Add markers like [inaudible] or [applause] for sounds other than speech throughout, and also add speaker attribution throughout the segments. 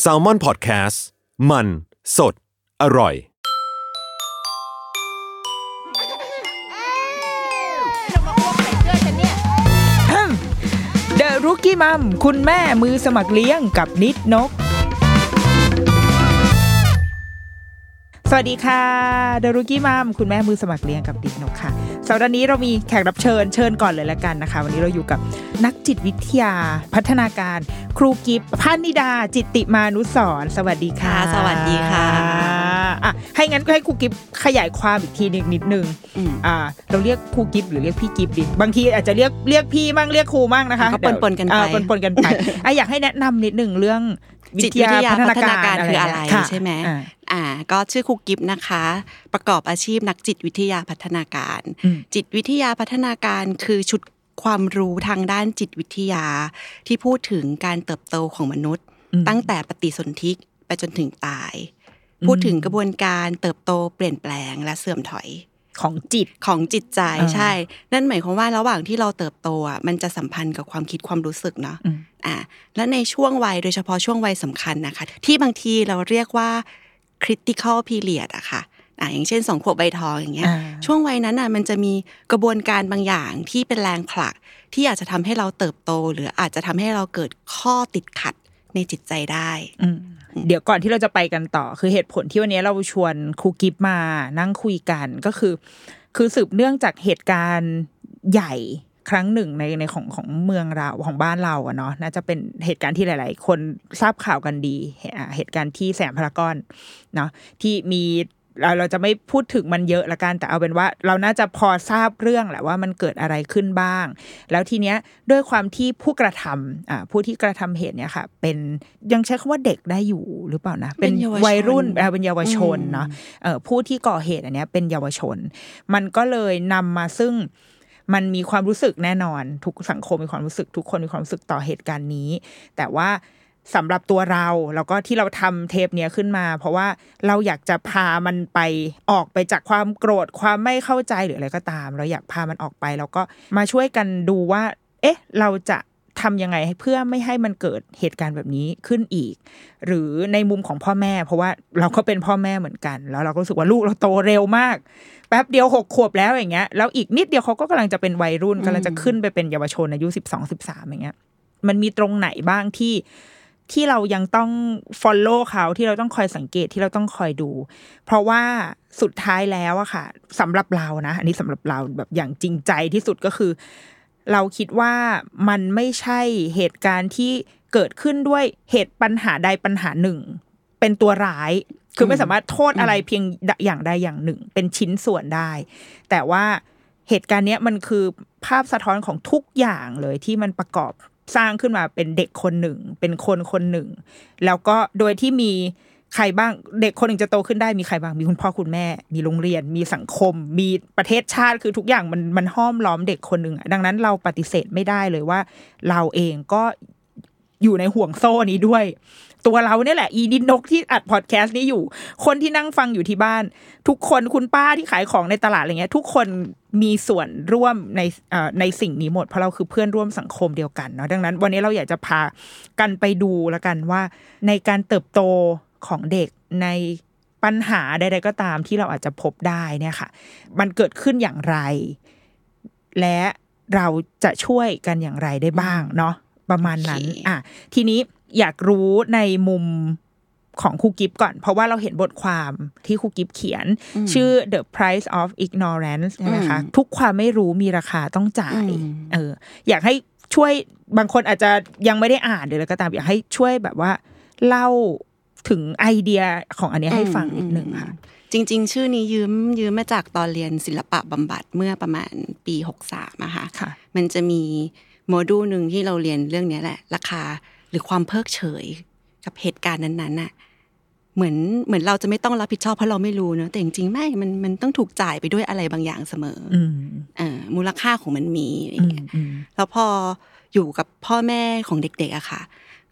Speaker 1: แซลมอนพอดแคสต์มันสดอร่อย
Speaker 2: เดอะรุกี้มัมคุณแม่มือสมัครเลี้ยงกับนิดนก สวัสดีค่ะเดอะรุกี้มัมคุณแม่มือสมัครเลี้ยงกับนิดนกค่ะสัปดาห์นี้เรามีแขกรับเชิญเชิญก่อนเลยละกันนะคะ วันนี้เราอยู่กับนักจิตวิทยา พัฒนาการ ครูกิฟพานิดา จิตติมานุสรณ์สวัสดีค่ะ
Speaker 3: ค่ะสวัสดีค่ะ
Speaker 2: อ่ะให้งั้นก็ให้ครูกิฟขยายความอีกทีหนึงนิดนึง
Speaker 3: อืม
Speaker 2: อ่าเราเรียกครูกิฟหรือเรียกพี่กิฟดีบางทีอาจจะเรียกเรียกพี่มั่งเรียกครูมั่งนะคะ
Speaker 3: ก็ปนๆกันไป
Speaker 2: เออปนปนๆ
Speaker 3: [laughs]
Speaker 2: กันไปอ่ะอยากให้แนะนำนิดหนึ่งเรื่อง
Speaker 3: จิตวิทยาพัฒนาการคืออะไร
Speaker 2: ค่
Speaker 3: ใช่ไหม
Speaker 2: อ่า
Speaker 3: อ่า ก็ชื่อครูกิฟนะคะ ประกอบอาชีพนักจิตวิทยาพัฒนาการ
Speaker 2: อืม
Speaker 3: จิตวิทยาพัฒนาการคือชุดความรู้ทางด้านจิตวิทยา ที่พูดถึงการเติบโตของมนุษย์ ตั้งแต่ปฏิสนธิไปจนถึงตาย พูดถึงกระบวนการเติบโตเปลี่ยนแปลงและเสื่อมถอย
Speaker 2: ของจิต
Speaker 3: ของจิตใจ
Speaker 2: อ่า
Speaker 3: ใช่ นั่นหมายความว่าระหว่างที่เราเติบโตอ่ะมันจะสัมพันธ์กับความคิดความรู้สึกเนาะ
Speaker 2: อืม
Speaker 3: อ่าและในช่วงวัยโดยเฉพาะช่วงวัยสำคัญนะคะ ที่บางทีเราเรียกว่า critical period อะค่ะอ่าอย่างเช่นสองขวบใบทองอย่างเงี้ย
Speaker 2: อ่า
Speaker 3: ช่วงวัยนั้นน่ะมันจะมีกระบวนการบางอย่างที่เป็นแรงผลัก ที่อาจจะทำให้เราเติบโต หรืออาจจะทำให้เราเกิดข้อติดขัดในจิตใจได้
Speaker 2: อืมเดี๋ยวก่อนที่เราจะไปกันต่อ คือเหตุผลที่วันนี้เราชวนครูกิฟมานั่งคุยกันก็คือ คือสืบเนื่องจากเหตุการณ์ใหญ่ครั้งหนึ่งในในของของเมืองเราของบ้านเราอะเนาะน่าจะเป็นเหตุการณ์ที่หลาย ๆ คนทราบข่าวกันดีอ่าเหตุการณ์ที่แสมพารากอนเนาะที่มีเราเราจะไม่พูดถึงมันเยอะละกันแต่เอาเป็นว่า เราน่าจะพอทราบเรื่องแหละว่ามันเกิดอะไรขึ้นบ้าง แล้วทีเนี้ยด้วยความที่ผู้กระทำอ่าผู้ที่กระทำเหตุเนี่ยค่ะ เป็นยังใช้คำว่าเด็กได้อยู่หรือเปล่านะ
Speaker 3: เป็นเยาวชน
Speaker 2: วัยรุ่นอ่าเป็นเยาวชนเนาะ เอ่อผู้ที่ก่อเหตุอันเนี้ยเป็นเยาวชน มันก็เลยนำมาซึ่งมันมีความรู้สึกแน่นอน ทุกสังคมมีความรู้สึก ทุกคนมีความรู้สึกต่อเหตุการณ์นี้ แต่ว่าสำหรับตัวเราแล้วก็ที่เราทำเทปเนี้ยขึ้นมา เพราะว่าเราอยากจะพามันไปออกไปจากความโกรธความไม่เข้าใจหรืออะไรก็ตาม เราอยากพามันออกไป แล้วก็มาช่วยกันดูว่า เอ๊ะ เราจะทำยังไงให้เพื่อไม่ให้มันเกิดเหตุการณ์แบบนี้ขึ้นอีก หรือในมุมของพ่อแม่ เพราะว่าเราก็เป็นพ่อแม่เหมือนกัน แล้วเราก็รู้สึกว่าลูกเราโตเร็วมาก แป๊บเดียวหกขวบแล้วอย่างเงี้ยแล้วอีกนิดเดียวเขาก็กำลังจะเป็นวัยรุ่นกำลังจะขึ้นไปเป็นเยาวชนอายุสิบสองสิบสามอย่างเงี้ย มันมีตรงไหนบ้างที่ที่เรายังต้อง follow เขาที่เราต้องคอยสังเกตที่เราต้องคอยดู เพราะว่าสุดท้ายแล้วอะค่ะสำหรับเรานะ อันนี้สำหรับเราแบบอย่างจริงใจที่สุดก็คือ เราคิดว่ามันไม่ใช่เหตุการณ์ที่เกิดขึ้นด้วยเหตุปัญหาใดปัญหาหนึ่ง เป็นตัวร้าย คือไม่สามารถโทษอะไรเพียงอย่างใดอย่างหนึ่ง เป็นชิ้นส่วนได้ แต่ว่าเหตุการณ์เนี้ยมันคือภาพสะท้อนของทุกอย่างเลยที่มันประกอบสร้างขึ้นมาเป็นเด็กคนหนึ่ง เป็นคนคนหนึ่ง แล้วก็โดยที่มีใครบ้างเด็กคนหนึ่งจะโตขึ้นได้มีใครบ้างมีคุณพ่อคุณแม่ มีโรงเรียน มีสังคม มีประเทศชาติคือทุกอย่างมันมันห้อมล้อมเด็กคนหนึ่งอะดังนั้นเราปฏิเสธไม่ได้เลยว่า เราเองก็อยู่ในห่วงโซ่นี้ด้วย ตัวเราเนี่ยแหละ อีดินนกที่อัดพอดแคสต์นี้อยู่ คนที่นั่งฟังอยู่ที่บ้าน ทุกคนคุณป้าที่ขายของในตลาดอะไรเงี้ย ทุกคนมีส่วนร่วมในเอ่อในสิ่งนี้หมด เพราะเราคือเพื่อนร่วมสังคมเดียวกันเนาะดังนั้น วันนี้เราอยากจะพากันไปดูแล้วกันว่า ในการเติบโตของเด็กในปัญหาใดๆก็ตามที่เราอาจจะพบได้เนี่ยค่ะ มันเกิดขึ้นอย่างไร และเราจะช่วยกันอย่างไรได้บ้างเนาะ ประมาณนั้น
Speaker 3: โอเค
Speaker 2: อ่ะ ทีนี้อยากรู้ในมุมของครูกิฟก่อน เพราะว่าเราเห็นบทความที่ครูกิฟเขียน ชื่อ The Price of Ignorance ใช่ไหมคะ ทุกความไม่รู้มีราคาต้องจ่าย เออ อยากให้ช่วยบางคนอาจจะยังไม่ได้อ่านหรืออะไรก็ตาม อยากให้ช่วยแบบว่า เล่าถึงไอเดียของอันเนี้ยให้ฟังนิดนึงค่ะ
Speaker 3: จริง ๆ ชื่อนี้ยืมยืมมาจากตอนเรียนศิลปะบำบัดเมื่อประมาณปี 63อะค่ะ
Speaker 2: ค่ะ
Speaker 3: มันจะมีโมดูลหนึ่งที่เราเรียนเรื่องเนี้ยแหละ ราคาหรือความเพิกเฉยกับเหตุการณ์นั้นๆน่ะเหมือนเหมือนเราจะไม่ต้องรับผิดชอบเพราะเราไม่รู้เนอะแต่จริงๆไม่มันมันต้องถูกจ่ายไปด้วยอะไรบางอย่างเสมออ
Speaker 2: อืม
Speaker 3: เอ่อมูลค่าของมันมีอะไร
Speaker 2: อื
Speaker 3: เงี้
Speaker 2: ม
Speaker 3: ย
Speaker 2: อืม
Speaker 3: แล้วพออยู่กับพ่อแม่ของเด็กๆอะค่ะ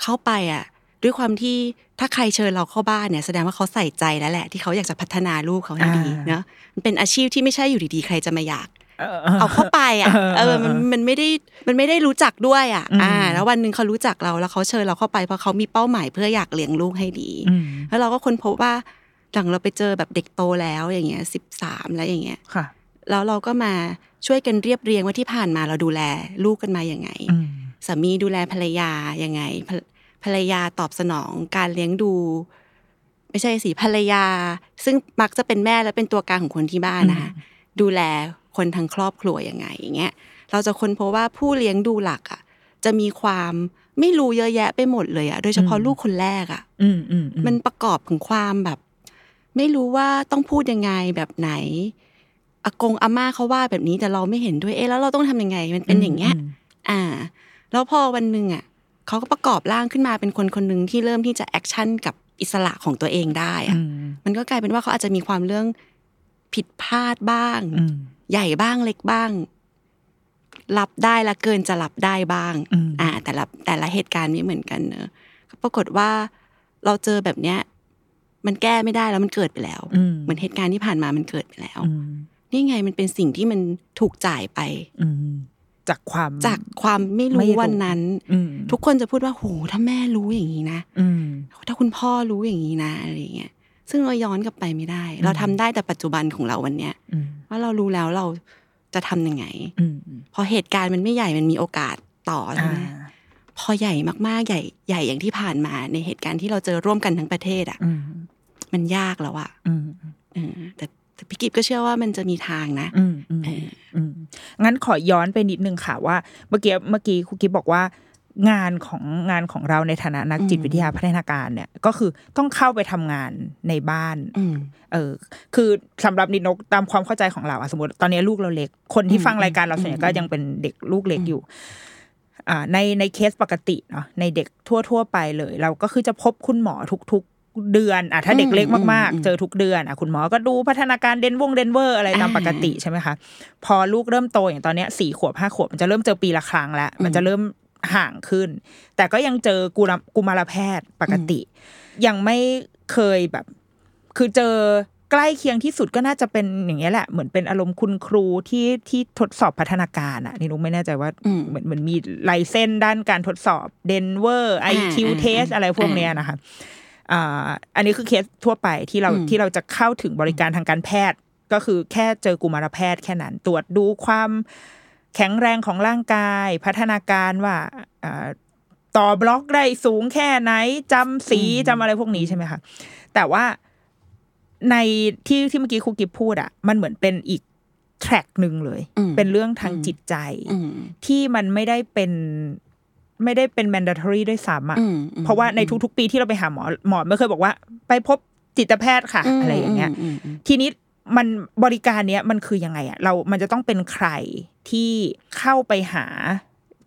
Speaker 3: เข้าไปอะด้วยความที่ถ้าใครเชิญเราเข้าบ้านเนี่ยแสดงว่าเขาใส่ใจแล้วแหละ ที่เขาอยากจะพัฒนาลูกเขาให้ดี
Speaker 2: อ่า
Speaker 3: เนาะมันเป็นอาชีพที่ไม่ใช่อยู่ดีๆ ใครจะมาอยาก
Speaker 2: [laughs] เออ
Speaker 3: เอาเข้าไปอ่ะ
Speaker 2: เอ
Speaker 3: เอ
Speaker 2: อ
Speaker 3: อมันมันไม่ได้มันไม่ได้รู้จักด้วยอ่ะ
Speaker 2: อืม
Speaker 3: อ่า แล้ววันหนึ่งเขารู้จักเราแล้วเขาเชิญเราเข้าไปเพราะเขามีเป้าหมายเพื่ออยากเลี้ยงลูกให้ดี
Speaker 2: อืม
Speaker 3: แล้วเราก็ค้นพบว่าหลังเราไปเจอแบบเด็กโตแล้วอย่างเงี้ยสิบสามแล้วอย่างเงี้ย
Speaker 2: ค่ะ
Speaker 3: แล้วเราก็มาช่วยกันเรียบเรียงว่าที่ผ่านมาเราดูแลลูกกันมาอย่างไง
Speaker 2: อืม
Speaker 3: สามีดูแลภรรยายังไงภรภรรยาตอบสนองการเลี้ยงดู ไม่ใช่สิภรรยา ซึ่งมักจะเป็นแม่และเป็นตัวกลางของคนที่บ้านนะคะดูแลคนทั้งครอบครัวยังไงอย่างเงี้ยเราจะค้นพบว่าผู้เลี้ยงดูหลักอ่ะจะมีความไม่รู้เยอะแยะไปหมดเลยอ่ะโดยเฉพาะ
Speaker 2: อืม
Speaker 3: ลูกคนแรกอ่ะ
Speaker 2: อืมอืมอืม
Speaker 3: มันประกอบถึงความแบบ ไม่รู้ว่าต้องพูดยังไงแบบไหนอากงอาม่าเขาว่าแบบนี้แต่เราไม่เห็นด้วยเอ๊ะแล้วเราต้องทำยังไง มันเป็นอย่างเงี้ย อ่า แล้วพอวันหนึ่งอ่ะเขาก็ประกอบร่างขึ้นมาเป็นคนคนหนึ่งที่เริ่มที่จะแอคชั่นกับอิสระของตัวเองได้อ่ะ
Speaker 2: อืม
Speaker 3: มันก็กลายเป็นว่าเขาอาจจะมีความเรื่องผิดพลาดบ้าง
Speaker 2: อืม
Speaker 3: ใหญ่บ้างเล็กบ้าง รับได้ละเกินจะรับได้บ้าง
Speaker 2: อืม
Speaker 3: อ่า แต่ละแต่ละเหตุการณ์ไม่เหมือนกันเนอะก็ปรากฏว่าเราเจอแบบเนี้ย มันแก้ไม่ได้แล้วมันเกิดไปแล้ว
Speaker 2: อืม
Speaker 3: เหมือนเหตุการณ์ที่ผ่านมามันเกิดไปแล้ว
Speaker 2: อืม
Speaker 3: นี่ไงมันเป็นสิ่งที่มันถูกจ่ายไป
Speaker 2: อืมจากความ
Speaker 3: จากความไม่
Speaker 2: ไม่
Speaker 3: รู้
Speaker 2: รู้
Speaker 3: วันนั้น
Speaker 2: อืม
Speaker 3: ทุกคนจะพูดว่าโหถ้าแม่รู้อย่างนี้นะ
Speaker 2: อืม
Speaker 3: ถ้าคุณพ่อรู้อย่างนี้นะอะไรอย่างเงี้ยซึ่งเราย้อนกลับไปไม่ได้ เราทำได้แต่ปัจจุบันของเราวันเนี้ย
Speaker 2: อืม
Speaker 3: ว่าเรารู้แล้วเราจะทำยังไง
Speaker 2: อืม
Speaker 3: พอเหตุการณ์มันไม่ใหญ่มันมีโอกาสต่อใช่
Speaker 2: อ่า
Speaker 3: ไหมพอใหญ่มากๆใหญ่ใหญ่อย่างที่ผ่านมา ในเหตุการณ์ที่เราเจอร่วมกันทั้งประเทศอ่ะ
Speaker 2: อืม
Speaker 3: มันยากแล้วอ่ะ
Speaker 2: อืม
Speaker 3: เออแต่แต่พี่กิฟก็เชื่อว่ามันจะมีทางนะ
Speaker 2: อืมอืมอืมงั้นขอย้อนไปนิดนึงค่ะว่า เมื่อกี้เมื่อกี้ครูกิบบอกว่า งานของงานของเราในฐานะนักจิตวิทยาพัฒนาการเนี่ย ก็คือต้องเข้าไปทำงานในบ้าน
Speaker 3: อืม
Speaker 2: เออคือสำหรับนิดนกตามความเข้าใจของเราอะสมมติตอนนี้ลูกเราเล็ก คนที่ฟังรายการเราส่วนใหญ่ก็ยังเป็นเด็กลูกเล็กอยู่ อ่าในในเคสปกติเนาะในเด็กทั่วทั่วๆไปเลย เราก็คือจะพบคุณหมอทุกๆเดือนอ่ะถ้าเด็กเล็กมากๆ เจอทุกเดือนอ่ะคุณหมอก็ดูพัฒนาการเดนวงเดนเวอร์อะไรตามปกติใช่ไหมคะ พอลูกเริ่มโตอย่างตอนเนี้ยสี่ขวบห้าขวบมันจะเริ่มเจอปีละครั้งแล้วมันจะเริ่มห่างขึ้น แต่ก็ยังเจอกุลกุมารแพทย์ปกติ ยังไม่เคยแบบ คือเจอใกล้เคียงที่สุดก็น่าจะเป็นอย่างเงี้ยแหละ เหมือนเป็นอารมณ์คุณครูที่ที่ทดสอบพัฒนาการอะนี่นุ้งไม่แน่ใจว่า
Speaker 3: อืม
Speaker 2: เหมือนเหมือนมีไลเส้นด้านการทดสอบเดนเวอร์ไอ
Speaker 3: อ่า
Speaker 2: คิว
Speaker 3: อ่า
Speaker 2: เทสอะไรพวกเนี้ยนะคะอ่าอันนี้คือเคสทั่วไปที่เรา
Speaker 3: อืม
Speaker 2: ที่เราจะเข้าถึงบริการทางการแพทย์ ก็คือแค่เจอกุมารแพทย์แค่นั้น ตรวจดูความแข็งแรงของร่างกาย พัฒนาการว่าอ่าต่อบล็อกได้สูงแค่ไหนจำสีจำอะไรพวกนี้ใช่ไหมคะแต่ว่าในที่ที่เมื่อกี้ครูกิฟพูดอะมันเหมือนเป็นอีกแทร็กหนึ่งเลย
Speaker 3: อืม
Speaker 2: เป็นเรื่องทางจิตใจ
Speaker 3: อืม
Speaker 2: ที่มันไม่ได้เป็นไม่ได้เป็น mandatory ด้วยซ้ำอะ
Speaker 3: อืมอืม
Speaker 2: เพราะว่าในทุกๆ ปีที่เราไปหาหมอหมอไม่เคยบอกว่า ไปพบจิตแพทย์ค่ะ
Speaker 3: ม
Speaker 2: อะไรอย่างเงี้ย
Speaker 3: มอืม
Speaker 2: ทีนี้มันบริการเนี้ยมันคือยังไงอะเรา มันจะต้องเป็นใครที่เข้าไปหา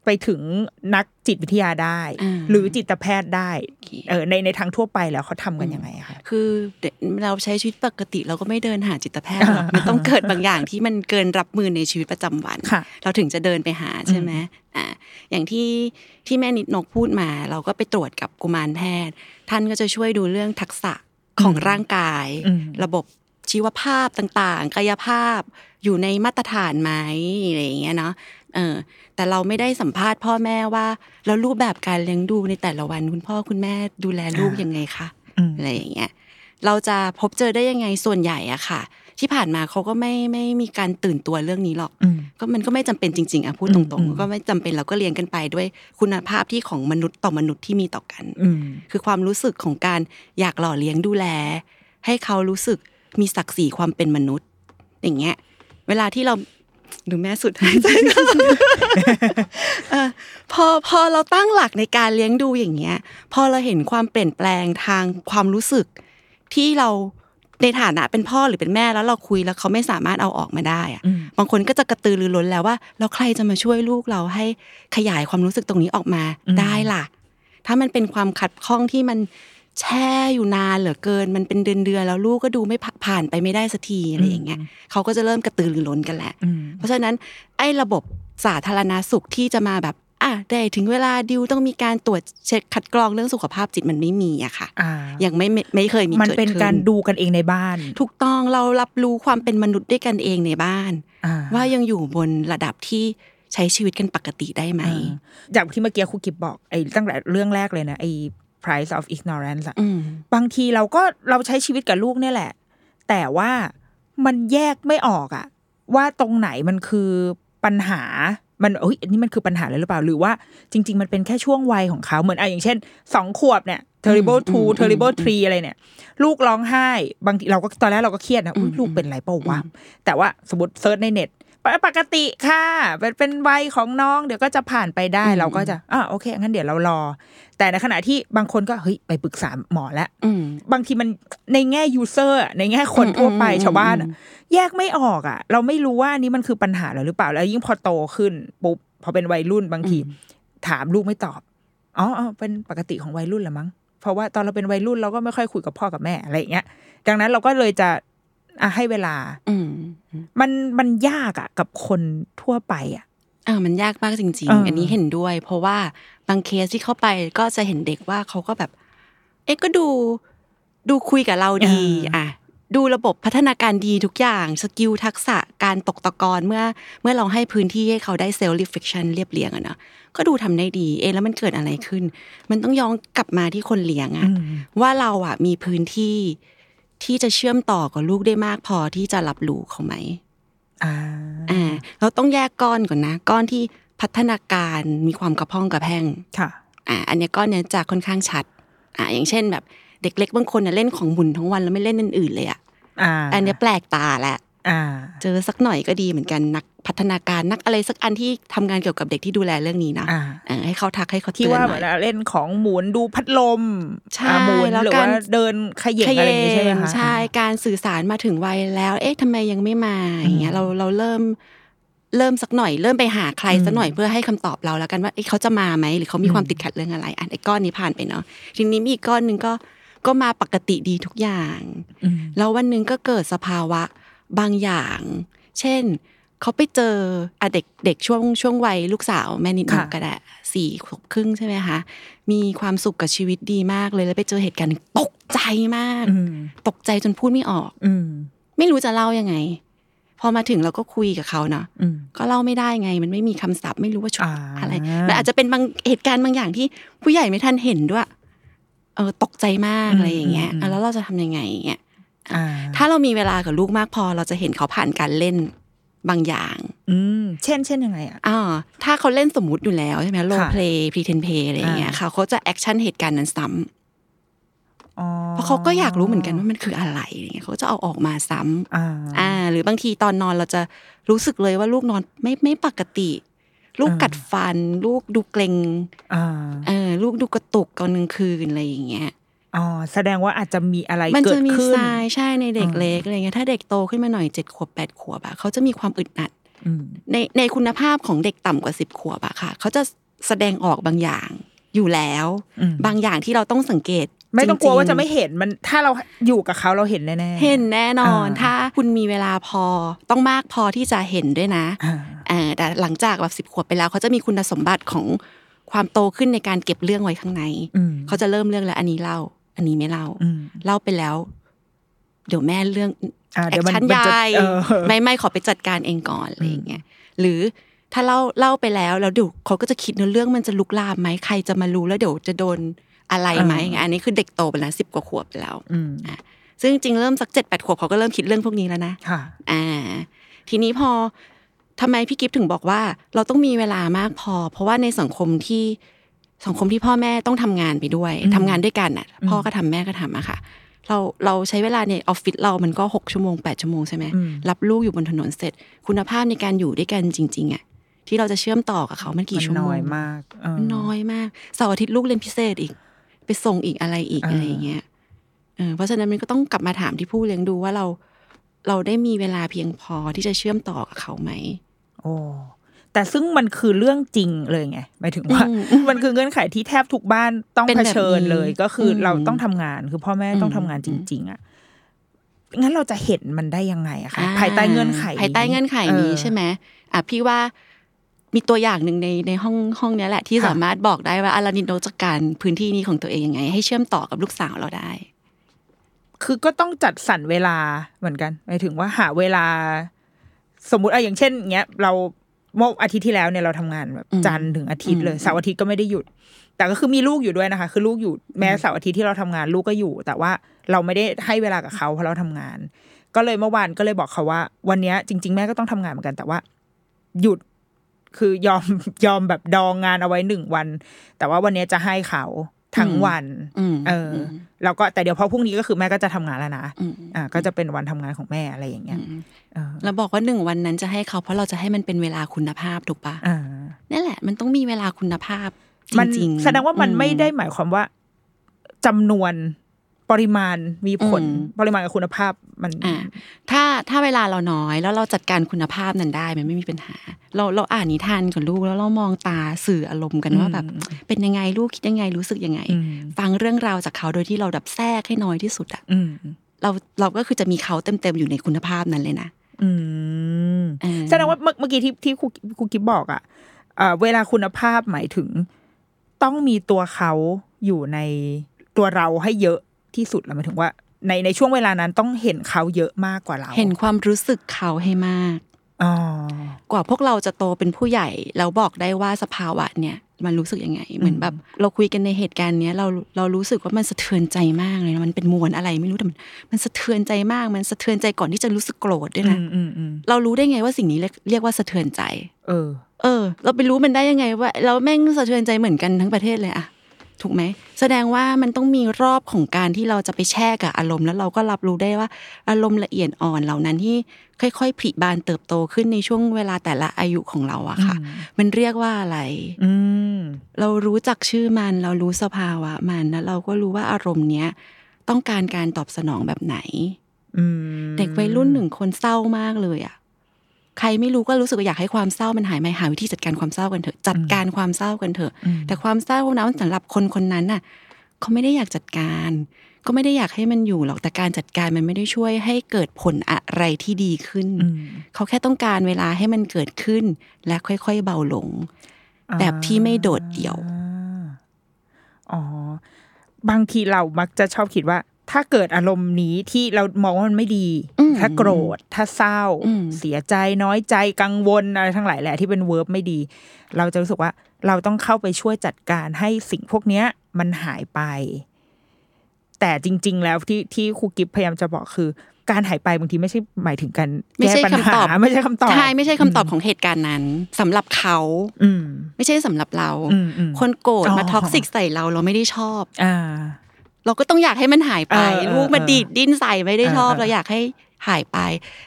Speaker 2: ไปถึงนักจิตวิทยาได้
Speaker 3: อ่า
Speaker 2: หรือจิตแพทย์ได้
Speaker 3: โอเค
Speaker 2: เออในในทางทั่วไปแล้วเขาทำกันยังไงอะคะ
Speaker 3: คือเดี๋ยวเราใช้ชีวิตปกติเราก็ไม่เดินหาจิตแพทย์หรอกมันต้องเกิดบางอย่างที่มันเกินรับมือในชีวิตประจำวัน
Speaker 2: ค่ะ
Speaker 3: เราถึงจะเดินไปหาใช่ไหมอ่าอย่างที่ที่แม่นิดนกพูดมา เราก็ไปตรวจกับกุมารแพทย์ ท่านก็จะช่วยดูเรื่องทักษะของร่างกาย ระบบชีวภาพต่างๆ กายภาพอยู่ในมาตรฐานไหมอะไรอย่างเงี้ยเนาะเออแต่เราไม่ได้สัมภาษณ์พ่อแม่ว่า แล้วรูปแบบการเลี้ยงดูในแต่ละวันคุณพ่อคุณแม่ดูแลลูกยังไงคะ อะไรอย่างเงี้ย เราจะพบเจอได้ยังไงส่วนใหญ่อะค่ะ ที่ผ่านมาเขาก็ไม่ไม่มีการตื่นตัวเรื่องนี้หรอก
Speaker 2: อืม
Speaker 3: ก็มันก็ไม่จำเป็นจริง ๆอ่ะพูดตร
Speaker 2: อื
Speaker 3: ง
Speaker 2: ม
Speaker 3: ๆ ก็ไม่จำเป็นเราก็เรียนกันไปด้วยคุณภาพที่ของมนุษย์ต่อมนุษย์ที่มีต่อกัน
Speaker 2: อืม
Speaker 3: คือความรู้สึกของการอยากหล่อเลี้ยงดูแล ให้เขารู้สึกมีศักดิ์ศรีความเป็นมนุษย์ อย่างเงี้ย เวลาที่เราดูแม่สุดหายใจเข้า [laughs] เออพอพอเราตั้งหลักในการเลี้ยงดูอย่างเงี้ย พอเราเห็นความเปลี่ยนแปลงทางความรู้สึก ที่เราในฐานะเป็นพ่อหรือเป็นแม่แล้วเราคุยแล้วเขาไม่สามารถเอาออกมาได้อะ
Speaker 2: อืม
Speaker 3: บางคนก็จะกระตือรือร้นแล้วว่าแล้วใครจะมาช่วยลูกเราให้ขยายความรู้สึกตรงนี้ออกมาได้ล่ะ ถ้ามันเป็นความขัดข้องที่มันแช่อยู่นานเหลือเกิน มันเป็นเดือนเดือนๆแล้วลูกก็ดูไม่ผ่าผ่านไปไม่ได้สักทีอะไรอย่างเงี้ยเขาก็จะเริ่มกระตือรือร้นกันแหละ
Speaker 2: อืม
Speaker 3: เพราะฉะนั้นไอ้ระบบสาธารณาสุขที่จะมาแบบอ่ะได้ถึงเวลาดิวต้องมีการตรวจเช็คคัดกรองเรื่องสุขภาพจิตมันไม่มีอะค่ะ
Speaker 2: อ่ายั
Speaker 3: ยังไม่ไม่ไม่เคยมี
Speaker 2: มัน
Speaker 3: กิด
Speaker 2: เป็น
Speaker 3: ขึ้
Speaker 2: การดูกันเองในบ้าน
Speaker 3: ถูกต้องเรารับรู้ความเป็นมนุษย์ด้วยกันเองในบ้าน
Speaker 2: อ่
Speaker 3: ว่ายังอยู่บนระดับที่ใช้ชีวิตกันปกติได้ไหม
Speaker 2: อ่าจากที่เมื่อกี้ครูกิบบอกไอ้ตั้งแต่เรื่องแรกเลยนะไอ้ price of ignorance อะ
Speaker 3: อืม
Speaker 2: บางทีเราก็เราใช้ชีวิตกับลูกเนี่ยแหละ แต่ว่ามันแยกไม่ออกอะว่าตรงไหนมันคือปัญหามันเอ้ยอันนี่มันคือปัญหาเลยหรือเปล่าหรือว่าจริง ๆ มันเป็นแค่ช่วงวัยของเขาเหมือนอะอย่างเช่นสองขวบเนี่ย terrible
Speaker 3: อืม
Speaker 2: two
Speaker 3: อืม
Speaker 2: terrible three อะไรเนี่ย ลูกร้องไห้ บางทีเราก็ตอนแรกเราก็เครียดนะอุ๊ย
Speaker 3: อืม
Speaker 2: ลูกเป็นไรเปล่าวะแต่ว่าสมมติเซิร์ชในเน็ตปกติค่ะเป็นเป็นวัยของน้องเดี๋ยวก็จะผ่านไปได้
Speaker 3: อืม
Speaker 2: เราก็จะอ่าโอเคงั้นเดี๋ยวเรารอ แต่ในขณะที่บางคนก็เฮ้ยไปปรึกษาหมอแล้ว
Speaker 3: อืม
Speaker 2: บางทีมันในแง่ยูเซอร์ในแง่คน
Speaker 3: อืม
Speaker 2: ทั่วไป
Speaker 3: อืม
Speaker 2: ชาวบ้านอะแยกไม่ออกอ่ะ เราไม่รู้ว่าอันนี้มันคือปัญหาเราหรือเปล่าแล้วยิ่งพอโตขึ้นปุ๊บพอเป็นวัยรุ่นบางที ถามลูกไม่ตอบอ๋ออ๋อเป็นปกติของวัยรุ่นละมั้งเพราะว่าตอนเราเป็นวัยรุ่นเราก็ไม่ค่อยคุยกับพ่อกับแม่อะไรอย่างเงี้ยดังนั้นเราก็เลยจะอ่ะให้เวลา
Speaker 3: อืม
Speaker 2: มันมันยากอ่ะ กับคนทั่วไปอ่ะ
Speaker 3: อ่ามันยากมากจริง
Speaker 2: เออ
Speaker 3: ๆ
Speaker 2: อั
Speaker 3: อันนี้เห็นด้วย เพราะว่าบางเคสที่เข้าไปก็จะเห็นเด็กว่าเขาก็แบบ เอ๊ะก็ดูดูคุยกับเราดี
Speaker 2: เอออ่
Speaker 3: อ่ะ ดูระบบพัฒนาการดีทุกอย่าง สกิลทักษะการตกตะกอนเมื่อ เมื่อเราให้พื้นที่ให้เขาได้เซลล์รีเฟ c ชันเรียบเรียงอะเนาะก็ดูทำได้ดี เอะแล้วมันเกิดอะไรขึ้น มันต้องย้อนกลับมาที่คนเลี้ยงอะ ว่าเราอะมีพื้นที่ที่จะเชื่อมต่อกับลูกได้มากพอที่จะรับรู้เขาไหม
Speaker 2: อ่า
Speaker 3: อ่าเราต้องแยกก้อนก่อนนะ ก้อนที่พัฒนาการมีความกระพ้องกระแพง
Speaker 2: ค่ะ
Speaker 3: อ่าอันเนี้ยก้อนเนี้ยจะค่อนข้างชัดอ่าอย่างเช่นแบบเด็กเล็กบางคนน่ะเล่นของหมุนทั้งวันแล้วไม่เล่นอันอื่นเลยอ่ะ
Speaker 2: อ่า
Speaker 3: อันเนี้ยแปลกตาแหละ
Speaker 2: อ่า
Speaker 3: เจอสักหน่อยก็ดีเหมือนกันนักพัฒนาการนักอะไรสักอันที่ทำงานเกี่ยวกับเด็กที่ดูแลเรื่องนี้นะ
Speaker 2: อ่า
Speaker 3: เออให้เขาทักให้เขาเตื
Speaker 2: ที่
Speaker 3: อน
Speaker 2: ว่า
Speaker 3: ห
Speaker 2: เห
Speaker 3: น่
Speaker 2: มื
Speaker 3: อ
Speaker 2: อย นเล่นของหมุนดูพัดลม
Speaker 3: ใช่
Speaker 2: อ่าหมุน
Speaker 3: แล้ว
Speaker 2: หรือ
Speaker 3: การ
Speaker 2: ว่าเดินเขย่งอะไรอย่างงี้ใช่ไหมคะ
Speaker 3: ใช่การสื่อสารมาถึงวัยแล้ว เอ๊ะทำไมยังไม่มาอย่างเงี้ยเราเราเริ่มเริ่มสักหน่อย เริ่มไปหาใครสักหน่อยเพื่อให้คำตอบเราแล้วกันว่าเอ๊ะเขาจะมาไหมหรือเขามีความติดขัดเรื่องอะไรอ่ะไอ้ก้อนนี้ผ่านไปเนาะทีนี้มีอีกก้อนหนึ่งก็ก็มาปกติดีทุกอย่าง
Speaker 2: อืม
Speaker 3: แล้ววันหนึ่งก็เกิดสภาวะบางอย่าง เช่นเขาไปเจออะเด็กเด็กช่วงช่วงวัยลูกสาวแม่นิดหนึ่ง
Speaker 2: ค่ะ
Speaker 3: ก็ได้สี่ขวบครึ่งใช่ไหมคะมีความสุขกับชีวิตดีมากเลยแล้วไปเจอเหตุการณ์หนึ่งตกใจมาก
Speaker 2: อืม
Speaker 3: ตกใจจนพูดไม่ออก
Speaker 2: อืม
Speaker 3: ไม่รู้จะเล่ายังไง พอมาถึงเราก็คุยกับเขาเนาะ
Speaker 2: อืม
Speaker 3: ก็เล่าไม่ได้ไง มันไม่มีคำศัพท์ไม่รู้ว่าชุด
Speaker 2: อ่า
Speaker 3: อะไรมันอาจจะเป็นบางเหตุการณ์บางอย่างที่ผู้ใหญ่ไม่ทันเห็นด้วยเออตกใจมากอะไรอย่างเงี้ยอ่ะแล้วเราจะทำยังไงอย่างเงี้ย
Speaker 2: อ่า
Speaker 3: ถ้าเรามีเวลากับลูกมากพอ เราจะเห็นเขาผ่านการเล่นบางอย่าง
Speaker 2: อืมเช่นเช่นยังไงอ่ะ
Speaker 3: อ่าถ้าเขาเล่นสมมุติอยู่แล้วใช่ไหมโล
Speaker 2: ค่ะ
Speaker 3: เพลย์พรีเทนเพย์อะไรอย่างเงี้ย
Speaker 2: อ่า
Speaker 3: ค่ะเขาจะแอคชั่นเหตุการณ์นั้นซ้ำ
Speaker 2: อ๋อ
Speaker 3: เพราะเขาก็อยากรู้เหมือนกันว่ามันคืออะไรอะไรเงี้ยเขาจะเอาออกมาซ้ำ
Speaker 2: อ่า
Speaker 3: อ่าหรือบางทีตอนนอนเราจะรู้สึกเลยว่าลูกนอนไม่ไม่ปกติ ลูก
Speaker 2: อ่า
Speaker 3: กัดฟัน ลูกดูเกรง
Speaker 2: อ่า
Speaker 3: เออลูกดูกระตุกตอนกลางคืนอะไรอย่างเงี้ย
Speaker 2: อ๋อแสดงว่าอาจจะมีอะไร
Speaker 3: มัน
Speaker 2: เกิ
Speaker 3: จะ
Speaker 2: ด
Speaker 3: มี
Speaker 2: ขึ้น
Speaker 3: ทรายใช่ในเด็ก
Speaker 2: อ่า
Speaker 3: เล็กอะไรเงี้ยถ้าเด็กโตขึ้นมาหน่อยเจ็ดขวบแปดขวบอะเขาจะมีความอึดอัด
Speaker 2: อืม
Speaker 3: ในในคุณภาพของเด็กต่ำกว่าสิบขวบอะค่ะ เขาจะแสดงออกบางอย่างอยู่แล้ว
Speaker 2: อืม
Speaker 3: บางอย่างที่เราต้องสังเกต
Speaker 2: ไม่ต้องกลัว
Speaker 3: ริๆ
Speaker 2: ว่าจะไม่เห็นมันถ้าเราอยู่กับเขาเราเห็นแน่
Speaker 3: เห็นแน่นอน
Speaker 2: อ่า
Speaker 3: ถ้าคุณมีเวลาพอต้องมากพอที่จะเห็นด้วยนะ
Speaker 2: อ่า
Speaker 3: เออแต่หลังจากแบบสิบ10ขวบไปแล้ว เขาจะมีคุณสมบัติของความโตขึ้นในการเก็บเรื่องไว้ข้างใน
Speaker 2: อืม
Speaker 3: เขาจะเริ่มเรื่องแล้วอันนี้เล่า อันนี้ไม่เล่า
Speaker 2: อืม
Speaker 3: เล่าไปแล้ว เดี๋ยวแม่เรื่อง
Speaker 2: อ่า
Speaker 3: แอ
Speaker 2: เดี๋ย
Speaker 3: ค
Speaker 2: วมัน
Speaker 3: ชั่น
Speaker 2: มัน
Speaker 3: ยา
Speaker 2: จะ
Speaker 3: ย
Speaker 2: เออ
Speaker 3: ไม่ไม่ขอไปจัดการเองก่อนอะไรอย่างเงี้ยหรือถ้าเล่าเล่าไปแล้วแล้วเดี๋ยวเขาก็จะคิดเนื้อเรื่องมันจะลุกลามไหมใครจะมารู้แล้วเดี๋ยวจะโดนอะไรไหมอันนี้คือเด็กโตไปแล้วสิบกว่าขวบไปแล้ว
Speaker 2: อืม
Speaker 3: ซึ่งจริงๆเริ่มสักเจ็ดแปดขวบเขาก็เริ่มคิดเรื่องพวกนี้แล้วนะ
Speaker 2: ค่ะ
Speaker 3: อ่าทีนี้พอทำไมพี่กิฟถึงบอกว่า เราต้องมีเวลามากพอ เพราะว่าในสังคมที่สังคมที่พ่อแม่ต้องทำงานไปด้วยทำงานด้วยกันอ่ะ พ่อก็ทำแม่ก็ทำอะค่ะ เราเราใช้เวลาในออฟฟิศเรามันก็หกชั่วโมงแปดชั่วโมงใช่ไหมรับลูกอยู่บนถนนเสร็จ คุณภาพในการอยู่ด้วยกันจริง ๆอ่ะที่เราจะเชื่อมต่อกับเขามันกี่
Speaker 2: มัน
Speaker 3: ชั่วโม
Speaker 2: น้
Speaker 3: ง
Speaker 2: อยมากเออ
Speaker 3: น้อยมากเสาร์อาทิตย์ลูกเรียนพิเศษอีก ไปส่งอีกอะไรอีก
Speaker 2: เอออ
Speaker 3: อะไรอย่างเงี้ยเออเพราะฉะนั้นมันก็ต้องกลับมาถามที่ผู้เลี้ยงดูว่าเรา เราได้มีเวลาเพียงพอที่จะเชื่อมต่อกับเขาไหม
Speaker 2: โอ้แต่ซึ่งมันคือเรื่องจริงเลยไงหมายถึงว่า มันคือเงื่อนไขที่แทบทุกบ้านต้อง
Speaker 3: เป็น
Speaker 2: เผ
Speaker 3: แบบ
Speaker 2: ชิญเลย
Speaker 3: นี้
Speaker 2: ก็คืออ
Speaker 3: ม
Speaker 2: เราต้องทำงานคือพ่อแม่ต้องทำงานจริง ๆ อ่ะงั้นเราจะเห็นมันได้ยังไงอะคะ
Speaker 3: อ่
Speaker 2: ภายใต้เงื่อนไข
Speaker 3: ภายใต้เงื่อนไขนี้ใช่
Speaker 2: เออ
Speaker 3: ไหมอ่ะพี่ว่ามีตัวอย่างหนึ่งในในห้องห้องเนี้ยแหละ ที่
Speaker 2: ค่ะ
Speaker 3: สามารถบอกได้ว่าอารานินโนจัดการพื้นที่นี้ของตัวเองยังไง ให้เชื่อมต่อกับลูกสาวเราได้
Speaker 2: คือก็ต้องจัดสรรเวลาเหมือนกันหมายถึงว่าหาเวลา สมมติอะอย่างเช่นเงี้ยเราเมื่ออาทิตย์ที่แล้วเนี่ยเราทำงานแบบ
Speaker 3: อืม
Speaker 2: จันทร์ถึงอาทิตย์เลยเสาร์อาทิตย์ก็ไม่ได้หยุด แต่ก็คือมีลูกอยู่ด้วยนะคะ คือลูกอยู่แม้เสาร์อาทิตย์ที่เราทำงานลูกก็อยู่ แต่ว่าเราไม่ได้ให้เวลากับเขาเพราะเราทำงาน ก็เลยเมื่อวานก็เลยบอกเขาว่า วันเนี้ยจริง ๆ แม่ก็ต้องทำงานเหมือนกันแต่ว่า หยุดคือยอม [laughs] ยอมแบบดองงานเอาไว้หนึ่งวัน แต่ว่าวันเนี้ยจะให้เขาทั้ง
Speaker 3: อืม
Speaker 2: วัน
Speaker 3: อืม
Speaker 2: เอออ
Speaker 3: ม
Speaker 2: แล้วก็แต่เดี๋ยวพอพรุ่งนี้ก็คือแม่ก็จะทำงานแล้วนะ
Speaker 3: อืม
Speaker 2: อ่า ก็จะเป็นวันทำงานของแม่อะไรอย่างเงี้ยเออ
Speaker 3: เราบอกว่าหนึ่งวันนั้นจะให้เขาเพราะเราจะให้มันเป็นเวลาคุณภาพถูกปะ
Speaker 2: อ่า
Speaker 3: นั่นแหละมันต้องมีเวลาคุณภาพจ
Speaker 2: มัน
Speaker 3: ริงๆ
Speaker 2: แสดงว่ามัน
Speaker 3: อื
Speaker 2: ไม่ได้หมายความว่าจำนวนปริมาณมีผล
Speaker 3: อืม
Speaker 2: ปริมาณกับคุณภาพมัน
Speaker 3: อ่ะถ้าถ้าเวลาเราน้อยแล้วเราจัดการคุณภาพนั้นได้มันไม่มีปัญหา เราเราอ่านนิทานกับลูกแล้วเรามองตาสื่ออารมณ์กันว่าแบบเป็นยังไงลูกคิดยังไงรู้สึกยังไง ฟังเรื่องราวจากเขาโดยที่เราดับแทรกให้น้อยที่สุดอะ
Speaker 2: อืม
Speaker 3: เราเราก็คือจะมีเขาเต็มๆอยู่ในคุณภาพนั้นเลยนะ
Speaker 2: อืม
Speaker 3: เออ
Speaker 2: แสดงว่าเมื่อเมื่อกี้ที่ที่ครูครูกิบบอกอ่ะเอ่อเวลาคุณภาพหมายถึง ต้องมีตัวเขาอยู่ในตัวเราให้เยอะที่สุดแล้วหมายถึงว่า ในในช่วงเวลานั้นต้องเห็นเขาเยอะมากกว่าเรา
Speaker 3: เห็นความรู้สึกเขาให้มาก
Speaker 2: อ๋อ
Speaker 3: กว่าพวกเราจะโตเป็นผู้ใหญ่เราบอกได้ว่าสภาวะเนี่ยมันรู้สึกยังไง เหมือนแบบเราคุยกันในเหตุการณ์เนี้ยเราเรารู้สึกว่ามันสะเทือนใจมากเลยนะมันเป็นมวลอะไรไม่รู้แต่มันมันสะเทือนใจมากมันสะเทือนใจก่อนที่จะรู้สึกโกรธด้วยนะ
Speaker 2: อืมอืมอืม
Speaker 3: เรารู้ได้ไงว่าสิ่งนี้เรียกเรียกว่าสะเทือนใจ
Speaker 2: เออ
Speaker 3: เออ เราไปรู้มันได้ยังไงว่าเราแม่งสะเทือนใจเหมือนกันทั้งประเทศเลยอะถูกไหมแสดงว่ามันต้องมีรอบของการที่เราจะไปแช่กับอารมณ์แล้วเราก็รับรู้ได้ว่า อารมณ์ละเอียดอ่อนเหล่านั้นที่ค่อยๆผลิบานเติบโตขึ้นในช่วงเวลาแต่ละอายุของเราอะค่ะ มันเรียกว่าอะไร
Speaker 2: อืม
Speaker 3: เรารู้จักชื่อมันเรารู้สภาวะมันแล้วเราก็รู้ว่าอารมณ์เนี้ยต้องการการตอบสนองแบบไหน
Speaker 2: อืม
Speaker 3: เด็กวัยรุ่นหนึ่งคนเศร้ามากเลยอ่ะ ใครไม่รู้ก็รู้สึกว่าอยากให้ความเศร้ามันหายไหมหาวิธีจัดการความเศร้ากันเถอะ จัดการความเศร้ากันเถอะ แต่ความเศร้านั้นสำหรับคนคนนั้นน่ะเขาไม่ได้อยากจัดการ ก็ไม่ได้อยากให้มันอยู่หรอกแต่การจัดการมันไม่ได้ช่วยให้เกิดผลอะไรที่ดีขึ้น
Speaker 2: อืม
Speaker 3: เขาแค่ต้องการเวลาให้มันเกิดขึ้น และค่อยๆเบาลง แบบที่ไม่โดดเดี่ยว
Speaker 2: อ๋อ บางทีเรามักจะชอบคิดว่า ถ้าเกิดอารมณ์นี้ที่เรามองว่ามันไม่ดี
Speaker 3: อืม
Speaker 2: ถ้าโกรธ ถ้าเศร้า
Speaker 3: อืม
Speaker 2: เสียใจน้อยใจกังวลอะไรทั้งหลายแหละที่เป็นเวิร์บไม่ดี เราจะรู้สึกว่าเราต้องเข้าไปช่วยจัดการให้สิ่งพวกเนี้ย มันหายไป แต่จริง ๆ แล้วที่ที่ครูกิฟพยายามจะบอกคือ การหายไปบางทีไม่ใช่หมายถึงการ
Speaker 3: ไม่
Speaker 2: แก้
Speaker 3: ใช่
Speaker 2: ปัญ
Speaker 3: คำ
Speaker 2: หา
Speaker 3: ตอบ
Speaker 2: ไม่ใช่คำตอบ
Speaker 3: ใช่ไม่ใช่คำตอบของเหตุการณ์นั้นสำหรับเขา
Speaker 2: อืม
Speaker 3: ไม่ใช่สำหรับเรา
Speaker 2: อืมอืม
Speaker 3: คนโกรธ
Speaker 2: อ๋อ
Speaker 3: มาท็อกซิกใส่เราเราไม่ได้ชอบ
Speaker 2: อ่า
Speaker 3: เราก็ต้องอยากให้มันหายไป
Speaker 2: เออเออ
Speaker 3: ลูกมาดีดดิ้นใส่ไม่ได้ชอบ
Speaker 2: เออเออ
Speaker 3: เราอยากให้หายไป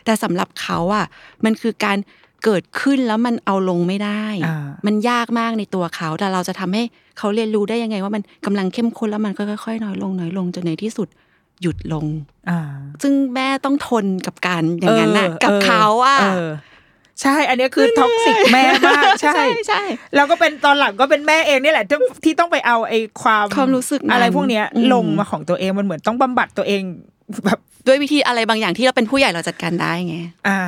Speaker 3: แต่สำหรับเขาอ่ะมันคือการเกิดขึ้นแล้วมันเอาลงไม่ได้
Speaker 2: อ่า
Speaker 3: มันยากมากในตัวเขาแต่เราจะทำให้เขาเรียนรู้ได้ยังไง ว่ามันกำลังเข้มข้นแล้วมันก็ค่อยๆน้อยลงน้อยลงจนในที่สุดหยุดลง
Speaker 2: อ่า
Speaker 3: ซึ่งแม่ต้องทนกับการอย่างนั้นน่ะกับเขาอ่ะ
Speaker 2: เอใช่ อันเนี้ยคือท็อกซิกแม่มาก ใช่
Speaker 3: ใช่ใช่
Speaker 2: แล้วก็เป็นตอนหลังก็เป็นแม่เองนี่แหละที่ที่ต้องไปเอาไอ้ความ
Speaker 3: ความรู้สึกนั้น
Speaker 2: อะไรพวกเนี้ย
Speaker 3: อืม
Speaker 2: ลงมาของตัวเองมันเหมือนต้องบำบัดตัวเองแบบ
Speaker 3: ด้วยวิธีอะไรบางอย่างที่เราเป็นผู้ใหญ่เราจัดการได้ไง
Speaker 2: อ่า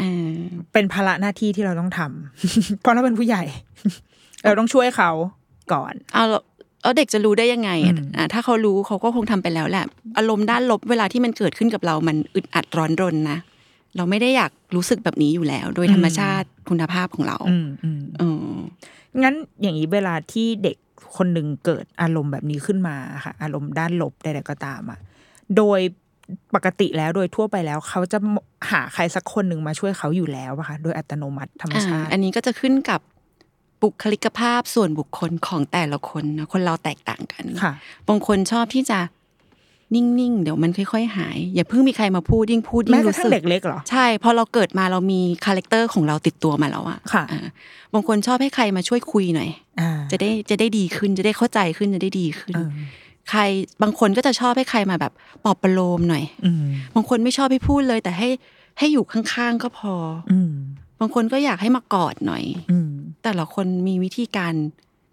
Speaker 3: อ่า
Speaker 2: เป็นภาระหน้าที่ที่เราต้องทำ [laughs] เพราะเราเป็นผู้ใหญ่ เราต้องช่วยเขาก่อน
Speaker 3: เอาแล้วแล้วเด็กจะรู้ได้ยังไงอะอ่ะถ้าเขารู้เขาก็คงทำไปแล้วแหละ อารมณ์ด้านลบเวลาที่มันเกิดขึ้นกับเรา มันอึดอัดร้อนรนนะ เราไม่ได้อยากรู้สึกแบบนี้อยู่แล้ว โดยธรรมชาติคุณภาพของเรา
Speaker 2: อืมอืม
Speaker 3: เออ
Speaker 2: งั้นอย่างนี้เวลาที่เด็กคนหนึ่งเกิดอารมณ์แบบนี้ขึ้นมาค่ะ อารมณ์ด้านลบใดๆก็ตามอ่ะโดย ปกติแล้วโดยทั่วไปแล้ว เขาจะหาใครสักคนหนึ่งมาช่วยเขาอยู่แล้วอะค่ะโดยอัตโนมัติธรรมชาติ
Speaker 3: อ่าอันนี้ก็จะขึ้นกับบุคลิกภาพส่วนบุคคลของแต่ละคนนะคนเราแตกต่างกัน
Speaker 2: ค่ะ
Speaker 3: บางคนชอบที่จะนิ่งๆ เดี๋ยวมันค่อยๆหาย อย่าเพิ่งมีใครมาพูดยิ่งพูด
Speaker 2: แม้
Speaker 3: ยิ่ง
Speaker 2: กระ
Speaker 3: รู้
Speaker 2: ทั่
Speaker 3: สึ
Speaker 2: ง
Speaker 3: ก
Speaker 2: เด็กเล็กเหรอ
Speaker 3: ใช่พอเราเกิดมาเรามีคาแรคเตอร์ของเราติดตัวมาแล้วอะ
Speaker 2: ค่ะ
Speaker 3: อ่าบางคนชอบให้ใครมาช่วยคุยหน่อย
Speaker 2: อ่า
Speaker 3: จะได้จะได้ดีขึ้นจะได้เข้าใจขึ้นจะได้ดีขึ้น
Speaker 2: เออ
Speaker 3: ใครบางคนก็จะชอบให้ใครมาแบบปลอบประโลมหน่อย
Speaker 2: อืม
Speaker 3: บางคนไม่ชอบให้พูดเลย แต่ให้ให้อยู่ข้างๆก็พออ
Speaker 2: อืม
Speaker 3: บางคนก็อยากให้มากอดหน่อย
Speaker 2: อืม
Speaker 3: แต่ละคนมีวิธีการ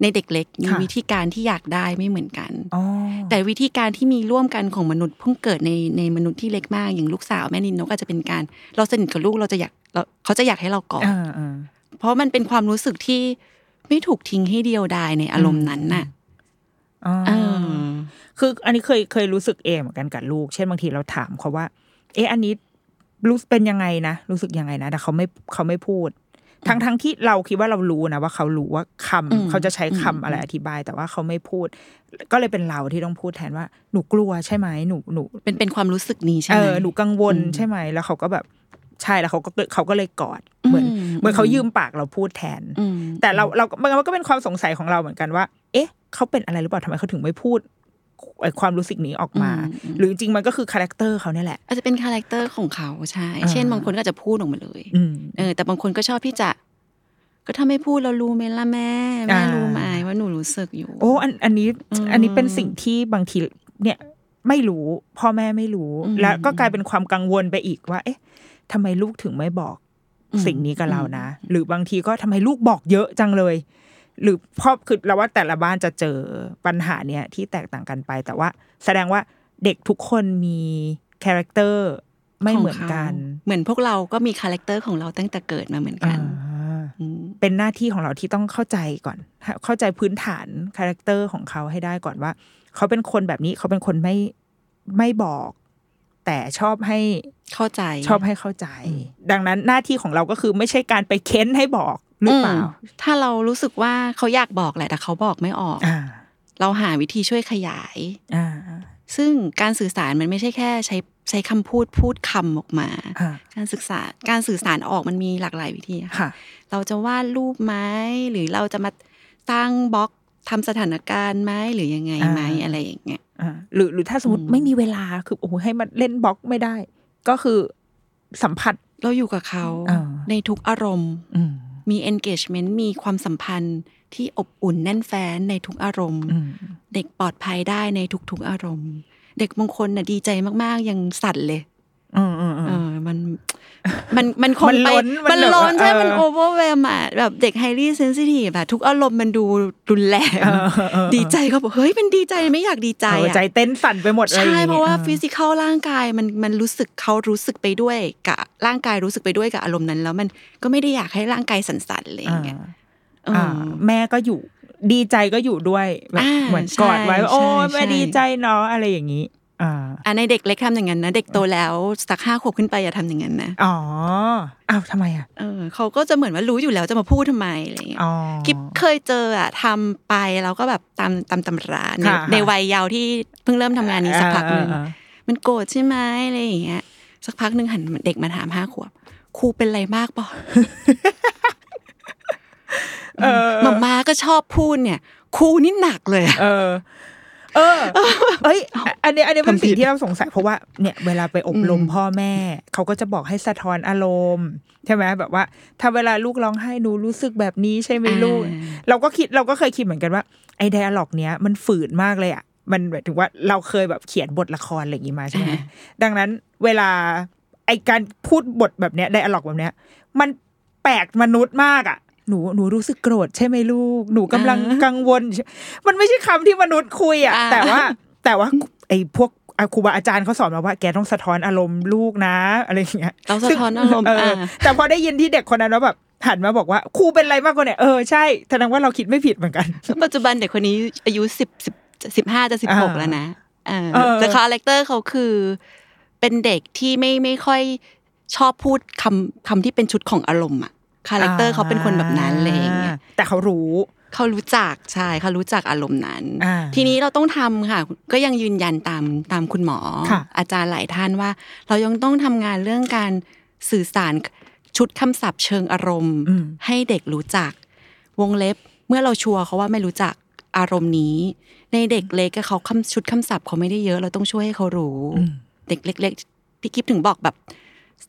Speaker 3: ในเด็กเล็กมี
Speaker 2: ค่ะ
Speaker 3: วิธีการที่อยากได้ไม่เหมือนกัน
Speaker 2: อ๋อ
Speaker 3: แต่วิธีการที่มีร่วมกันของมนุษย์เพิ่งเกิดในในมนุษย์ที่เล็กมากอย่างลูกสาวแม่นินนกอาจจะเป็นการ เราสนิทกับลูกเราจะอยากเราเขาจะอยากให้เรากอด
Speaker 2: อ่าอ่า
Speaker 3: เพราะมันเป็นความรู้สึกที่ไม่ถูกทิ้งให้เดียวดายในอารมณ์นั้นน่ะ
Speaker 2: อ๋อ
Speaker 3: เออ
Speaker 2: คืออันนี้เคยเคยรู้สึกเองเหมือนกันกับลูก เช่นบางทีเราถามเขาว่า เอ๊ะอันนี้รู้สึกเป็นยังไงนะรู้สึกยังไงนะแต่เขาไม่เขาไม่พูด ทั้งทั้งที่เราคิดว่าเรารู้นะว่าเขารู้ว่าคำ
Speaker 3: อืม
Speaker 2: เขาจะใช้คำอะไรอธิบาย แต่ว่าเขาไม่พูด ก็เลยเป็นเราที่ต้องพูดแทนว่าหนูกลัวใช่ไหมหนูหนู
Speaker 3: เป็นเป็นความรู้สึกนี้ใช่
Speaker 2: เอ
Speaker 3: ไหม
Speaker 2: อหนูกังวล
Speaker 3: อืม
Speaker 2: ใช่ไหมแล้วเขาก็แบบใช่แล้วเขาก็เขาก็เลยกอดเหมือน
Speaker 3: อืม
Speaker 2: เหมือนเขายืมปากเราพูดแทน
Speaker 3: อืม
Speaker 2: แต่เราเราก็มันก็เป็นความสงสัยของเราเหมือนกันว่า เอ๊ะ เขาเป็นอะไรหรือเปล่าทำไมเขาถึงไม่พูดไอ้ความรู้สึกนี้ออกมา
Speaker 3: อืมอืม
Speaker 2: หรือจริงๆมันก็คือคาแรคเตอร์เขาเนี่ยแหละ
Speaker 3: อาจจะเป็นคาแรคเตอร์ของเขาใช่
Speaker 2: อ่า
Speaker 3: เช่นบางคนก็อาจจะพูดออกมาเลย
Speaker 2: อืม
Speaker 3: เออ แต่บางคนก็ชอบที่จะ ก็ถ้าไม่พูดเรารู้ไหมล่ะแม่แม่
Speaker 2: อ่า
Speaker 3: รู้ไหมว่าหนูรู้สึกอยู่
Speaker 2: โอ้อันอันนี้
Speaker 3: อืม
Speaker 2: อันนี้เป็นสิ่งที่บางทีเนี่ยไม่รู้พ่อแม่ไม่รู้
Speaker 3: อืม
Speaker 2: แล้วก็กลายเป็นความกังวลไปอีกว่า เอ๊ะทำไมลูกถึงไม่บอก
Speaker 3: อืม
Speaker 2: สิ่งนี้กับเรานะ หรือบางทีก็ทำไมลูกบอกเยอะจังเลย หรือพ่อคือเราว่าแต่ละบ้านจะเจอปัญหาเนี่ยที่แตกต่างกันไป แต่ว่าแสดงว่าเด็กทุกคนมีคาแรคเตอร์ไม่เหมือนกัน
Speaker 3: ของเขาเหมือนพวกเราก็มีคาแรคเตอร์ของเราตั้งแต่เกิดมาเหมือนกั
Speaker 2: อ่าน
Speaker 3: อืม
Speaker 2: เป็นหน้าที่ของเราที่ต้องเข้าใจก่อน เข้าใจพื้นฐานคาแรคเตอร์ของเขาให้ได้ก่อนว่า เขาเป็นคนแบบนี้เขาเป็นคนไม่ไม่บอก แต่ชอบให้
Speaker 3: เข้าใจ
Speaker 2: ชอบให้เข้าใจ ดังนั้นหน้าที่ของเราก็คือไม่ใช่การไปเค้นให้บอกหรือเปล่า
Speaker 3: มถ้าเรารู้สึกว่าเขาอยากบอกแหละแต่เขาบอกไม่ออก
Speaker 2: อ่า
Speaker 3: เราหาวิธีช่วยขยาย
Speaker 2: อ่า
Speaker 3: ซึ่งการสื่อสารมันไม่ใช่แค่ใช้ใช้คำพูดพูดคำออกมา
Speaker 2: อ่า
Speaker 3: การศึกษาการสื่อสารออกมันมีหลากหลายวิธีอะค่ะ
Speaker 2: ค่ะ
Speaker 3: เราจะวาดรูปไหมหรือเราจะมาตั้งบล็อกทำสถานการณ์ไหมหรือยังไงไหม
Speaker 2: อ่า
Speaker 3: อะไรอย่างเงี้ย
Speaker 2: อ่า หรือหรือถ้าสมมติ
Speaker 3: อืม
Speaker 2: ไม่มีเวลา คือโอ้โหให้มันเล่นบล็อกไม่ได้ ก็คือสัมผัส
Speaker 3: เราอยู่กับเขา
Speaker 2: อ่า
Speaker 3: ในทุกอารมณ์
Speaker 2: อืม
Speaker 3: มี engagement มีความสัมพันธ์ที่อบอุ่นแน่นแฟ้นในทุกอารมณ์
Speaker 2: อืม
Speaker 3: เด็กปลอดภัยได้ในทุกๆอารมณ์ เด็กบางคนน่ะดีใจมากๆ ยังสั่นเลย
Speaker 2: อืมอืมอื
Speaker 3: เอ
Speaker 2: ม
Speaker 3: อมันมันมันคง
Speaker 2: มัน
Speaker 3: ไป
Speaker 2: ล้นมัน
Speaker 3: มันล้น
Speaker 2: แบบว่า
Speaker 3: ใช่
Speaker 2: เออ
Speaker 3: มันโอเวอร์เวมอะแบบเด็กไฮรี s เซนซิทีฟอะทุกอารมณ์มันดูรุนแรง
Speaker 2: เออเออเออ
Speaker 3: ดีใจเขาบอก เฮ้ย มันดีใจไม่อยากดีใจ
Speaker 2: เออ
Speaker 3: อะ
Speaker 2: ใจเต้นสั่นไปหมดอะไรอย่ง
Speaker 3: ใช่
Speaker 2: งี้ย
Speaker 3: เพราะว่า
Speaker 2: อ่
Speaker 3: ฟิสิก a l ร่างกายมันมันรู้สึกเขารู้สึกไปด้วยกับร่างกายรู้สึกไปด้วยกับอารมณ์นั้น แล้วมันก็ไม่ได้อยากให้ร่างกายสั่นๆอะไรอย่างเงี้ย
Speaker 2: อ่า
Speaker 3: เออ
Speaker 2: อ่า
Speaker 3: อ
Speaker 2: แม่ก็อยู่ดีใจก็อยู่ด้วยแบบ
Speaker 3: อ่า
Speaker 2: เหมือนกอดไว้ว่า
Speaker 3: ใช่
Speaker 2: โอ้ย
Speaker 3: ใช่
Speaker 2: แม่ดีใจเนาะอะไรอย่างนี้ อ่า
Speaker 3: อ่ะในเด็กเล็กทำอย่างนั้นนะเด็กโตแล้วสักห้าขวบขึ้นไปอย่าทำอย่างนั้นนะ
Speaker 2: อ๋ออ้าวทำไมอ่ะ
Speaker 3: เออเขาก็จะเหมือนว่ารู้อยู่แล้วจะมาพูดทำไมอะไรอย่างเงี้ย
Speaker 2: อ๋อ
Speaker 3: กิ๊บเคยเจออะทำไปแล้วก็แบบตามตามตำราใน
Speaker 2: ค่ะ
Speaker 3: ในวัยเยาว์ที่เพิ่งเริ่มทำงานนี้สักพักหนึ่ง
Speaker 2: อ่าอ่าอ่
Speaker 3: มันโกรธใช่ไหมอะไรอย่างเงี้ยสักพักหนึ่งหันเด็กมาถามห้าขวบครูเป็นอะไรมากเปล่า
Speaker 2: เออ
Speaker 3: หมามาก็ชอบพูดเนี่ยครูนี่หนักเลยอะ
Speaker 2: เออ เออ เอ้ย อันเนี้ยอันเนี้ยเป็นสิ่งที่เราสงสัยเพราะว่าเนี่ยเวลาไปอบรมพ่อแม่ เขาก็จะบอกให้สะท้อนอารมณ์ใช่ไหมแบบว่า ถ้าเวลาลูกร้องไห้หนูรู้สึกแบบนี้ใช่ไหมลูก
Speaker 3: อ่า
Speaker 2: เราก็คิดเราก็เคยคิดเหมือนกันว่าไอ้ไดอะล็อกเนี้ยมันฝืนมากเลยอ่ะมันหมายถึงว่าเราเคยแบบเขียนบทละครอะไรอย่างงี้มาใช่ไหมดังนั้นเวลาไอการพูดบทแบบเนี้ยไดอะล็อกแบบเนี้ย มันแปลกมนุษย์มากอ่ะ หนูหนูรู้สึกโกรธใช่ไหมลูก หนูกำลังกังวลใช่มันไม่ใช่คำที่มนุษย์คุยอ่ะ
Speaker 3: อ่า
Speaker 2: แต่ว่า แต่ว่าไอ้พวกอ่ะครูบาอาจารย์เขาสอนมาว่าแกต้องสะท้อนอารมณ์ลูกนะอะไรอย่างเงี้ย
Speaker 3: เราสะท้อนอารมณ์
Speaker 2: เออ
Speaker 3: อ่ะ
Speaker 2: แต่พอได้ยินที่เด็กคนนั้นว่าแบบหันมาบอกว่าครูเป็นไรมากกว่าเนี่ยเออใช่แสดงว่าเราคิดไม่ผิดเหมือนกัน
Speaker 3: ปัจจุบันเด็กคนนี้อายุสิบสิบสิบห้าจะสิบหก
Speaker 2: อ่า
Speaker 3: แล้วนะเออ
Speaker 2: เออ
Speaker 3: แต่คาแรคเตอร์เขาคือ เป็นเด็กที่ไม่ไม่ค่อยชอบพูดคำคำที่เป็นชุดของอารมณ์อะคาแรคเตอร์เขาเป็นคนแบบนั้นเลยอย่างเงี้ย
Speaker 2: าแต่เขารู้
Speaker 3: เขารู้จักใช่เขารู้จักอารมณ์นั้น
Speaker 2: อ่า
Speaker 3: ทีนี้เราต้องทำค่ะ ก็ยังยืนยันตามตามคุณหมอ
Speaker 2: ค่ะ
Speaker 3: อาจารย์หลายท่านว่า เรายังต้องทำงานเรื่องการสื่อสารชุดคำศัพท์เชิงอารมณ์
Speaker 2: อืม
Speaker 3: ให้เด็กรู้จัก วงเล็บเมื่อเราชัวร์เขาว่าไม่รู้จักอารมณ์นี้ ในเด็กเล็กอะเขาคำชุดคำศัพท์เขาไม่ได้เยอะ เราต้องช่วยให้เขารู้ เด็กเล็ก ๆ พี่กิฟถึงบอกแบบ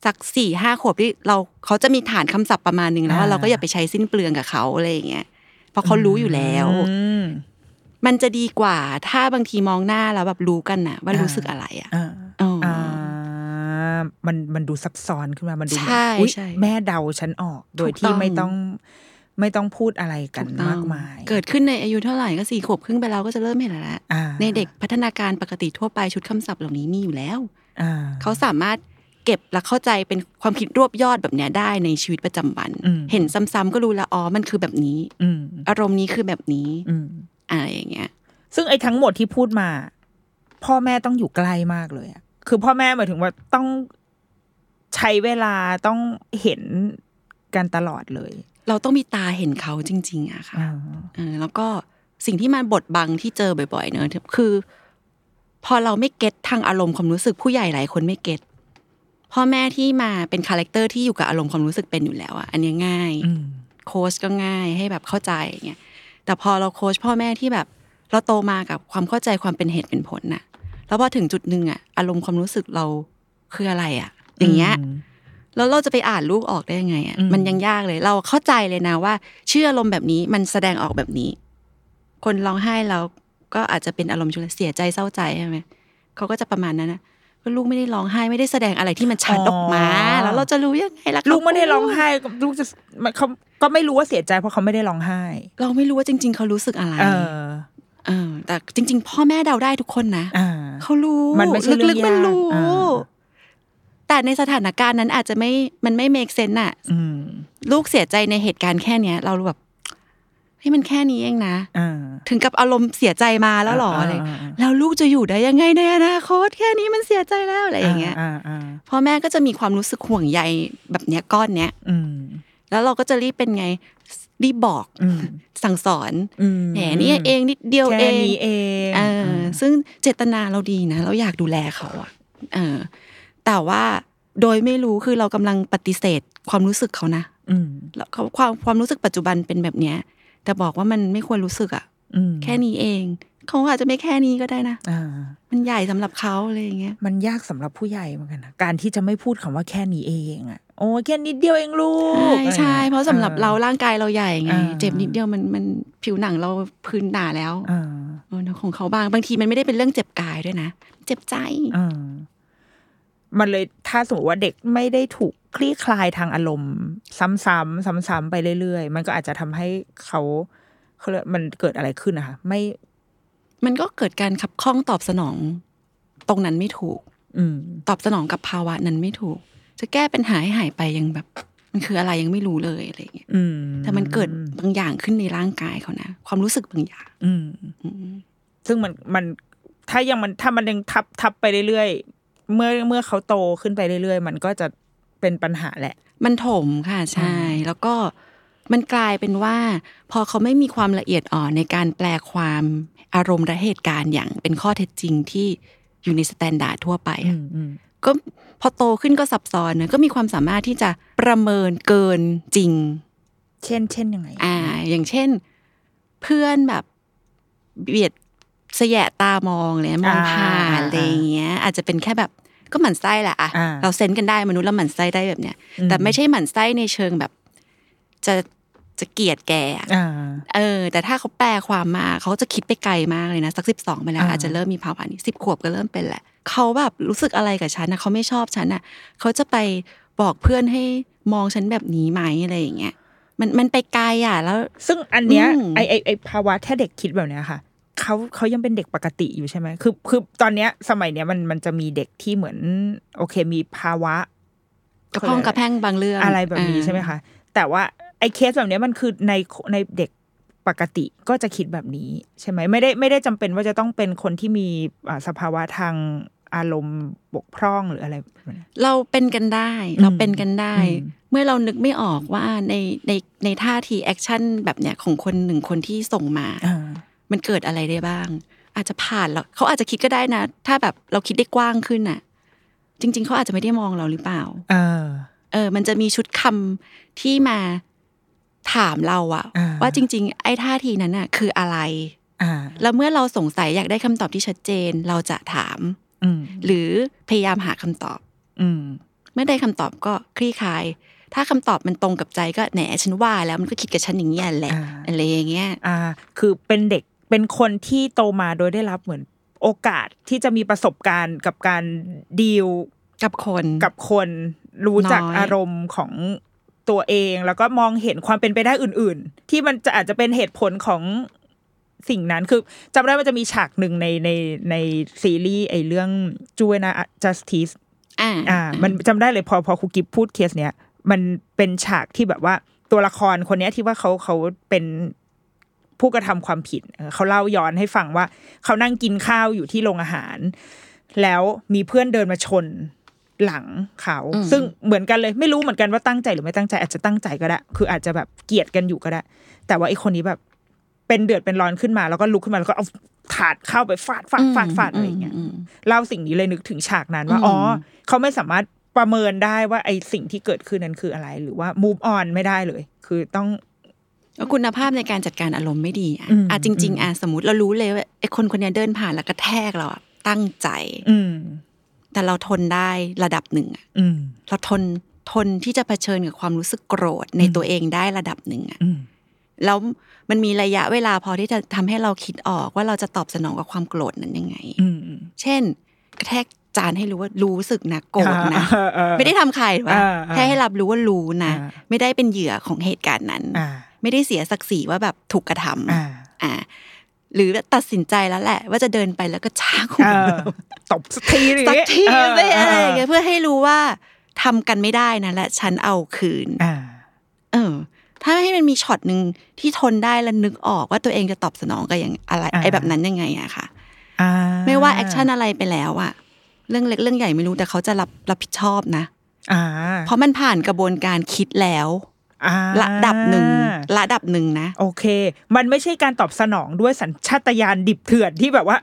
Speaker 3: สักสี่ห้าขวบที่เราเขาจะมีฐานคำศัพท์ประมาณหนึ่งแล้วอะ
Speaker 2: อ่า
Speaker 3: เราก็อย่าไปใช้สิ้นเปลืองกับเขาอะไรอย่างเงี้ยเพราะเขารู้อยู่แล้ว
Speaker 2: อืม
Speaker 3: มันจะดีกว่า ถ้าบางทีมองหน้าแล้วแบบรู้กันน่ะ ว่า
Speaker 2: อ่ารู้
Speaker 3: รู้สึกอะไรอ่ะ
Speaker 2: อ่า
Speaker 3: เอออ
Speaker 2: อ่ามันมันดูซับซ้อนขึ้นมามันดูเหมือน
Speaker 3: ใช่
Speaker 2: อุ๊ย
Speaker 3: ใช่
Speaker 2: แม่เดาฉันออก โดย
Speaker 3: ถู
Speaker 2: ที่
Speaker 3: กต้อง
Speaker 2: ไม่ต้องไม่ต้องพูดอะไรกัน
Speaker 3: ถูต้อง
Speaker 2: มากมาย
Speaker 3: เกิดขึ้นในอายุเท่าไหร่ก็สี่ขวบครึ่งไปเราก็จะเริ่มเห็นแล้ว
Speaker 2: อ่า
Speaker 3: ในเด็กพัฒนาการปกติทั่วไปชุดคำศัพท์เหล่านี้มีอยู่แล้ว
Speaker 2: อ่า
Speaker 3: เขาสามารถเก็บและเข้าใจเป็นความคิดรวบยอดแบบเนี้ยได้ในชีวิตประจำวัน
Speaker 2: อืม
Speaker 3: เห็นซ้ำๆก็รู้ละอ๋อมันคือแบบนี้
Speaker 2: อืม
Speaker 3: อารมณ์นี้คือแบบนี้
Speaker 2: อืม
Speaker 3: อะไรอย่างเงี้ย
Speaker 2: ซึ่งไอ้ทั้งหมดที่พูดมา พ่อแม่ต้องอยู่ใกล้มากเลยอะคือพ่อแม่หมายถึงว่าต้องใช้เวลาต้องเห็นกันตลอดเลย
Speaker 3: เราต้องมีตาเห็นเขาจริง ๆอะค่ะ
Speaker 2: อ่า
Speaker 3: เออแล้วก็สิ่งที่มันบดบังที่เจอบ่อยๆเนอะคือ พอเราไม่เก็ตทางอารมณ์ความรู้สึกผู้ใหญ่หลายคนไม่เก็ตพ่อแม่ที่มาเป็นคาแรคเตอร์ที่อยู่กับอารมณ์ความรู้สึกเป็นอยู่แล้วอะอันเนี้ยง่าย
Speaker 2: อืม
Speaker 3: โค้ชก็ง่ายให้แบบเข้าใจอย่างเงี้ยแต่พอเราโค้ชพ่อแม่ที่แบบ เราโตมากับความเข้าใจความเป็นเหตุเป็นผลน่ะ แล้วพอถึงจุดหนึ่งอะอารมณ์ความรู้สึกเราคืออะไรอะอย่างเงี้ย แล้วเราจะไปอ่านลูกออกได้ยังไงอ่ะ
Speaker 2: อืม
Speaker 3: มันยังยากเลยเราเข้าใจเลยนะว่า เชื่ออารมณ์แบบนี้มันแสดงออกแบบนี้ คนร้องไห้เราก็อาจจะเป็นอารมณ์ชุลเสียใจเศร้าใจใช่ไหมเขาก็จะประมาณนั้นนะก็ลูกไม่ได้ร้องไห้ไม่ได้แสดงอะไรที่มันชัดออกมา แล้วเราจะรู้ยังไงล่ะ
Speaker 2: ลูกไม่ได้ร้องไห้ลูกจะมันเขาก็ไม่รู้ว่าเสียใจเพราะเขาไม่ได้ร้องไห้
Speaker 3: เราไม่รู้ว่าจริง ๆ เขารู้สึกอะไร
Speaker 2: เออ
Speaker 3: เออ แต่จริง ๆ พ่อแม่เดาได้ทุกคนนะ
Speaker 2: อ่า
Speaker 3: เขารู้
Speaker 2: มันไม่ใช่เรื่อง
Speaker 3: ลึกๆมันรู้
Speaker 2: ยากอ่า
Speaker 3: แต่ในสถานการณ์นั้นอาจจะไม่มันไม่เมกเซนอะ
Speaker 2: อืม
Speaker 3: ลูกเสียใจในเหตุการณ์แค่เนี้ย เราแบบเฮ้ยมันแค่นี้เองนะ
Speaker 2: อ่า
Speaker 3: ถึงกับอารมณ์เสียใจมาแล้วเหรอ
Speaker 2: อ่า
Speaker 3: อะไร
Speaker 2: อ่าอ่า
Speaker 3: แล้วลูกจะอยู่ได้ยังไงในอนาคตแค่นี้มันเสียใจแล้วอะไรอย่างเงี้ย
Speaker 2: อ่าอ่า
Speaker 3: พ่อแม่ก็จะมีความรู้สึกห่วงใยแบบเนี้ยก้อนเนี้ย
Speaker 2: อืม
Speaker 3: แล้วเราก็จะรีบเป็นไงรีบบอก
Speaker 2: อืม
Speaker 3: สั่งสอน
Speaker 2: อืม
Speaker 3: แหมนี่เองนิดเดียวเอ
Speaker 2: แค่
Speaker 3: ง
Speaker 2: นี้เอง
Speaker 3: เออซึ่งเจตนาเราดีนะ เราอยากดูแลเขาอะเออ แต่ว่าโดยไม่รู้คือเรากำลังปฏิเสธความรู้สึกเขานะ
Speaker 2: อืม
Speaker 3: แล้วเขาความความรู้สึกปัจจุบันเป็นแบบเนี้ย แต่บอกว่ามันไม่ควรรู้สึกอะ
Speaker 2: อืม
Speaker 3: แค่นี้เอง เขาอาจจะไม่แค่นี้ก็ได้นะ
Speaker 2: อ่า
Speaker 3: มันใหญ่สำหรับเขาอะไรอย่างเงี้ย
Speaker 2: มันยากสำหรับผู้ใหญ่เหมือนกันนะการที่จะไม่พูดคำว่าแค่นี้เองอะโอ้ยแค่นิดเดียวเองลูก
Speaker 3: ใช่ใช่
Speaker 2: อไอย่งงี้ย
Speaker 3: เพราะสำหรับเราร่างกายเราใหญ่ไง
Speaker 2: อ่า
Speaker 3: เจ็บนิดเดียวมันมันผิวหนังเราพื้นหนาแล้ว
Speaker 2: อ่า
Speaker 3: เออของเขาบางบางทีมันไม่ได้เป็นเรื่องเจ็บกายด้วยนะ เจ็บใจ
Speaker 2: อ่ามันเลยถ้าสมมติว่าเด็กไม่ได้ถูกคลี่คลายทางอารมณ์ ซ้ำๆซ้ำๆไปเรื่อยๆ มันก็อาจจะทำให้เขาเขาเรียกมันเกิดอะไรขึ้นนะคะไม่
Speaker 3: มันก็เกิดการขับข้องตอบสนอง ตรงนั้นไม่ถูก
Speaker 2: อืม
Speaker 3: ตอบสนองกับภาวะนั้นไม่ถูก จะแก้ปัญหาให้หายไปยังแบบ มันคืออะไรยังไม่รู้เลยอะไรอย่างเงี้ย
Speaker 2: อืม
Speaker 3: แต่มันเกิดบางอย่างขึ้นในร่างกายเขานะ ความรู้สึกบางอย่าง
Speaker 2: อืม
Speaker 3: อืม
Speaker 2: ซึ่งมันมันถ้ายังมันถ้ามันยังทับทับไปเรื่อยๆเมื่อเมื่อเขาโตขึ้นไปเรื่อยๆ มันก็จะเป็นปัญหาแหละ
Speaker 3: มันถมค่ะใช่ แล้วก็มันกลายเป็นว่า พอเขาไม่มีความละเอียดอ่อนในการแปลความอารมณ์และเหตุการณ์อย่างเป็นข้อเท็จจริงที่อยู่ในสแตนดาร์ดทั่วไป
Speaker 2: อื
Speaker 3: อะ
Speaker 2: มอืม
Speaker 3: ก็พอโตขึ้นก็ซับซ้อนนะก็มีความสามารถที่จะประเมินเกินจริง
Speaker 2: เช่น เช่นยังไง
Speaker 3: อ่า อย่างเช่น เพื่อนแบบเบียดเสยะตามองเลยมองผ่าน
Speaker 2: อ่า
Speaker 3: อะไรอย่างเงี้ย อาจจะเป็นแค่แบบก็หมั่นไส้แหละอ่ะ
Speaker 2: อ่า
Speaker 3: เราเซนส์กันได้มนุษย์เราหมั่นไส้ได้แบบเนี้ย แต่ไม่ใช่หมั่นไส้ในเชิงแบบ จะจะเกลียดแกอะ
Speaker 2: อ่า
Speaker 3: เออ แต่ถ้าเขาแปลความมาเขาจะคิดไปไกลมากเลยนะสักสิบสองไปแล้ว
Speaker 2: อ่า
Speaker 3: อาจจะเริ่มมีภาวะนี้สิบขวบก็เริ่มเป็นแหละเขาแบบรู้สึกอะไรกับฉันนะเขาไม่ชอบฉันอ่ะเขาจะไปบอกเพื่อนให้มองฉันแบบนี้ไหมอะไรอย่างเงี้ยมันมันไปไกลอ่ะแล้ว
Speaker 2: ซึ่งอันเนี้ย
Speaker 3: อืม
Speaker 2: ไอไอไอภาวะถ้าเด็กคิดแบบเนี้ยค่ะเขาเขายังเป็นเด็กปกติอยู่ใช่ไหมคือคือตอนเนี้ยสมัยเนี้ยมันมันจะมีเด็กที่เหมือน โอเคมีภาวะ
Speaker 3: กระพ้องกระแพงบางเรื่อง
Speaker 2: อะไรแบบนี้
Speaker 3: อ่า
Speaker 2: ใช่ไหมคะแต่ว่าไอเคสแบบเนี้ยมันคือในในเด็กปกติก็จะคิดแบบนี้ใช่ไหมไม่ได้ไม่ได้จำเป็นว่าจะต้องเป็นคนที่มีอ่าสภาวะทาง อารมณ์บกพร่องหรืออะไรแบบนั้น
Speaker 3: เราเป็นกันได้
Speaker 2: อืม
Speaker 3: เราเป็นกันได้
Speaker 2: อืม
Speaker 3: เมื่อเรานึกไม่ออกว่าในในในท่าทีแอคชั่นแบบเนี้ยของคนหนึ่งคนที่ส่งมา
Speaker 2: อ่า
Speaker 3: มันเกิดอะไรได้บ้าง อาจจะผ่านแล้วเขาอาจจะคิดก็ได้นะ ถ้าแบบเราคิดได้กว้างขึ้นน่ะ จริง ๆเขาอาจจะไม่ได้มองเราหรือเปล่า
Speaker 2: เออ
Speaker 3: เออ มันจะมีชุดคำที่มาถามเราอะ
Speaker 2: อ่า
Speaker 3: ว่าจริง ๆ ไอ้ท่าทีนั้นน่ะ คืออะไร
Speaker 2: อ่า
Speaker 3: แล้วเมื่อเราสงสัยอยากได้คำตอบที่ชัดเจน เราจะถาม
Speaker 2: อืม
Speaker 3: หรือพยายามหาคำตอบ
Speaker 2: อืม
Speaker 3: เมื่อได้คำตอบก็คลี่คลาย ถ้าคำตอบมันตรงกับใจก็แหนฉันว่าแล้วมันก็คิดกับฉันอย่างนี้ยแหละ
Speaker 2: อ่า
Speaker 3: อะไรอย่างเงี้ย
Speaker 2: อ่า คือเป็นเด็ก เป็นคนที่โตมาโดยได้รับเหมือนโอกาสที่จะมีประสบการณ์กับการดีล
Speaker 3: กับคน
Speaker 2: กับคนรู้จัก
Speaker 3: น้อย
Speaker 2: อารมณ์ของตัวเอง แล้วก็มองเห็นความเป็นไปได้อื่น ๆ ที่มันจะอาจจะเป็นเหตุผลของสิ่งนั้น คือจำได้ว่าจะมีฉากหนึ่งในในในซีรีส์ไอเรื่องจูเวนา justice
Speaker 3: อ่า
Speaker 2: อ่ามันจำได้เลยพอพอครูกิฟพูดเคสเนี้ยมันเป็นฉากที่แบบว่าตัวละครคนเนี้ยที่ว่าเขาเขาเป็นผู้กระทำความผิดเออเขาเล่าย้อนให้ฟังว่า เขานั่งกินข้าวอยู่ที่โรงอาหาร แล้วมีเพื่อนเดินมาชนหลังเขา
Speaker 3: อืม
Speaker 2: ซึ่งเหมือนกันเลยไม่รู้เหมือนกันว่าตั้งใจหรือไม่ตั้งใจอาจจะตั้งใจก็ได้ คืออาจจะแบบเกลียดกันอยู่ก็ได้ แต่ว่าไอคนนี้แบบ เป็นเดือดเป็นร้อนขึ้นมา แล้วก็ลุกขึ้นมาแล้วก็เอาถาดเข้าวไปฟาดฟาดฟาดฟาดอะไรอย่างเงี้ย
Speaker 3: ม
Speaker 2: เล่าสิ่งนี้เลยนึกถึงฉากนั้นว่า
Speaker 3: อืม
Speaker 2: อ๋อเขาไม่สามารถประเมินได้ว่าไอสิ่งที่เกิดขึ้นนั้นคืออะไร หรือว่า move on ไม่ได้เลย คือต้อง
Speaker 3: แล้วคุณภาพในการจัดการอารมณ์ไม่ดีอ่ะ
Speaker 2: อืม
Speaker 3: อ่ะจริง
Speaker 2: อืม
Speaker 3: ๆ อ่ะสมมติเรารู้เลยว่าไอ้คนคนเนี้ยเดินผ่านแล้วกระแทกเราอ่ะตั้งใจ
Speaker 2: อืม
Speaker 3: แต่เราทนได้ระดับหนึ่งอ่ะ
Speaker 2: อืม
Speaker 3: เราทนทนที่จะเผชิญกับความรู้สึกโกรธในตัวเองได้ระดับหนึ่งอ่ะ
Speaker 2: อืม
Speaker 3: แล้วมันมีระยะเวลาพอที่จะทำให้เราคิดออกว่าเราจะตอบสนองกับความโกรธนั้นยังไง
Speaker 2: อืมอืม
Speaker 3: เช่น กระแทกจานให้รู้ว่ารู้สึกนะโกรธนะ
Speaker 2: อ่าอ่าอ่า
Speaker 3: ไม่ได้ทำใครวะ
Speaker 2: อ่าอ่า
Speaker 3: แค่ให้รับรู้ว่ารู้นะ
Speaker 2: อ่า
Speaker 3: ไม่ได้เป็นเหยื่อของเหตุการณ์นั้น
Speaker 2: อ่า
Speaker 3: ไม่ได้เสียศักดิ์ศรีว่าแบบถูกกระทำ
Speaker 2: อ่า
Speaker 3: อ่า หรือตัดสินใจแล้วแหละ ว่าจะเดินไปแล้วก็ช้าคุ
Speaker 2: เออตบสักทีหรือ
Speaker 3: สักทีไป
Speaker 2: เ
Speaker 3: อะไรอย่างเงี้ยเพื่อให้รู้ว่าทำกันไม่ได้นะและฉันเอาคืน
Speaker 2: อ่า
Speaker 3: เออ ถ้าให้มันมีช็อตหนึ่งที่ทนได้และนึกออกว่าตัวเองจะตอบสนองกับอย่างอะไร
Speaker 2: อ่า
Speaker 3: ไอ้แบบนั้นยังไงอะค่ะ
Speaker 2: อ่า
Speaker 3: ไม่ว่าแอคชั่นอะไรไปแล้วอะเรื่องเล็กเรื่องใหญ่ไม่รู้แต่เขาจะรับรับผิดชอบนะ
Speaker 2: อ่า
Speaker 3: เพราะมันผ่านกระบวนการคิดแล้ว
Speaker 2: อ่า
Speaker 3: ระดับหนึ่งระดับหนึ่งนะ
Speaker 2: โอเค มันไม่ใช่การตอบสนองด้วยสัญชาตญาณดิบเถื่อนที่แบบว่า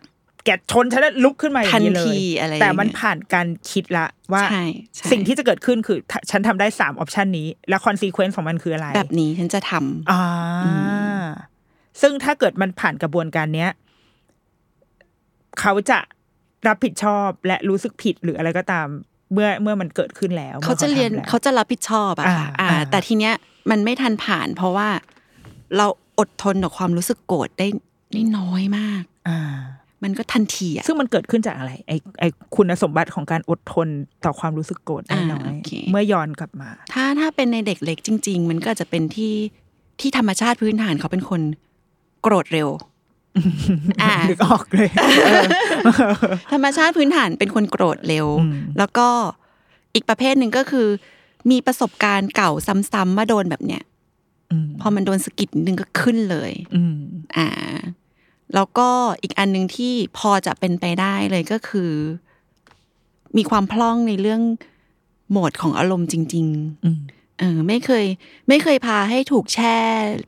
Speaker 2: แกะชนฉันแล้วลุกขึ้นมาอย่างนี้เล
Speaker 3: ทันที
Speaker 2: ย
Speaker 3: อะไรอย่างเงี้ย
Speaker 2: แต่มันผ่านการคิดละว่า
Speaker 3: ใช่ใช่
Speaker 2: สิ่งที่จะเกิดขึ้นคือถ้าฉันทำได้สามออปชันนี้ แล้วคอนซีเควนซ์ของมันคืออะไร
Speaker 3: แบบนี้ฉันจะทำ
Speaker 2: อ่า
Speaker 3: อื
Speaker 2: ซึ่งถ้าเกิดมันผ่านกระบวนการเนี้ย เขาจะรับผิดชอบและรู้สึกผิดหรืออะไรก็ตาม เมื่อเมื่อมันเกิดขึ้นแล้ว
Speaker 3: เขาจะเรียน
Speaker 2: มื่อ
Speaker 3: เขา
Speaker 2: ทำแล้ว
Speaker 3: จะรับผิดชอบอะค่ะ
Speaker 2: อ่า
Speaker 3: อ่า
Speaker 2: อ่า
Speaker 3: แต่ทีเนี้ยมันไม่ทันผ่านเพราะว่า เราอดทนกับความรู้สึกโกรธได้ได้น้อยมาก
Speaker 2: อ่า
Speaker 3: มันก็ทันทีอะ
Speaker 2: ซึ่งมันเกิดขึ้นจากอะไร ไอไอคุณสมบัติของการอดทนต่อความรู้สึกโกรธได้
Speaker 3: า
Speaker 2: น้อย
Speaker 3: โอเค
Speaker 2: เมื่อย้อนกลับมา
Speaker 3: ถ้าถ้าเป็นในเด็กเล็กจริง ๆ มันก็อาจจะเป็นที่ที่ธรรมชาติพื้นฐานเขาเป็นคนโกรธเร็ว อ่า
Speaker 2: นึกออก
Speaker 3: [laughs]
Speaker 2: เลย
Speaker 3: ธรรมชาติพื้นฐานเป็นคนโกรธเร็ว
Speaker 2: อืม
Speaker 3: แล้วก็อีกประเภทหนึ่งก็คือ มีประสบการณ์เก่าซ้ำๆมาโดนแบบเนี้ย
Speaker 2: ม
Speaker 3: พอมันโดนสะกิดนิดนึงก็ขึ้นเลย
Speaker 2: อืม
Speaker 3: อ่า แล้วก็อีกอันหนึ่งที่พอจะเป็นไปได้เลยก็คือ มีความพล่องในเรื่องโหมดของอารมณ์จริง
Speaker 2: อืม
Speaker 3: ๆ เออ ไม่เคย ไม่เคยพาให้ถูกแช่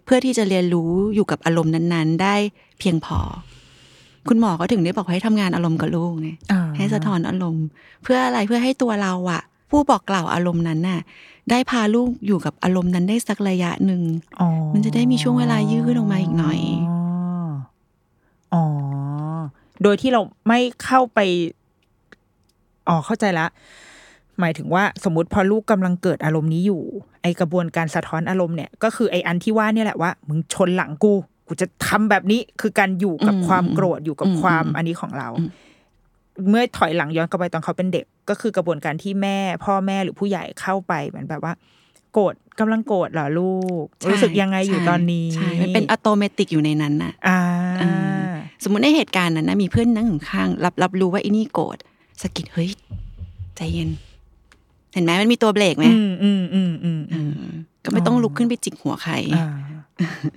Speaker 3: เพื่อที่จะเรียนรู้อยู่กับอารมณ์นั้น ๆ ได้เพียงพอ คุณหมอก็ถึงได้บอกให้ทำงานอารมณ์กับลูกไง
Speaker 2: อ่า
Speaker 3: ให้สะท้อนอารมณ์ เพื่ออะไรเพื่อให้ตัวเราอะผู้บอกกล่าวอารมณ์นั้นน่ะ ได้พาลูกอยู่กับอารมณ์นั้นได้สักระยะหนึ่ง
Speaker 2: อ๋อ
Speaker 3: มันจะได้มีช่วงเวลายืดออกมาอีกหน่อย
Speaker 2: อ๋อ โดยที่เราไม่เข้าไป อ๋อ เข้าใจละ หมายถึงว่าสมมติพอลูกกำลังเกิดอารมณ์นี้อยู่ ไอกระบวนการสะท้อนอารมณ์เนี่ย ก็คือไออันที่ว่าเนี่ยแหละว่า มึงชนหลังกู กูจะทำแบบนี้ คือการอยู่กับ
Speaker 3: อืม
Speaker 2: ความโกรธอยู่กับ
Speaker 3: อืม
Speaker 2: ความ
Speaker 3: อืม
Speaker 2: อันนี้ของเรา
Speaker 3: อืม
Speaker 2: เมื่อถอยหลังย้อนกลับไปตอนเขาเป็นเด็ก ก็คือกระบวนการที่แม่ พ่อแม่หรือผู้ใหญ่เข้าไปเหมือนแบบว่า โกรธกำลังโกรธเหรอลูก รู้สึกยังไงอยู่
Speaker 3: ใช่
Speaker 2: ตอนนี้
Speaker 3: ใช่มันเป็นอัตโนมัติอยู่ในนั้นน่ะ
Speaker 2: อ่า
Speaker 3: เออ สมมุติในเหตุการณ์นั้นนะมีเพื่อนนั่งข้างๆรับรับรู้ว่าไอ้นี่โกรธสะกิดเฮ้ยใจเย็น เห็นไหมมันมีตัวเบรกไหม
Speaker 2: อืมอืมอืมอืม
Speaker 3: เออก็ไม่ต้องลุกขึ้นไปจิกหัวใคร
Speaker 2: อ่า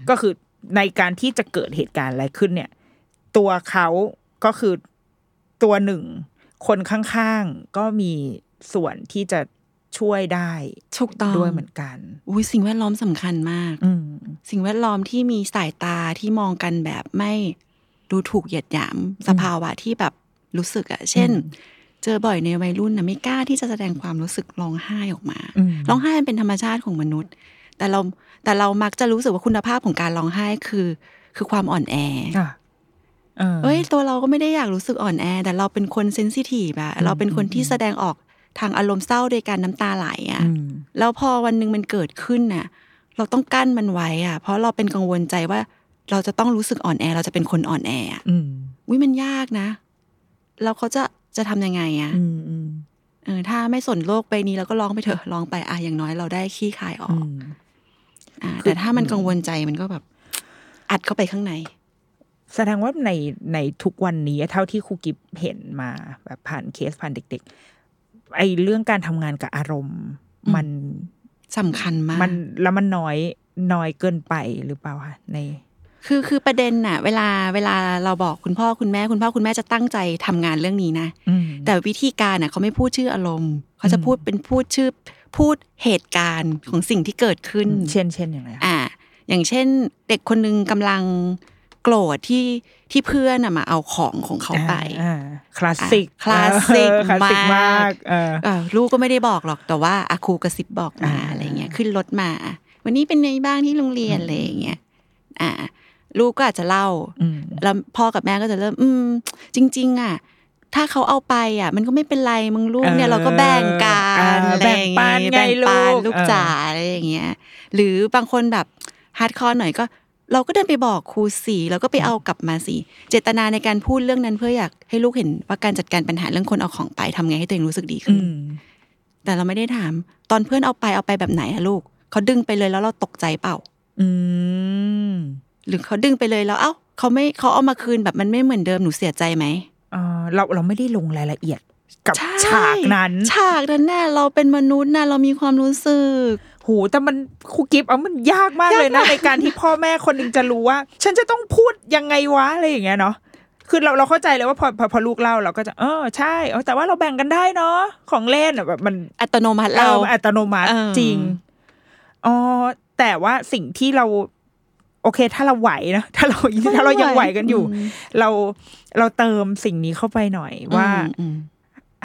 Speaker 2: ก็คือในการที่จะเกิดเหตุการณ์อะไรขึ้นเนี่ย ตัวเขาก็คือตัวหนึ่ง คนข้างๆก็มีส่วนที่จะช่วยได้
Speaker 3: ถูกต้อง
Speaker 2: ด้วยเหมือนกัน
Speaker 3: อุ้ยสิ่งแวดล้อมสำคัญมาก
Speaker 2: อืม
Speaker 3: สิ่งแวดล้อมที่มีสายตาที่มองกันแบบไม่ดูถูกเหยียดหยามสภาวะที่แบบรู้สึกอะเช่น เจอบ่อยในวัยรุ่นนะไม่กล้าที่จะแสดงความรู้สึกร้องไห้ออกมา
Speaker 2: อืม
Speaker 3: ร้องไห้มันเป็นธรรมชาติของมนุษย์ แต่เราแต่เรามักจะรู้สึกว่าคุณภาพของการร้องไห้คือ คือความอ่อนแอ
Speaker 2: อ่ะเออ
Speaker 3: เอ้ยตัวเราก็ไม่ได้อยากรู้สึกอ่อนแอ แต่เราเป็นคนเซนซิทีฟอะเราเป็นคนที่แสดงออกทางอารมณ์เศร้าโดยการน้ำตาไหลอะ
Speaker 2: อืม
Speaker 3: แล้วพอวันหนึ่งมันเกิดขึ้นน่ะ เราต้องกั้นมันไว้อะเพราะเราเป็นกังวลใจว่า เราจะต้องรู้สึกอ่อนแอ เราจะเป็นคนอ่อนแออะ
Speaker 2: อืม
Speaker 3: อุ้ยมันยากนะ แล้วเขาจะจะทำยังไงอะ
Speaker 2: อืมอืม
Speaker 3: เออถ้าไม่สนโลกใบนี้เราก็ร้องไปเถอะร้องไปอะอย่างน้อยเราได้ขี้คายออ
Speaker 2: อื
Speaker 3: ก
Speaker 2: ม
Speaker 3: อ่าแต่ถ้ามันกังวลใจมันก็แบบอัดเข้าไปข้างใน
Speaker 2: แสดงว่าในในทุกวันนี้เท่าที่ครูกิฟเห็นมาแบบผ่านเคสผ่านเด็กๆไอเรื่องการทำงานกับอารมณ์ มัน
Speaker 3: สำคัญมาก
Speaker 2: มันแล้วมันน้อยน้อยเกินไปหรือเปล่าคะใน
Speaker 3: คือคือประเด็นน่ะ เวลาเวลาเราบอกคุณพ่อคุณแม่คุณพ่อคุณแม่จะตั้งใจทำงานเรื่องนี้นะ
Speaker 2: อืม
Speaker 3: แต่วิธีการน่ะเขาไม่พูดชื่ออารมณ์ เขาจะพูดเป็นพูดชื่อพูดเหตุการณ์ของสิ่งที่เกิดขึ้น
Speaker 2: เช่นเช่นอย่างไรคะ
Speaker 3: อ่า อย่างเช่น เด็กคนหนึงกำลังโกรธที่ที่เพื่อนน่ะมาเอาของของเขาไป
Speaker 2: อ่าคลาสสิก
Speaker 3: อ่ะคลาสสิก
Speaker 2: เออคลาสสิกมาม
Speaker 3: าก ก
Speaker 2: เออ
Speaker 3: เอ่อลูกก็ไม่ได้บอกหรอกแต่ว่าอาครูกระซิบบอกมา
Speaker 2: อ่า
Speaker 3: อะไรเงี้ยขึ้นรถมาอ่ะวันนี้เป็นไงบ้างที่โรงเรียนอะไรอย่างเงี้ยอ่า ลูกก็อาจจะเล่า
Speaker 2: อืม
Speaker 3: แล้วพ่อกับแม่ก็จะเริ่ม อืม จริง ๆ อ่ะ ถ้าเขาเอาไปอ่ะ มันก็ไม่เป็นไรมึงลูกเนี่ย
Speaker 2: เออ
Speaker 3: เราก็แบ่งกัน
Speaker 2: อ่า
Speaker 3: อะไรอย่าง
Speaker 2: แบ่งปัน
Speaker 3: เงี้ย
Speaker 2: ไง
Speaker 3: แบ่งปั
Speaker 2: ลู
Speaker 3: น
Speaker 2: ก
Speaker 3: ลูก
Speaker 2: เออ
Speaker 3: จ๋าอะไรอย่างเงี้ยหรือบางคนแบบฮาร์ดคอร์หน่อยก็ เราก็เดินไปบอกครูสีแล้วก็ไปเอากลับมาสิเจตนาในการพูดเรื่องนั้นเพื่ออยากให้ลูกเห็นว่าการจัดการปัญหาเรื่องคนเอาของไปทำไงให้ตัวเองรู้สึกดีขึ้
Speaker 2: อื
Speaker 3: น
Speaker 2: ม
Speaker 3: แต่เราไม่ได้ถาม ตอนเพื่อนเอาไปเอาไปแบบไหนอะลูกเขาดึงไปเลยแล้วเราตกใจเปล่า
Speaker 2: อืม
Speaker 3: หรือเขาดึงไปเลยแล้วเอ้าเขาไม่เขาเอามาคืนแบบมันไม่เหมือนเดิมหนูเสียใจไหม
Speaker 2: เอ่อเราเราไม่ได้ลงรายละเอียดกับ
Speaker 3: ใช่
Speaker 2: ฉากนั้น
Speaker 3: ฉากนั้นน่ะเราเป็นมนุษย์นะเรามีความรู้สึก
Speaker 2: โหแต่มันครูกิฟต์เอามันยากมากเลยนะ ในการที่พ่อแม่คนหนึงจะรู้ว่า ฉันจะต้องพูดยังไงวะอะไรอย่างเงี้ยเนาะคือเราเราเข้าใจเลยว่าพอพอพอลูกเล่าเราก็จะเออใช่เออแต่ว่าเราแบ่งกันได้เนาะของเล่นอะแบบมัน
Speaker 3: อัตโนมัติเรา
Speaker 2: อออัตโนมัติ
Speaker 3: เออ
Speaker 2: จริงอ๋อแต่ว่าสิ่งที่เรา โอเค ถ้าเราไหวนะ [laughs] ถ้าเราถ้าเรายังไหวกันอยู่ เราเราเติมสิ่งนี้เข้าไปหน่อยว่า
Speaker 3: อืม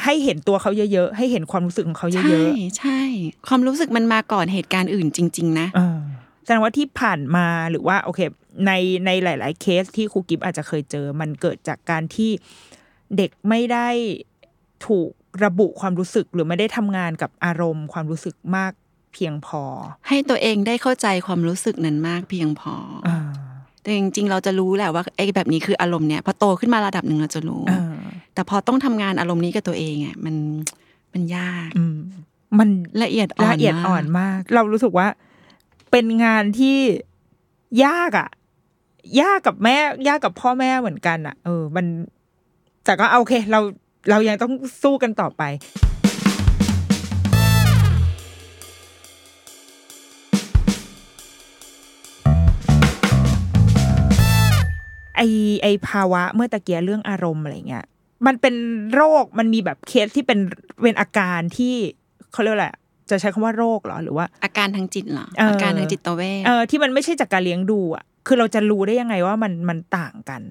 Speaker 2: ให้เห็นตัวเขาเยอะๆให้เห็นความรู้สึกของเขา
Speaker 3: ใช่
Speaker 2: เยอะๆ
Speaker 3: ใช่ ความรู้สึกมันมาก่อนเหตุการณ์อื่นจริง ๆ นะ
Speaker 2: เออแสดงว่าที่ผ่านมาหรือว่าโอเค ในในหลาย ๆ เคสที่ครูกิฟอาจจะเคยเจอ มันเกิดจากการที่เด็กไม่ได้ถูกระบุความรู้สึกหรือไม่ได้ทำงานกับอารมณ์ความรู้สึกมากเพียงพอ
Speaker 3: ให้ตัวเองได้เข้าใจความรู้สึกนั้นมากเพียงพออ
Speaker 2: อ่า
Speaker 3: แต่จริง ๆ เราจะรู้แหละว่าไอ้แบบนี้คืออารมณ์เนี่ยพอโตขึ้นมาระดับหนึ่งเราจะรู้
Speaker 2: อ่า
Speaker 3: แต่พอต้องทำงานอารมณ์นี้กับตัวเองอ่ะมันมันยาก
Speaker 2: อืมมัน
Speaker 3: ละเอียดอ่อน
Speaker 2: ละเอียดอ่อน
Speaker 3: มาก
Speaker 2: มาก เรารู้สึกว่าเป็นงานที่ยากอะยากกับแม่ยากกับพ่อแม่เหมือนกันอะเออ มันแต่ก็เอาโอเค เราเรายังต้องสู้กันต่อไป ไอไอภาวะเมื่อตะเกียเรื่องอารมณ์อะไรเงี้ย มันเป็นโรคมันมีแบบเคสที่เป็นเป็นอาการที่เขาเรียกว่าอะไรอะจะใช้คำว่าโรคเหรอหรือว่า
Speaker 3: อาการทางจิตเหรอ
Speaker 2: เอออ
Speaker 3: อาการทางจิตเวช
Speaker 2: เออที่มันไม่ใช่จากการเลี้ยงดูอ่ะ คือเราจะรู้ได้ยังไงว่ามันมันต่างกัน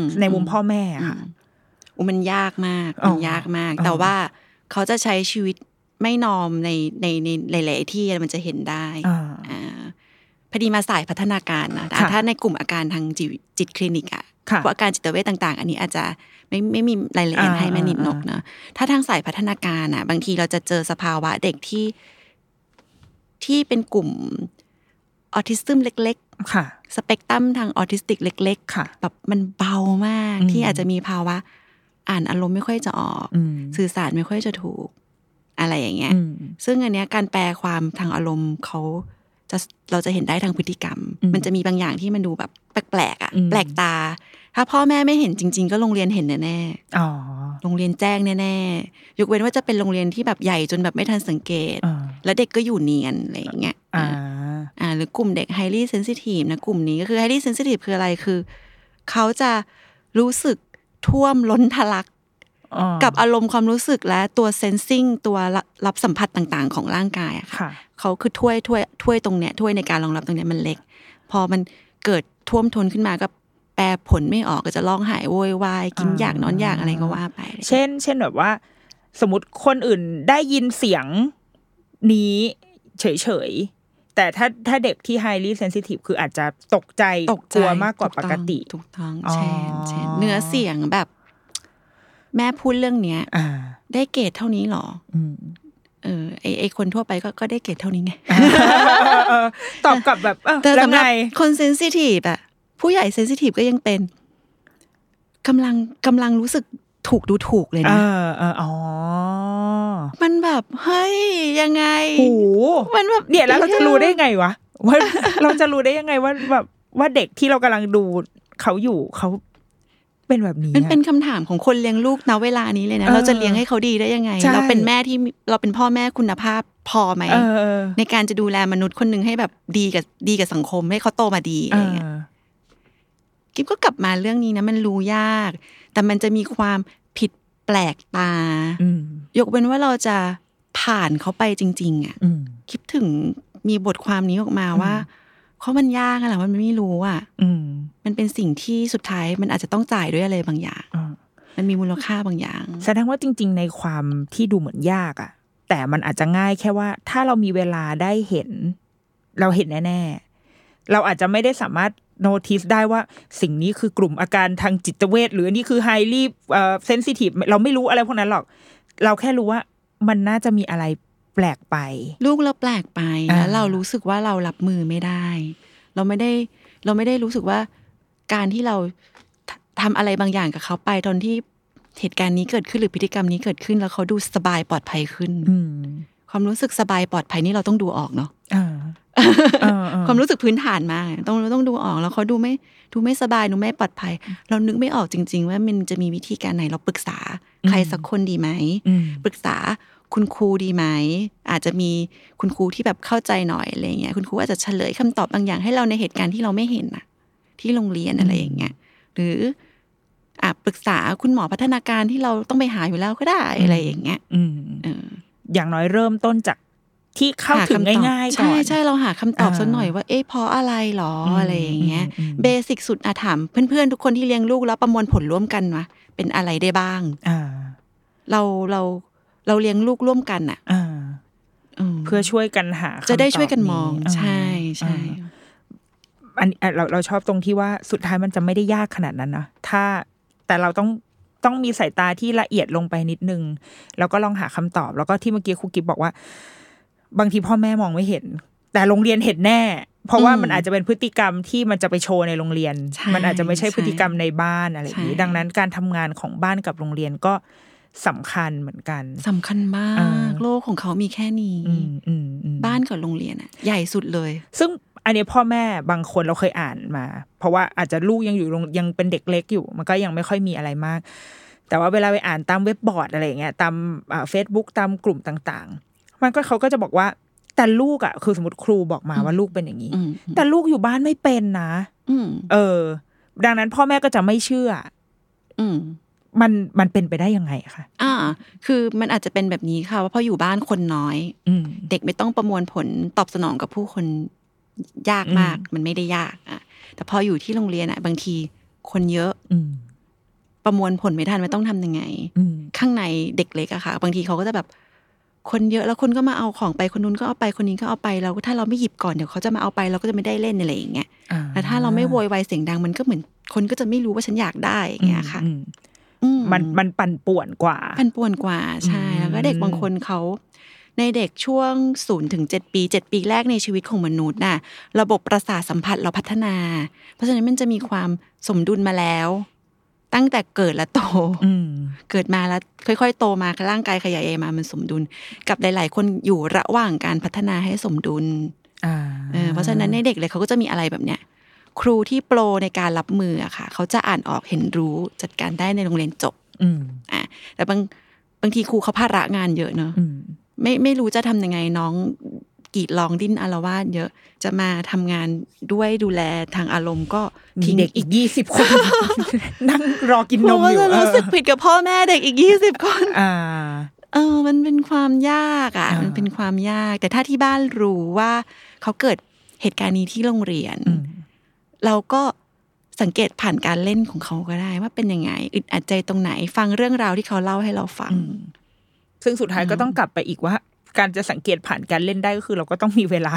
Speaker 3: ม
Speaker 2: ในมุมพ่อแม่อะค่ะ
Speaker 3: อุยมันยากมาก
Speaker 2: อ๋อ
Speaker 3: มันยากมาก แต่
Speaker 2: อ๋อ
Speaker 3: ว่าเขาจะใช้ชีวิตไม่นอมในในในหลาย ๆ ที่มันจะเห็นได้
Speaker 2: อ่า
Speaker 3: อ่าพอดีมาสายพัฒนาการนะแต่
Speaker 2: ค่ะ
Speaker 3: ถ้าในกลุ่มอาการทางจิตจิตคลินิกอะ
Speaker 2: ค่ะ
Speaker 3: พวกอาการจิตเวชต่าง ๆ อันนี้อาจจะไม่ไม่มีรายละเอียด
Speaker 2: อ่า
Speaker 3: ให้แม่นิด
Speaker 2: อ่านน
Speaker 3: กเนาะถ้าทางสายพัฒนาการอะบางทีเราจะเจอสภาวะเด็กที่ที่เป็นกลุ่มออทิสซึมเล็ก ๆ
Speaker 2: ค่ะ
Speaker 3: สเปกตรัมทางออทิสติกเล็ก
Speaker 2: ค่ะ
Speaker 3: ๆแบบมันเบามาก
Speaker 2: อืม
Speaker 3: ที่อาจจะมีภาวะ อ่านอารมณ์ไม่ค่อยจะออก
Speaker 2: อืม
Speaker 3: สื่อสารไม่ค่อยจะถูก อะไรอย่างเงี้ย
Speaker 2: อืม
Speaker 3: ซึ่งอันเนี้ยการแปลความทางอารมณ์เขาจะเราจะเห็นได้ทางพฤติกรรม
Speaker 2: อืม
Speaker 3: มันจะมีบางอย่างที่มันดูแบบแปลกๆอ่ะ
Speaker 2: อืม
Speaker 3: แปลกตา ถ้าพ่อแม่ไม่เห็นจริง ๆ ก็โรงเรียนเห็นแน่
Speaker 2: อ๋อ
Speaker 3: ๆโรงเรียนแจ้งแน่ๆยกเว้นว่าจะเป็นโรงเรียนที่แบบใหญ่จนแบบไม่ทันสังเกต
Speaker 2: อ่า
Speaker 3: แล้วเด็กก็อยู่เนียนอะไรอย่างเงี้ย
Speaker 2: อ่า
Speaker 3: อ่าหรือกลุ่มเด็ก highly sensitive นะกลุ่มนี้ก็คือ highly sensitive คืออะไรคือ เขาจะรู้สึกท่วมล้นทะลัก
Speaker 2: อ่า
Speaker 3: กับอารมณ์ความรู้สึกและตัวเซนซิงตัวรับสัมผัสต่างๆ ของร่างกายอะค่ะ
Speaker 2: ค่ะ
Speaker 3: เขาคือถ้วยถ้วยถ้วยตรงเนี้ยถ้วยในการรองรับตรงเนี้ยมันเล็ก พอมันเกิดท่วมท้นขึ้นมาก็แปลผลไม่ออกก็จะร้องไห้โวยวายกินอยากนอนอยากอะไรก็ว่าไปอะไรอย่างเงี้ย
Speaker 2: เช่น เช่นแบบว่า สมมติคนอื่นได้ยินเสียงนี้เฉยๆ แต่ถ้าถ้าเด็กที่ highly sensitive คืออาจจะตกใจ
Speaker 3: ตกใจ
Speaker 2: กลัวมากกว่าปกติ
Speaker 3: ถูกต้อง
Speaker 2: อ๋อ
Speaker 3: เช่นเช่นเนื้อเสียงแบบ แม่พูดเรื่องเนี้ย
Speaker 2: อ่า
Speaker 3: ได้เกรดเท่านี้หรอ
Speaker 2: อืม
Speaker 3: เออไอไอคนทั่วไปก็ก็ได้เกรดเท่านี้ไง
Speaker 2: เออตอบกลับแบบเออ
Speaker 3: แต่
Speaker 2: แล้ว
Speaker 3: สำห
Speaker 2: ไง
Speaker 3: รับคนเซนซิทีฟอะผู้ใหญ่เซนซิทีฟก็ยังเป็นกำลังกำลังรู้สึกถูกดูถูกเลย
Speaker 2: เอ
Speaker 3: นะ
Speaker 2: อเอออ๋อ
Speaker 3: มันแบบเฮ้ยยังไง
Speaker 2: โอ้โห
Speaker 3: มันแบบ
Speaker 2: เนี่ยแล้วเราจะรู้ได้ไงวะว่า เราจะรู้ได้ยังไงว่าแบบว่าเด็กที่เรากำลังดูเขาอยู่เขาเป็นแบบนี้
Speaker 3: มัน
Speaker 2: อะ
Speaker 3: เป็นคำถามของคนเลี้ยงลูกณเวลานี้เลยนะ
Speaker 2: เออ
Speaker 3: เราจะเลี้ยงให้เขาดีได้ยังไง
Speaker 2: ใช่
Speaker 3: เราเป็นแม่ที่เราเป็นพ่อแม่คุณภาพพอไหม
Speaker 2: เออ
Speaker 3: ในการจะดูแลมนุษย์คนหนึ่งให้แบบดีกับดีกับสังคมให้เขาโตมาดีอะไรเงี้ยกิ๊บก็กลับมาเรื่องนี้นะ มันรู้ยาก แต่มันจะมีความผิดแปลกตา
Speaker 2: อืม
Speaker 3: ยกเว้นว่าเราจะผ่านเขาไปจริง ๆ อ่ะ
Speaker 2: อืม
Speaker 3: คิดถึงมีบทความนี้ออกมาว่าเขามันยากอะแหละมันไม่รู้อ่ะ
Speaker 2: อืม
Speaker 3: มันเป็นสิ่งที่สุดท้ายมันอาจจะต้องจ่ายด้วยอะไรบางอย่าง
Speaker 2: อ่า
Speaker 3: มันมีมูลค่าบางอย่าง
Speaker 2: แสดงว่าจริง ๆ ในความที่ดูเหมือนยากอะแต่มันอาจจะง่ายแค่ว่า ถ้าเรามีเวลาได้เห็น เราเห็นแน่ ๆ เราอาจจะไม่ได้สามารถโน t ิสได้ว่าสิ่งนี้คือกลุ่มอาการทางจิตเวชหรืออันนี่คือไฮรีบเอ่อเซนซิทีฟเราไม่รู้อะไรพวกนั้นหรอก เราแค่รู้ว่ามันน่าจะมีอะไรแปลกไป
Speaker 3: ลูกเราแปลกไป
Speaker 2: อ่า
Speaker 3: แล้วเรารู้สึกว่าเรารับมือไม่ได้ เราไม่ได้เราไม่ได้รู้สึกว่าการที่เราททำอะไรบางอย่างกับเขาไปตอนที่เหตุการณ์นี้เกิดขึ้นหรือพฤติกรรมนี้เกิดขึ้น แล้วเขาดูสบายปลอดภัยขึ้น
Speaker 2: อืม
Speaker 3: ความรู้สึกสบายปลอดภัยนี่เราต้องดูออกเนาะ
Speaker 2: อ่าเออเออ
Speaker 3: ความรู้สึกพื้นฐานมากต้องต้องดูออกแล้วเขาดูไม่ดูไม่สบายดูไม่ปลอดภัย เรานึกไม่ออกจริง ๆ ว่ามันจะมีวิธีการไหนเราปรึกษาใครสักคนดีไหม
Speaker 2: อืม
Speaker 3: ปรึกษาคุณครูดีไหม อาจจะมีคุณครูที่แบบเข้าใจหน่อยอะไรเงี้ยคุณครูอาจจะเฉลยคำตอบบางอย่างให้เราในเหตุการณ์ที่เราไม่เห็นน่ะ ที่โรงเรียนอะไรอย่างเงี้ยหรืออ่ะปรึกษาคุณหมอพัฒนาการที่เราต้องไปหาอยู่แล้วก็ได้อะไรอย่างเงี้ย
Speaker 2: อืม
Speaker 3: เออ
Speaker 2: อย่างน้อยเริ่มต้นจากที่เข้า
Speaker 3: ห
Speaker 2: ถึง
Speaker 3: คำตอบ
Speaker 2: ง่ายๆก่อน
Speaker 3: ใช่ใช่เราหาคำตอบ
Speaker 2: อ่า
Speaker 3: สักหน่อยว่าเอ๊ะเพราะอะไรหรอ
Speaker 2: อืม
Speaker 3: อะไรอย่างเงี้ย
Speaker 2: อืมอืม
Speaker 3: เบสิกสุดอาถามเพื่อนๆทุกคนที่เลี้ยงลูกแล้วประมวลผลร่วมกันว่าเป็นอะไรได้บ้าง
Speaker 2: อ่า
Speaker 3: เราเราเราเลี้ยงลูกร่วมกันน่ะ
Speaker 2: อ่า
Speaker 3: ม
Speaker 2: เพื่อช่วยกันหาคำ
Speaker 3: จะได้ช่วยกันมอง
Speaker 2: ตบนี้
Speaker 3: ใช่ใช่
Speaker 2: อ่าอันอ่ะเราเราชอบตรงที่ว่าสุดท้ายมันจะไม่ได้ยากขนาดนั้นนะถ้าแต่เราต้องต้องมีสายตาที่ละเอียดลงไปนิดนึง แล้วก็ลองหาคำตอบ แล้วก็ที่เมื่อกี้ครูกิบบอกว่า บางทีพ่อแม่มองไม่เห็น แต่โรงเรียนเห็นแน่ เพราะว่ามันอาจจะเป็นพฤติกรรมที่มันจะไปโชว์ในโรงเรียน
Speaker 3: ใช่
Speaker 2: มันอาจจะไม่ใช่
Speaker 3: ใช่
Speaker 2: พฤติกรรมในบ้านอะไรอย่างนี้
Speaker 3: ใช่
Speaker 2: ดังนั้นการทำงานของบ้านกับโรงเรียนก็สำคัญเหมือนกัน
Speaker 3: สำคัญมาก
Speaker 2: อ่า
Speaker 3: โลกของเขามีแค่นี้
Speaker 2: อืมอืมอืม
Speaker 3: บ้านกับโรงเรียนอะใหญ่สุดเลย
Speaker 2: ซึ่งอันนี้พ่อแม่บางคนเราเคยอ่านมา เพราะว่าอาจจะลูกยังอยู่โรงยังเป็นเด็กเล็กอยู่ มันก็ยังไม่ค่อยมีอะไรมาก แต่ว่าเวลาไปอ่านตามเว็บบอร์ดอะไรอย่างเงี้ยตามเฟซบุ๊กตามกลุ่มต่างๆ มันก็เขาก็จะบอกว่า แต่ลูกอ่ะคือสมมติครูบอกมาว่าลูกเป็นอย่างนี้
Speaker 3: อืม
Speaker 2: แต่ลูกอยู่บ้านไม่เป็นนะ
Speaker 3: อืม
Speaker 2: เออ ดังนั้นพ่อแม่ก็จะไม่เชื่อ
Speaker 3: อืม
Speaker 2: มันมันเป็นไปได้ยังไงอะคะ
Speaker 3: อ่า คือมันอาจจะเป็นแบบนี้ค่ะ ว่าพออยู่บ้านคนน้อย
Speaker 2: อืม
Speaker 3: เด็กไม่ต้องประมวลผลตอบสนองกับผู้คนยากมาก มันไม่ได้ยากอะแต่พออยู่ที่โรงเรียนอะบางทีคนเยอะ
Speaker 2: อืม
Speaker 3: ประมวลผลไม่ทันไม่าต้องทำยังไง
Speaker 2: อืม
Speaker 3: ข้างในเด็กเล็กอะค่ะ บางทีเขาก็จะแบบ คนเยอะแล้วคนก็มาเอาของไปคนนู้นก็เอาไปคนนี้ก็เอาไปเราก็ถ้าเราไม่หยิบก่อนเดี๋ยวเขาจะมาเอาไปเราก็จะไม่ได้เล่นอะไรอย่างเงี้ย
Speaker 2: อ่า
Speaker 3: แต่ถ้าเราไม่โวยวายเสียงดังมันก็เหมือนคนก็จะไม่รู้ว่าฉันอยากได้อย่างเงี้ยค่ะ
Speaker 2: อืม
Speaker 3: อื
Speaker 2: มันมันปั่นป่วนกว่า
Speaker 3: พันป่วนกว่าใช่
Speaker 2: อืม
Speaker 3: แล้วก็เด็กบางคนเขาในเด็กช่วงศูนย์ถึงเจ็ดปีเจ็ดปีแรกในชีวิตของมนุษย์น่ะ ระบบประสาทสัมผัสเราพัฒนา เพราะฉะนั้นมันจะมีความสมดุลมาแล้ว ตั้งแต่เกิดและโต
Speaker 2: อืม
Speaker 3: เกิดมาแล้วค่อยๆ โตมาร่างกายขยายใหญ่มามันสมดุล กับหลาย ๆ คนอยู่ระหว่างการพัฒนาให้สมดุล
Speaker 2: อ่า
Speaker 3: เออเพราะฉะนั้นในเด็กเลยเขาก็จะมีอะไรแบบเนี้ยครูที่โปรในการรับมืออะค่ะ เขาจะอ่านออกเห็นรู้จัดการได้ในโรงเรียนจบ
Speaker 2: อืม
Speaker 3: อ่ะแต่บางบางทีครูเขาภาระงานเยอะเนอะ
Speaker 2: อืม
Speaker 3: ไม่ไม่รู้จะทำยังไงน้อง กรีดร้องดิ้นอารวาสเยอะ จะมาทำงานด้วยดูแลทางอารมณ์ก็
Speaker 2: มี
Speaker 3: ทิ้ง
Speaker 2: เด็กอีกยี่
Speaker 3: [laughs]
Speaker 2: สิบคน นั่งรอกินน
Speaker 3: เรา
Speaker 2: ม
Speaker 3: ก็
Speaker 2: อยู่
Speaker 3: จะรู้สึก
Speaker 2: เออ
Speaker 3: ผิดกับพ่อแม่เด็กอีกยี่สิบคน
Speaker 2: อ่า
Speaker 3: เออ มันเป็นความยากอ่ะ
Speaker 2: อ่ามั
Speaker 3: มันเป็นความยาก แต่ถ้าที่บ้านรู้ว่าเขาเกิดเหตุการณ์นี้ที่โรงเรียน
Speaker 2: อืม
Speaker 3: เราก็สังเกตผ่านการเล่นของเขาก็ได้ว่าเป็นยังไง อึดอัดใจตรงไหน ฟังเรื่องราวที่เขาเล่าให้เราฟัง
Speaker 2: ซึ่งสุดท้ายก็ต้องกลับไปอีกว่า การจะสังเกตผ่านการเล่นได้ก็คือ เราก็ต้องมีเวลา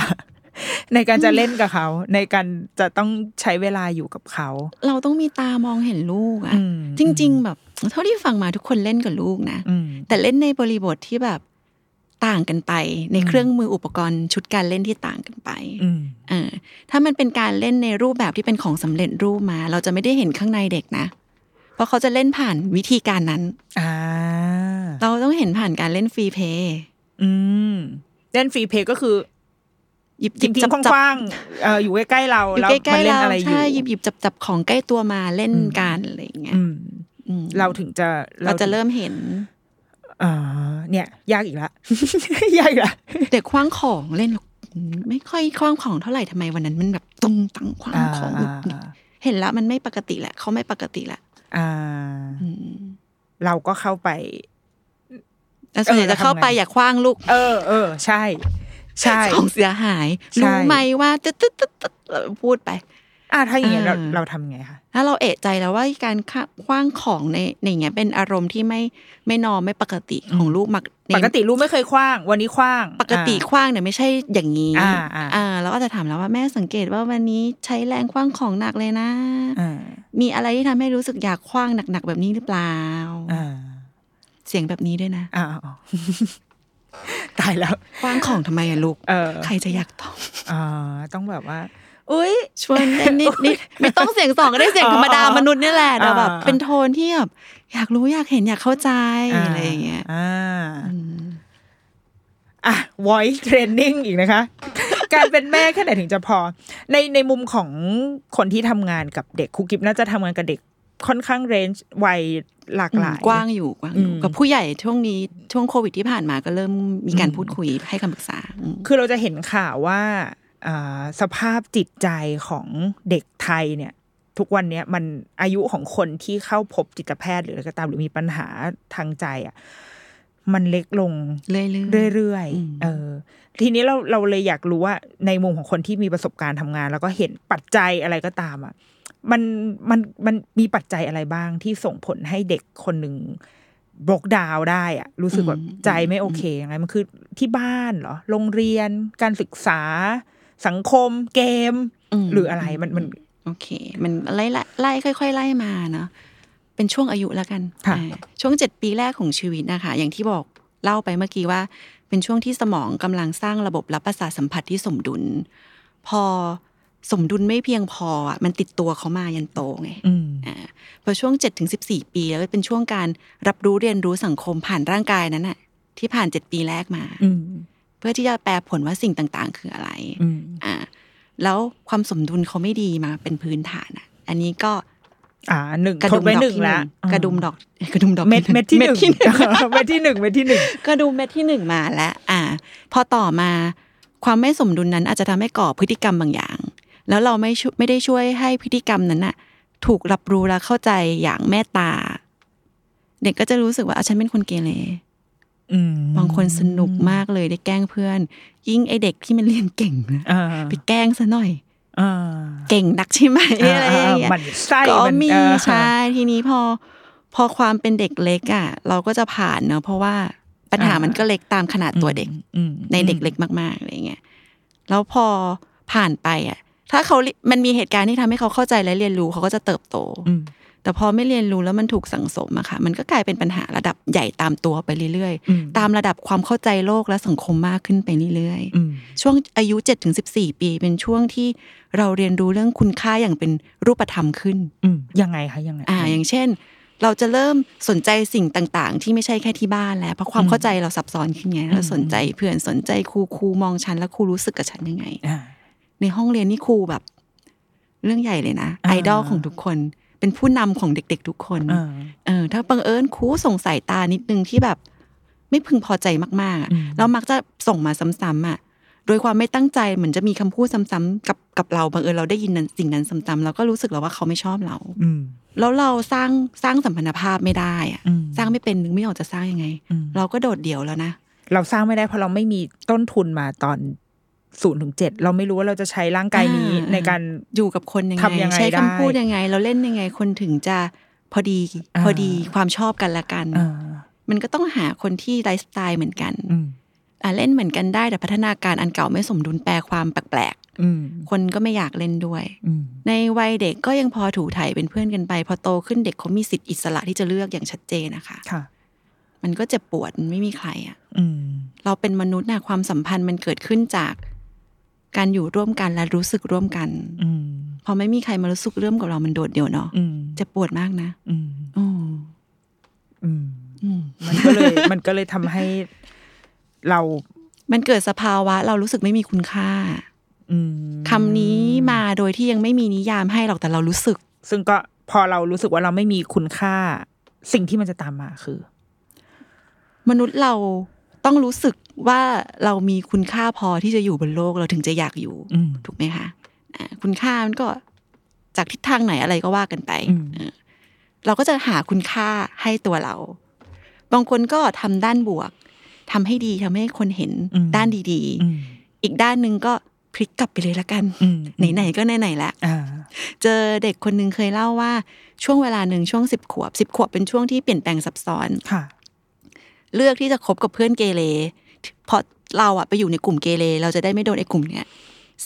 Speaker 2: [laughs] ในการจะเล่นกับเขา ในการจะต้องใช้เวลาอยู่กับเขา
Speaker 3: เราต้องมีตามองเห็นลูก
Speaker 2: อื
Speaker 3: อ่ะ
Speaker 2: ม
Speaker 3: จริง ๆ แบบ เท่าที่ฟังมาทุกคนเล่นกับลูกนะ
Speaker 2: อืม
Speaker 3: แต่เล่นในบริบทที่แบบต่างกันไป ใน
Speaker 2: อืม
Speaker 3: เครื่องมืออุปกรณ์ชุดการเล่นที่ต่างกันไป
Speaker 2: อืม
Speaker 3: เออถ้ามันเป็นการเล่นในรูปแบบที่เป็นของสำเร็จรูปมา เราจะไม่ได้เห็นข้างในเด็กนะ เพราะเขาจะเล่นผ่านวิธีการนั้น
Speaker 2: อ่า
Speaker 3: เราต้องเห็นผ่านการเล่นฟรีเพย์
Speaker 2: อืม เล่นฟรีเพย์ก็คือ
Speaker 3: หยิบห
Speaker 2: จ
Speaker 3: ยิบ
Speaker 2: ริ
Speaker 3: จับ
Speaker 2: งๆก
Speaker 3: จับ
Speaker 2: ว้างๆเอ่ออยู่ใกล้ๆเรา
Speaker 3: อยู่
Speaker 2: แล้ว
Speaker 3: ใกล้
Speaker 2: มัน
Speaker 3: ๆ
Speaker 2: เล่น
Speaker 3: เรา
Speaker 2: อะไรอยู่
Speaker 3: ใช่หยิบหยิบจับจับของใกล้ตัวมาเล่น
Speaker 2: อืม
Speaker 3: กันอะไรอย่างเงี้ย
Speaker 2: อืม
Speaker 3: อืม
Speaker 2: เราถึงจะ
Speaker 3: เราจะเริ่
Speaker 2: ถึ
Speaker 3: มเห็น
Speaker 2: งอ่าเนี่ย ยากอีกละ [laughs] ยากอีกละ
Speaker 3: เด็กคว้างของเล่นหรอกไม่ค่อยคว้างของเท่าไหร่ทำไมวันนั้นมันแบบตุงตังคว้างของหงุดหงิดเห็นแล้วมันไม่ปกติแหละเขาไม่ปกติแหละ
Speaker 2: อ่า
Speaker 3: อืม
Speaker 2: เราก็เข้าไป
Speaker 3: แล้วส่วนใหญ่
Speaker 2: เออ
Speaker 3: จะเข้าไป
Speaker 2: ทำไง
Speaker 3: อยากคว้างลูก
Speaker 2: เออเออใช่ ใช่
Speaker 3: [laughs] ของเสียหาย
Speaker 2: ใช่
Speaker 3: รู้ไหมว่าจะตึ๊ดตึ๊ดตึ๊ดเอ่อพูดไป
Speaker 2: อ่าถ้าอย่างเงี้ยเรา
Speaker 3: อ่า
Speaker 2: เราทำไงคะ
Speaker 3: ถ้าเราเอะใจแล้วว่าการคว้างของในในอย่างเงี้ยเป็นอารมณ์ที่ไม่ไม่นอมไม่ปกติของลูกมักใน
Speaker 2: ปกติลูกไม่เคยคว้าง วันนี้คว้าง
Speaker 3: ปกติคว้างเนี่ยไม่ใช่อย่างนี้
Speaker 2: อ่าอ่า
Speaker 3: อ่าเราก็จะถามแล้วว่าแม่สังเกตว่าวันนี้ใช้แรงคว้างของหนักเลยนะ
Speaker 2: อ่า
Speaker 3: มีอะไรที่ทำให้รู้สึกอยากคว้างหนักๆแบบนี้หรือเปล่า
Speaker 2: อ่า
Speaker 3: เสียงแบบนี้ด้วยนะ
Speaker 2: อ่า
Speaker 3: [laughs]
Speaker 2: อ่า ตายแล้ว
Speaker 3: คว้างของทำไมอะลูก
Speaker 2: เออ
Speaker 3: ใครจะอยากต
Speaker 2: [laughs]
Speaker 3: อบ
Speaker 2: อ่าต้องแบบว่า อุ้ย
Speaker 3: ชวนเล่นนิดนิดไม่ต้องเสียงสองก็ได้เสียงธรรมดามนุษย์เนี่ยแหละแต่แบบ
Speaker 2: อ่า
Speaker 3: เป็นโทนที่แบบอยากรู้อยากเห็นอยากเข้าใจอะไรอย่างเงี้ย
Speaker 2: อ่าอ่ะ voice training อีกนะคะ [laughs] การเป็นแม่แค่ไหนถึงจะพอ ในในมุมของคนที่ทำงานกับเด็กครูกิฟน่าจะทำงานกับเด็กค่อนข้างเรนจ์วัยหลากหลาย
Speaker 3: กว้างอยู่กว้างอยู่
Speaker 2: อืม
Speaker 3: กับผู้ใหญ่ช่วงนี้ช่วงโควิดที่ผ่านมาก็เริ่มมีการพูดคุยให้คำปรึกษาอืม
Speaker 2: คือเราจะเห็นข่าวว่าอ่าสภาพจิตใจของเด็กไทยเนี่ย ทุกวันเนี้ยมันอายุของคนที่เข้าพบจิตแพทย์หรืออะไรก็ตามหรือมีปัญหาทางใจอ่ะมันเล็กลง
Speaker 3: เรื่อยๆ
Speaker 2: เรื่อย
Speaker 3: อืม
Speaker 2: ๆ เออ ทีนี้เราเราเลยอยากรู้ว่าในมุมของคนที่มีประสบการณ์ทำงาน แล้วก็เห็นปัจจัยอะไรก็ตามอ่ะ มันมันมันมีปัจจัยอะไรบ้างที่ส่งผลให้เด็กคนหนึ่งบล็อกดาวได้อ่ะ รู้สึกแบบใจไม่โอเคยังไงมันคือที่บ้านเหรอ โรงเรียน การศึกษา สังคม เกม
Speaker 3: ม
Speaker 2: หรืออะไรมันมัน
Speaker 3: โอเค มันไล่ละไล่ค่อย ๆ ไล่มาเนาะเป็นช่วงอายุแล้วกัน
Speaker 2: ค่ะ
Speaker 3: อ่าช่วงเจ็ดปีแรกของชีวิตนะคะ อย่างที่บอกเล่าไปเมื่อกี้ว่า เป็นช่วงที่สมองกำลังสร้างระบบรับประสาทสัมผัสที่สมดุล พอสมดุลไม่เพียงพออะมันติดตัวเขามายันโตไง
Speaker 2: อืม
Speaker 3: อ่าพอช่วง7จ็ถึงสิปีแล้วเป็นช่วงการรับรู้เรียนรู้สังคมผ่านร่างกายนั้นน่ะที่ผ่าน 7 ปีแรกมา
Speaker 2: อืม
Speaker 3: เพื่อที่จะแปลผลว่าสิ่งต่างๆ คืออะไร
Speaker 2: อืม
Speaker 3: อ่าแล้วความสมดุลเขาไม่ดีมาเป็นพื้นฐานอ่ะอันนี้ก็
Speaker 2: อ่าหนึ่ง
Speaker 3: กระ
Speaker 2: ท
Speaker 3: ดุ
Speaker 2: ด
Speaker 3: ม
Speaker 2: ไว้
Speaker 3: ดอก
Speaker 2: หนึ่ง
Speaker 3: ที่ห
Speaker 2: ละ
Speaker 3: นึ่งกระดุมดอกกระดุมดอก
Speaker 2: เม็ดเม็ดที่ห
Speaker 3: เม็ด
Speaker 2: นึ่ง
Speaker 3: ที่หนึ่ง
Speaker 2: เม็ดที่หนึ่งเม็ดที่หนึ่ง
Speaker 3: กระดุมเม็ดที่หนึ่งมาแล้ว อ่า พอต่อมาความไม่สมดุลนั้นอาจจะทำให้ก่อพฤติกรรมบางอย่าง แล้วเราไม่ช่วยไม่ได้ช่วยให้พฤติกรรมนั้นน่ะ ถูกรับรู้และเข้าใจอย่างแม่ตา เด็กก็จะรู้สึกว่าอ่ะฉันเป็นคนเกเร
Speaker 2: อืม
Speaker 3: บางคนสนุกมากเลยได้แกล้งเพื่อน ยิ่งไอเด็กที่มันเรียนเก่งนะ
Speaker 2: อ่า
Speaker 3: ไปแกล้งซะหน่อย
Speaker 2: อ่า
Speaker 3: เก่งนักใช่ไหมอะไรอย่างเงี้ย
Speaker 2: มันไส้
Speaker 3: ก็
Speaker 2: น
Speaker 3: มี
Speaker 2: เออ
Speaker 3: ใช่ทีนี้พอพอความเป็นเด็กเล็กอ่ะ เราก็จะผ่านเนอะเพราะว่าปัญหามันก็เล็กตามขนาดตัวเด็ก
Speaker 2: อืม
Speaker 3: ในเด็กเล็กมากๆอะไรเงี้ย แล้วพอผ่านไปอ่ะ ถ้าเขาเรีมันมีเหตุการณ์ที่ทำให้เขาเข้าใจและเรียนรู้เขาก็จะเติบโต
Speaker 2: อืม
Speaker 3: แต่พอไม่เรียนรู้แล้วมันถูกสั่งสมอะค่ะ มันก็กลายเป็นปัญหาระดับใหญ่ตามตัวไปเรื่อย
Speaker 2: อื
Speaker 3: ๆ ตามระดับความเข้าใจโลกและสังคมมากขึ้นไปเรื่อย
Speaker 2: อืม
Speaker 3: ๆ ช่วงอายุ7ถึง14 ปี เป็นช่วงที่เราเรียนรู้เรื่องคุณค่าอย่างเป็นรูปธรรมขึ้น
Speaker 2: อืมยังไงคะยังไง
Speaker 3: อ่าอย่างเช่น เราจะเริ่มสนใจสิ่งต่างๆ ที่ไม่ใช่แค่ที่บ้านแล้ว เพราะความเข้าใจเราซับซ้อนขึ้นไงเราสนใจเพื่อนสนใจครูครูมองฉันแล้วครูรู้สึกกับฉันยังไง
Speaker 2: อ่า
Speaker 3: ในห้องเรียนนี่ครูแบบ เรื่องใหญ่เลยนะไอ
Speaker 2: อ่า
Speaker 3: ดอลของทุกคน เป็นผู้นำของเด็ก ๆ ทุกคน
Speaker 2: อ่า
Speaker 3: เออถ้าบังเอิญครูส่งสายตานิดนึงที่แบบ ไม่พึงพอใจมากๆอะ
Speaker 2: อืม
Speaker 3: แล้วมักจะส่งมาซ้ำๆอ่ะ โดยความไม่ตั้งใจเหมือนจะมีคำพูดซ้ำๆกับกับเราบังเอิญเราได้ยินนั้นสิ่งนั้นซ้ำๆเราก็รู้สึกแล้วว่าเขาไม่ชอบเรา
Speaker 2: อืม
Speaker 3: แล้วเราสร้างสร้างสัมพันธภาพไม่ได้อะ
Speaker 2: อืม
Speaker 3: สร้างไม่เป็นนึกไม่ออกจะสร้างยังไง
Speaker 2: อืม
Speaker 3: เราก็โดดเดี่ยวแล้วนะ
Speaker 2: เราสร้างไม่ได้เพราะเราไม่มีต้นทุนมาตอนศูนย์ถึงเจ็ดเราไม่รู้ว่าเราจะใช้ร่างกายนี้
Speaker 3: อ่า
Speaker 2: ในการ
Speaker 3: อยู่กับคนยังไง
Speaker 2: ทำยังไง
Speaker 3: ใช้คำ
Speaker 2: ได้
Speaker 3: พูดยังไง เราเล่นยังไงคนถึงจะพอดี
Speaker 2: อ่า
Speaker 3: พอดีความชอบกันละกัน
Speaker 2: อ่า
Speaker 3: มันก็ต้องหาคนที่ไลฟ์สไตล์เหมือนกัน
Speaker 2: อืม
Speaker 3: อ่ะเล่นเหมือนกันได้แต่พัฒนาการอันเก่าไม่สมดุลแปลความแปลก
Speaker 2: อืม
Speaker 3: ๆคนก็ไม่อยากเล่นด้วย
Speaker 2: อืม
Speaker 3: ในวัยเด็กก็ยังพอถูถ่ายเป็นเพื่อนกันไป พอโตขึ้นเด็กเขามีสิทธิ์อิสระที่จะเลือกอย่างชัดเจนนะคะ
Speaker 2: ค่ะ
Speaker 3: มันก็เจ็บปวดมันไม่มีใครอะ
Speaker 2: อืม
Speaker 3: เราเป็นมนุษย์นะความสัมพันธ์มันเกิดขึ้นจากการอยู่ร่วมกันและรู้สึกร่วมกัน
Speaker 2: อืม
Speaker 3: พอไม่มีใครมารู้สึกร่วมกับเรามันโดดเดี่ยวเนาะ
Speaker 2: อืม
Speaker 3: เจะปวดมากนะ
Speaker 2: อืม
Speaker 3: อืม
Speaker 2: อืม
Speaker 3: อืม
Speaker 2: มันก็เลย [laughs] มันก็เลยทำให้เรา
Speaker 3: มันเกิดสภาวะ เรารู้สึกไม่มีคุณค่า
Speaker 2: อืม
Speaker 3: คำนี้มาโดยที่ยังไม่มีนิยามให้หรอกแต่เรารู้สึก
Speaker 2: ซึ่งก็พอเรารู้สึกว่าเราไม่มีคุณค่า สิ่งที่มันจะตามมาคือ
Speaker 3: มนุษย์เราต้องรู้สึกว่าเรามีคุณค่าพอที่จะอยู่บนโลกเราถึงจะอยากอยู่
Speaker 2: อืม
Speaker 3: ถูกไหมคะอ่าคุณค่ามันก็จากทิศทางไหนอะไรก็ว่ากันไป
Speaker 2: อืม
Speaker 3: เออเราก็จะหาคุณค่าให้ตัวเรา บางคนก็ทำด้านบวกทำให้ดีทำให้คนเห็นด้านดี
Speaker 2: อืม
Speaker 3: ๆ อีกด้านหนึ่งก็พลิกกลับไปเลยละกัน
Speaker 2: อืม
Speaker 3: ไหนๆก็ไหนๆละ
Speaker 2: อ่า
Speaker 3: เจอเด็กคนหนึ่งเคยเล่าว่าช่วงเวลาหนึ่งช่วงสิบขวบสิบขวบเป็นช่วงที่เปลี่ยนแปลงซับซ้อน
Speaker 2: ค่ะ
Speaker 3: เลือกที่จะคบกับเพื่อนเกเรเพราะเราอะไปอยู่ในกลุ่มเกเรเราจะได้ไม่โดนไอ้กลุ่มเนี้ย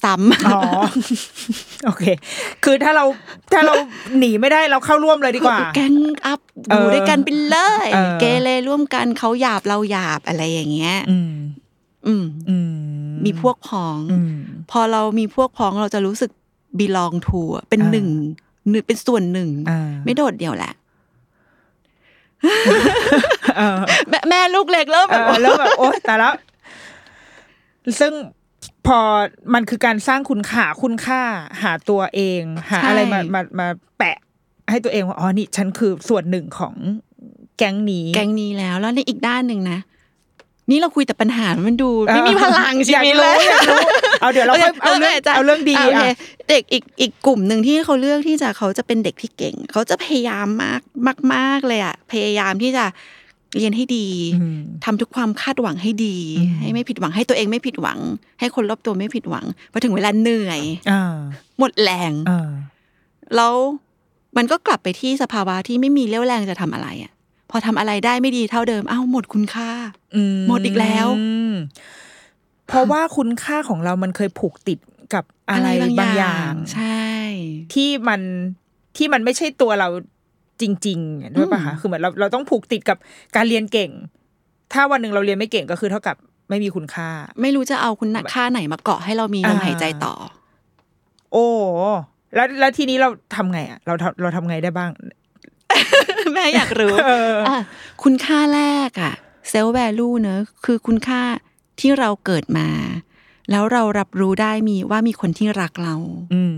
Speaker 3: ซ้ำ
Speaker 2: อ๋อ โอเค คือถ้าเราถ้าเราหนีไม่ได้เราเข้าร่วมเลยดีกว่า
Speaker 3: แก๊งอัพอ
Speaker 2: เออยู่
Speaker 3: ด้วยกันไปเลย
Speaker 2: เออ
Speaker 3: เกเรร่วมกันเขาหยาบเราหยาบอะไรอย่างเงี้ย
Speaker 2: อืม
Speaker 3: อืม
Speaker 2: อืม
Speaker 3: มีพวกพ้อง
Speaker 2: อืม
Speaker 3: พอเรามีพวกพ้องเราจะรู้สึก belong to อะเป็น
Speaker 2: อ่า
Speaker 3: หนึ่งหนึ่งเป็นส่วนหนึ่ง
Speaker 2: อ่า
Speaker 3: ไม่โดดเดี่ยวแหละ
Speaker 2: เออ
Speaker 3: แม่แม่ลูกเล็กเริ่ม
Speaker 2: เอ
Speaker 3: แบบ
Speaker 2: อแล้วแบบโอ๊ยแต่แล้ว ซึ่งพอมันคือการสร้างคุณค่าคุณค่า หาตัวเอง หาอะไรมามามาแปะให้ตัวเองว่าอ๋อนี่ฉันคือส่วนหนึ่งของแก๊งนี้
Speaker 3: แก๊งนี้แล้ว แล้วในอีกด้านหนึ่งนะ นี่เราคุยแต่ปัญหา มันดู ไม่มีพลังชี
Speaker 2: อยาก
Speaker 3: วิต
Speaker 2: รู้
Speaker 3: เลย
Speaker 2: อยากรู้เอาเดี๋ยวเราค่อยเอาเรื่อง
Speaker 3: จ้ะ
Speaker 2: เอาเรื่องดี
Speaker 3: ะโค
Speaker 2: อ่ะ
Speaker 3: เด็กอีกอีกกลุ่มหนึ่งที่เขาเลือกที่จะเขาจะเป็นเด็กที่เก่ง เขาจะพยายามมากมากมากเลยอ่ะ พยายามที่จะเรียนให้ดี
Speaker 2: อืม
Speaker 3: ทำทุกความคาดหวังให้ดี ให้ไม่ผิดหวังให้ตัวเองไม่ผิดหวัง ให้คนรอบตัวไม่ผิดหวังพอถึงเวลาเหนื่อย
Speaker 2: อ่า
Speaker 3: หมดแรง
Speaker 2: อ่า
Speaker 3: แล้วมันก็กลับไปที่สภาวะที่ไม่มีเรี่ยวแรงจะทำอะไรอ่ะ พอทำอะไรได้ไม่ดีเท่าเดิมอ้าวหมดคุณค่า
Speaker 2: อื
Speaker 3: หมดอีกแล้ว
Speaker 2: อืมเพราะว่าคุณค่าของเรามันเคยผูกติดกับอะไรบางอย่าง
Speaker 3: ใช่
Speaker 2: ที่มันที่มันไม่ใช่ตัวเราจริงๆด้วยป่ะคะคือเหมือนเราเราต้องผูกติดกับการเรียนเก่ง ถ้าวันหนึ่งเราเรียนไม่เก่งก็คือเท่ากับไม่มีคุณค่า
Speaker 3: ไม่รู้จะเอาคุณค่าไหนมาเกาะให้เรามีลม
Speaker 2: อ่า
Speaker 3: หายใจต่อ
Speaker 2: โอ้แล้วแล้วทีนี้เราทำไงอ่ะเราทำเราทำไงได้บ้าง
Speaker 3: แม่อยากรู้
Speaker 2: เออ
Speaker 3: อ่ะคุณค่าแรกอะเซลล์แวลูเนอะคือคุณค่าที่เราเกิดมา แล้วเรารับรู้ได้มีว่ามีคนที่รักเรา
Speaker 2: อืม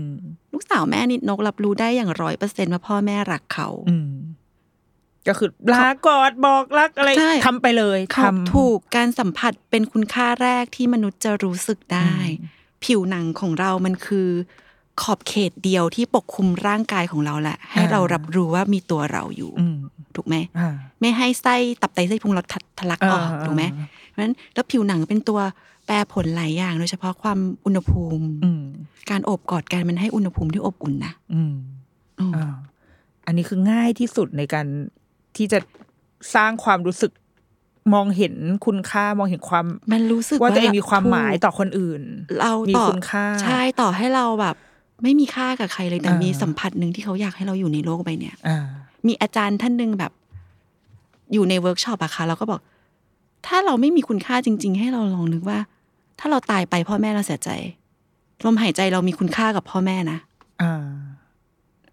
Speaker 3: ลูกสาวแม่นิดนกรับรู้ได้อย่างร้อยเปอร์เซ็นต์ว่าพ่อแม่รักเขา
Speaker 2: อืม ก็คือลากอดบอกรักอะไร
Speaker 3: ใช่
Speaker 2: ทำไปเลย
Speaker 3: เขา
Speaker 2: ทำ
Speaker 3: ถูกการสัมผัสเป็นคุณค่าแรกที่มนุษย์จะรู้สึกได้ ผิวหนังของเรามันคือ ขอบเขตเดียวที่ปกคลุมร่างกายของเราแหละ ให้
Speaker 2: อ่า
Speaker 3: เรารับรู้ว่ามีตัวเราอยู่
Speaker 2: อืม
Speaker 3: ถูกไหม
Speaker 2: อ่า
Speaker 3: ไม่ให้ไส้ตับไตไส้พุงเราทะทะลักออก
Speaker 2: อ่า
Speaker 3: ถูกไหม
Speaker 2: อ่า
Speaker 3: เพราะฉะนั้นแล้วผิวหนังเป็นตัวแปรผลหลายอย่างโดยเฉพาะความอุณหภูมิ
Speaker 2: อืม
Speaker 3: การโอบกอดกันมันให้อุณหภูมิที่อบอุ่นนะ
Speaker 2: อืม
Speaker 3: อืม
Speaker 2: อ่าอันนี้คือง่ายที่สุดในการที่จะสร้างความรู้สึกมองเห็นคุณค่ามองเห็นความ
Speaker 3: มันรู้สึก
Speaker 2: ว่าตัวเองมีความหมาย
Speaker 3: ถูก
Speaker 2: ต่อคนอื่น
Speaker 3: เรา
Speaker 2: มี
Speaker 3: ต่อ
Speaker 2: คุณค่า
Speaker 3: ใช่ต่อให้เราแบบ ไม่มีค่ากับใครเลยแต่
Speaker 2: อ่ามี
Speaker 3: มีสัมผัสหนึ่งที่เขาอยากให้เราอยู่ในโลกใบเนี้ย
Speaker 2: อ่า
Speaker 3: มีอาจารย์ท่านหนึ่งแบบ อยู่ในเวิร์กช็อปอะค่ะเราก็บอก ถ้าเราไม่มีคุณค่าจริง ๆ ให้เราลองนึกว่า ถ้าเราตายไปพ่อแม่เราเสียใจลมหายใจเรามีคุณค่ากับพ่อแม่นะ
Speaker 2: อ่า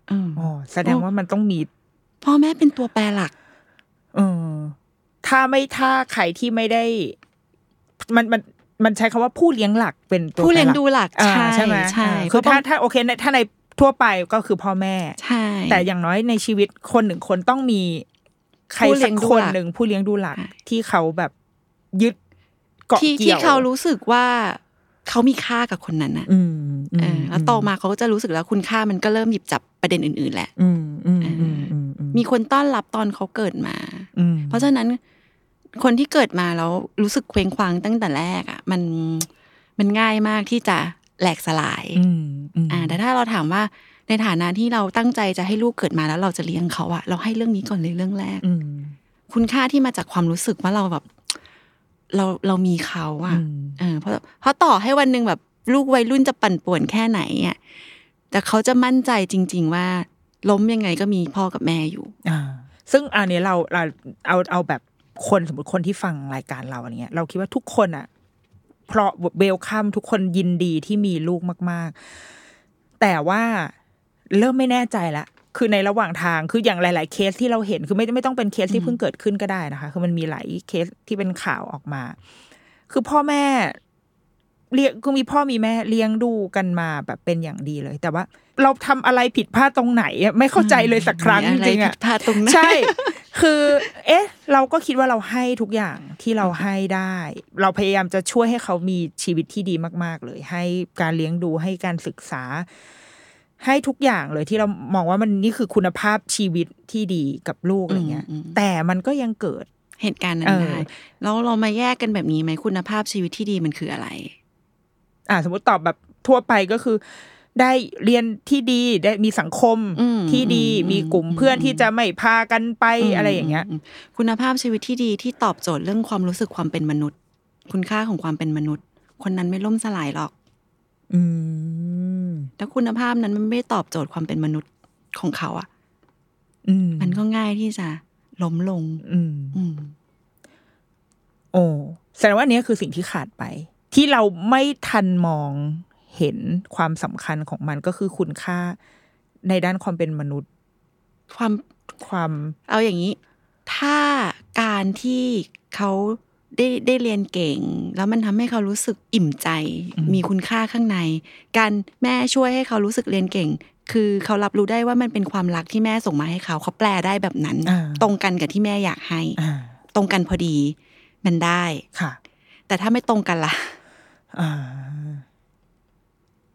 Speaker 3: เออ
Speaker 2: อ๋อแสดงว่ามันต้องมี
Speaker 3: พ่อแม่เป็นตัวแปรหลัก
Speaker 2: เออถ้าไม่ถ้าใครที่ไม่ได้ มันมันมันใช้คำว่าผู้เลี้ยงหลักเป็นตัว
Speaker 3: ผู้เลี้ยง
Speaker 2: แปร
Speaker 3: ดูหลัก
Speaker 2: อ่า
Speaker 3: ใช่
Speaker 2: ใช่ไหม
Speaker 3: ใช่
Speaker 2: อ่าคือ
Speaker 3: เพราะ
Speaker 2: ถ้า
Speaker 3: บาง
Speaker 2: ถ้าโอเคในถ้าในทั่วไปก็คือพ่อแม่
Speaker 3: ใช่
Speaker 2: แต่อย่างน้อยในชีวิตคนหนึ่งคนต้องมีใครสักคนหนึ่งผู้เลี้ยงดูหลักที่เขาแบบยึดเกาะ
Speaker 3: ที่
Speaker 2: เกี่
Speaker 3: ที่
Speaker 2: ยว
Speaker 3: เขารู้สึกว่า เขามีค่ากับคนนั้นนะ
Speaker 2: อืม
Speaker 3: เออแล้วโตมาเขาก็จะรู้สึกแล้วคุณค่ามันก็เริ่มหยิบจับประเด็นอื่น ๆ แหละ
Speaker 2: อืมอืมอืมอืมอื
Speaker 3: มีคนต้อนรับตอนเขาเกิดมา
Speaker 2: อืม
Speaker 3: เพราะฉะนั้นคนที่เกิดมาแล้วรู้สึกเคว้งคว้างตั้งแต่แรกอ่ะมันมันง่ายมากที่จะแหลกสลาย
Speaker 2: อืมอืม
Speaker 3: อ่าแต่ถ้าเราถามว่าในฐานะที่เราตั้งใจจะให้ลูกเกิดมาแล้วเราจะเลี้ยงเขาอะเราให้เรื่องนี้ก่อนเลยเรื่องแรก
Speaker 2: อืม
Speaker 3: คุณค่าที่มาจากความรู้สึกว่าเราแบบ เราเรามีเขา
Speaker 2: อื
Speaker 3: อะ
Speaker 2: ม
Speaker 3: เออเพราะเพราะต่อให้วันหนึ่งแบบ ลูกวัยรุ่นจะปั่นป่วนแค่ไหนอะแต่เขาจะมั่นใจจริง ๆ ว่า ล้มยังไงก็มีพ่อกับแม่อยู่
Speaker 2: อ่า ซึ่งอันนี้เราเราเอาเอาแบบคนสมมติคนที่ฟังรายการเราอะไรเงี้ย เราคิดว่าทุกคนอ่ะ เพราะเวลคัมทุกคนยินดีที่มีลูกมาก ๆ แต่ว่าเริ่มไม่แน่ใจละ คือในระหว่างทางคืออย่างหลาย ๆ เคสที่เราเห็นคือไม่ไม่ต้องเป็นเคสที่เพิ่งเกิดขึ้นก็ได้นะคะ คือมันมีหลายเคสที่เป็นข่าวออกมา คือพ่อแม่เลี้ยงคือมีพ่อมีแม่เลี้ยงดูกันมาแบบเป็นอย่างดีเลย แต่ว่าเราทำอะไรผิดพลาดตรงไหนอะไม่เข้าใจเลยสักครั้งจ
Speaker 3: มีอะไร
Speaker 2: ริงๆ
Speaker 3: ผิ
Speaker 2: อะ
Speaker 3: ดพลาดตรงไหน
Speaker 2: ใช่ คือ เอ๊ะ เราก็คิดว่าเราให้ทุกอย่างที่เราให้ได้ เราพยายามจะช่วยให้เขามีชีวิตที่ดีมาก ๆ เลย ให้การเลี้ยงดูให้การศึกษา ให้ทุกอย่างเลยที่เรามองว่ามันนี่คือคุณภาพชีวิตที่ดีกับลูกอะไรเงี้ย
Speaker 3: อืมอืม
Speaker 2: แต่มันก็ยังเกิด
Speaker 3: [laughs] เหตุการณ์นั้
Speaker 2: เอน อ
Speaker 3: ได้แล้วเรามาแยกกันแบบนี้ไหมคุณภาพชีวิตที่ดีมันคืออะไร
Speaker 2: อ่าสมมติตอบแบบทั่วไปก็คือ ได้เรียนที่ดีได้มีสังคม
Speaker 3: อืม
Speaker 2: ที่ดี
Speaker 3: อืม
Speaker 2: มีกลุ่ม
Speaker 3: อืม
Speaker 2: เพื่อนที่จะไม่พากันไป
Speaker 3: ม
Speaker 2: อะไรอย่างเงี้ย
Speaker 3: มคุณภาพชีวิตที่ดีที่ตอบโจทย์เรื่องความรู้สึกความเป็นมนุษย์ คุณค่าของความเป็นมนุษย์ คนนั้นไม่ล่มสลายหรอก
Speaker 2: อืม
Speaker 3: ถ้าคุณภาพนั้นมันไม่ตอบโจทย์ความเป็นมนุษย์ของเขาอ่ะ
Speaker 2: อืม
Speaker 3: มันก็ง่ายที่จะล้มลง
Speaker 2: อืม
Speaker 3: อืม
Speaker 2: โอ้แสดงว่าอันเนี้ยคือสิ่งที่ขาดไป ที่เราไม่ทันมองเห็นความสำคัญของมันก็คือคุณค่าในด้านความเป็นมนุษย์
Speaker 3: ความ
Speaker 2: ความ
Speaker 3: เอาอย่างนี้ ถ้าการที่เขาได้ได้เรียนเก่ง แล้วมันทำให้เขารู้สึกอิ่มใจ มีคุณค่าข้างใน การแม่ช่วยให้เขารู้สึกเรียนเก่ง คือเขารับรู้ได้ว่ามันเป็นความรักที่แม่ส่งมาให้เขาเขาแปลได้แบบนั้น
Speaker 2: อ่า
Speaker 3: ตรงกันกับที่แม่อยากให้
Speaker 2: อ่า
Speaker 3: ตรงกันพอดี มันได้
Speaker 2: ค่ะ
Speaker 3: แต่ถ้าไม่ตรงกันล่ะ
Speaker 2: อ่า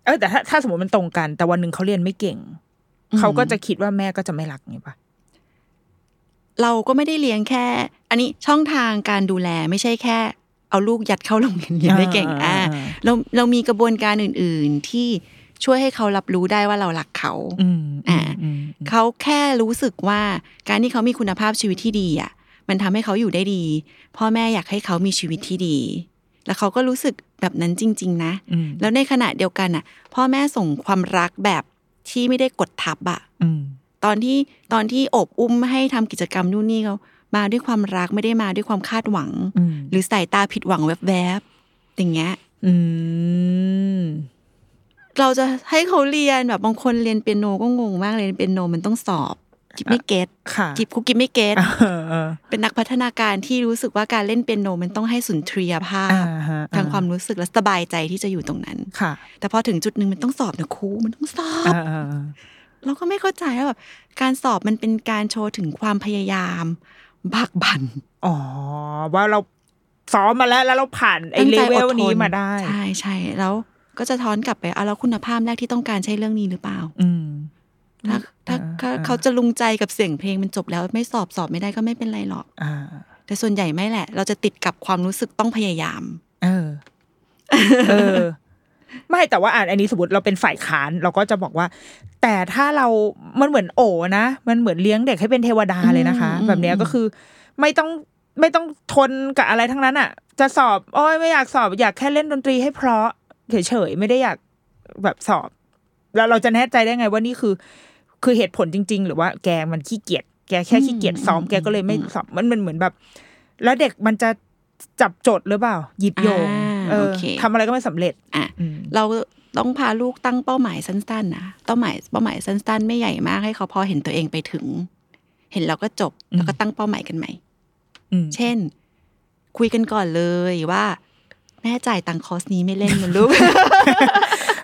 Speaker 2: เออแต่ถ้าถ้าสมมติมันตรงกัน แต่วันหนึ่งเขาเรียนไม่เก่ง
Speaker 3: อืม
Speaker 2: เขาก็จะคิดว่าแม่ก็จะไม่รักไงปะ
Speaker 3: เราก็ไม่ได้เลี้ยงแค่ อันนี้ช่องทางการดูแลไม่ใช่แค่ เอาลูกยัดเข้าโรงเรียนเรียนได้เก่งอ่า เราเรามีกระบวนการอื่น ๆ ที่ช่วยให้เขารับรู้ได้ว่าเรารักเขา
Speaker 2: อืม
Speaker 3: อ่า
Speaker 2: อืมอืม
Speaker 3: เขาแค่รู้สึกว่าการที่เขามีคุณภาพชีวิตที่ดีอ่ะ มันทำให้เขาอยู่ได้ดี พ่อแม่อยากให้เขามีชีวิตที่ดี แล้วเขาก็รู้สึกแบบนั้นจริง ๆ นะ
Speaker 2: อืม
Speaker 3: แล้วในขณะเดียวกันอ่ะ พ่อแม่ส่งความรักแบบที่ไม่ได้กดทับอ่ะ
Speaker 2: อืม
Speaker 3: ตอนที่ตอนที่โอบอุ้มให้ทำกิจกรรมนู่นนี่เขามาด้วยความรักไม่ได้มาด้วยความคาดหวัง
Speaker 2: อืม
Speaker 3: หรือสายตาผิดหวังแวบๆอย่างเงี้ย
Speaker 2: อืม
Speaker 3: เราจะให้เขาเรียนแบบบางคนเรียนเปียโนก็งงมากเลยเรียนเปียโนมันต้องสอบกิบไม่เก็ต
Speaker 2: ค่ะ
Speaker 3: กิบคุกกิบไม่เก็ต
Speaker 2: อ่าเออ
Speaker 3: เป็นนักพัฒนาการที่รู้สึกว่าการเล่นเปียโนมันต้องให้สุนทรียภา
Speaker 2: อ่า
Speaker 3: พ
Speaker 2: ฮะ
Speaker 3: ทางความรู้สึกและสบายใจที่จะอยู่ตรงนั้น
Speaker 2: ค่ะ
Speaker 3: แต่พอถึงจุดหนึ่งมันต้องสอบนะครูมันต้องสอบ
Speaker 2: อ่าอ่าอ่า
Speaker 3: เราก็ไม่เข้าใจว่าแบบการสอบมันเป็นการโชว์ถึงความพยายามบากบั่น
Speaker 2: อ๋อว่าเราซ้อมมาแล้วแล้วเราผ่านไอ้
Speaker 3: ตั้ง
Speaker 2: เล
Speaker 3: ใจ
Speaker 2: เว
Speaker 3: อด
Speaker 2: ล
Speaker 3: ท
Speaker 2: นี้
Speaker 3: น
Speaker 2: มาได้
Speaker 3: ใช่ใช่แล้วก็จะท้อนกลับไปเอาแล้วคุณภาพแรกที่ต้องการใช่เรื่องนี้หรือเปล่า
Speaker 2: อืม
Speaker 3: ถ้าถ้า
Speaker 2: อ่า
Speaker 3: ถ้า
Speaker 2: อ่า
Speaker 3: เขาจะลุงใจกับเสียงเพลงมันจบแล้วไม่สอบสอบไม่ได้ก็ไม่เป็นไรหรอก
Speaker 2: อ่า
Speaker 3: แต่ส่วนใหญ่ไม่แหละ เราจะติดกับความรู้สึกต้องพยายาม
Speaker 2: เออ [laughs] เออ ไม่แต่ว่าอ่านอันนี้สมมติเราเป็นฝ่ายค้านเราก็จะบอกว่า แต่ถ้าเรา มันเหมือนโอนะ มันเหมือนเลี้ยงเด็กให้เป็นเทวดาเลยนะคะ
Speaker 3: อืม
Speaker 2: แบบเนี้ยก็คือ ไม่ต้องไม่ต้องทนกับอะไรทั้งนั้นอ่ะ จะสอบโอ้ยไม่อยากสอบอยากแค่เล่นดนตรีให้เพราะเฉยๆไม่ได้อยากแบบสอบ แล้วเราจะแน่ใจได้ไงว่านี่คือ คือเหตุผลจริง ๆ หรือว่าแกมันขี้เกียจแกแค่ขี้เกียจซ้อมแกก็เลยไม่สอบมันมันเหมือนแบบ แล้วเด็กมันจะจับจดหรือเปล่า หยิบโยง
Speaker 3: อ่า
Speaker 2: เออ
Speaker 3: โอเค
Speaker 2: ทำอะไรก็ไม่สำเร็จ
Speaker 3: อ่ะ
Speaker 2: อืม
Speaker 3: เราต้องพาลูกตั้งเป้าหมายสั้นๆนะเป้าหมายเป้าหมายสั้น ๆ ไม่ใหญ่มากให้เขาพอเห็นตัวเองไปถึง เห็นเราก็จบแล้วก็ตั้งเป้าหมายกันใหม่
Speaker 2: อืม
Speaker 3: เช่น คุยกันก่อนเลยว่า แม่จ่ายตังค์คอร์สนี้ไม่เล่นนะลูก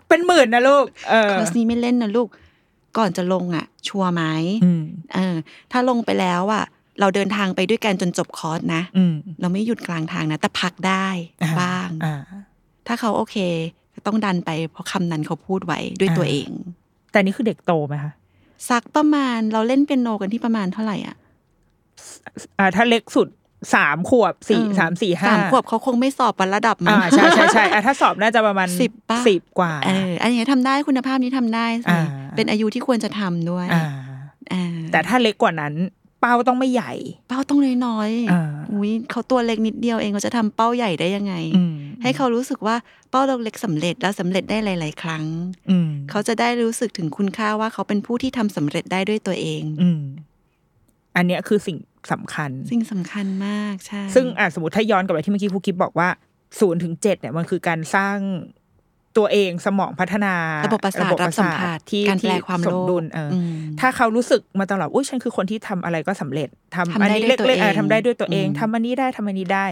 Speaker 2: เป็นหมื่นนะลูก เออ
Speaker 3: คอร์สนี้ไม่เล่นนะลูก ก่อนจะลงอ่ะ ชัวร์ไหม
Speaker 2: อืม
Speaker 3: เออถ้าลงไปแล้วอ่ะ เราเดินทางไปด้วยกันจนจบคอร์สนะ
Speaker 2: อืม
Speaker 3: เราไม่หยุดกลางทางนะ แต่พักได้
Speaker 2: อ่
Speaker 3: บ้าง
Speaker 2: อ่า
Speaker 3: ถ้าเขาโอเค ต้องดันไปเพราะคำนั้นเขาพูดไว้ด้วยตัวเอง
Speaker 2: แต่นี่คือเด็กโตไหมคะ
Speaker 3: สักประมาณเราเล่นเปียโนกันที่ประมาณเท่าไหร่อ่ะ
Speaker 2: อ่าถ้าเล็กสุดสามขวบสี่
Speaker 3: เออ
Speaker 2: สามสี่ห้า
Speaker 3: สามขวบเขาคงไม่สอบประดับมั้
Speaker 2: อ่าง ใช่ใช่ใช่อ่ะถ้าสอบน่าจะประมาณ
Speaker 3: สิบป่ะ
Speaker 2: สิบกว่า
Speaker 3: เอออันนี้ทำได้คุณภาพนี้ทำได้สิ
Speaker 2: อ่า
Speaker 3: เป็นอายุที่ควรจะทำด้วย
Speaker 2: อ่า
Speaker 3: อ่า
Speaker 2: แต่ถ้าเล็กกว่านั้น เป้าต้องไม่ใหญ่
Speaker 3: เป้าต้องน้อย
Speaker 2: อ่า
Speaker 3: อุ้ยเขาตัวเล็กนิดเดียวเองเขาจะทำเป้าใหญ่ได้ยังไง
Speaker 2: อืม
Speaker 3: ให้เขารู้สึกว่าเป้าเล็กๆสำเร็จแล้วสำเร็จได้หลาย ๆ ครั้ง
Speaker 2: อืม
Speaker 3: เขาจะได้รู้สึกถึงคุณค่าว่าเขาเป็นผู้ที่ทำสำเร็จได้ด้วยตัวเอง
Speaker 2: อืม อันเนี้ยคือสิ่งสำคัญ
Speaker 3: สิ่งสำคัญมากใช่
Speaker 2: ซึ่งอ่ะสมมติถ้าย้อนกลับไปที่เมื่อกี้ครูคิดบอกว่าศูนย์ถึงเจ็ดเนี่ยมันคือการสร้างตัวเองสมองพัฒนา
Speaker 3: ระบบประสาทรับสัมผัส
Speaker 2: ที่
Speaker 3: การแป
Speaker 2: ที่
Speaker 3: ลความ
Speaker 2: ส
Speaker 3: โล
Speaker 2: ม
Speaker 3: ภ
Speaker 2: ดุลเอออ
Speaker 3: ม
Speaker 2: ถ้าเขารู้สึกมาตลอดอุ้ยฉันคือคนที่ทำอะไรก็สำเร็จทำ
Speaker 3: ทำได้
Speaker 2: อันนี้
Speaker 3: ด้วยตัว
Speaker 2: เล็กๆอ่ะ
Speaker 3: เอง
Speaker 2: ทำได้ด้วยตัวเอง
Speaker 3: อืม
Speaker 2: ทำอันนี้ได้ทำอันนี้ได้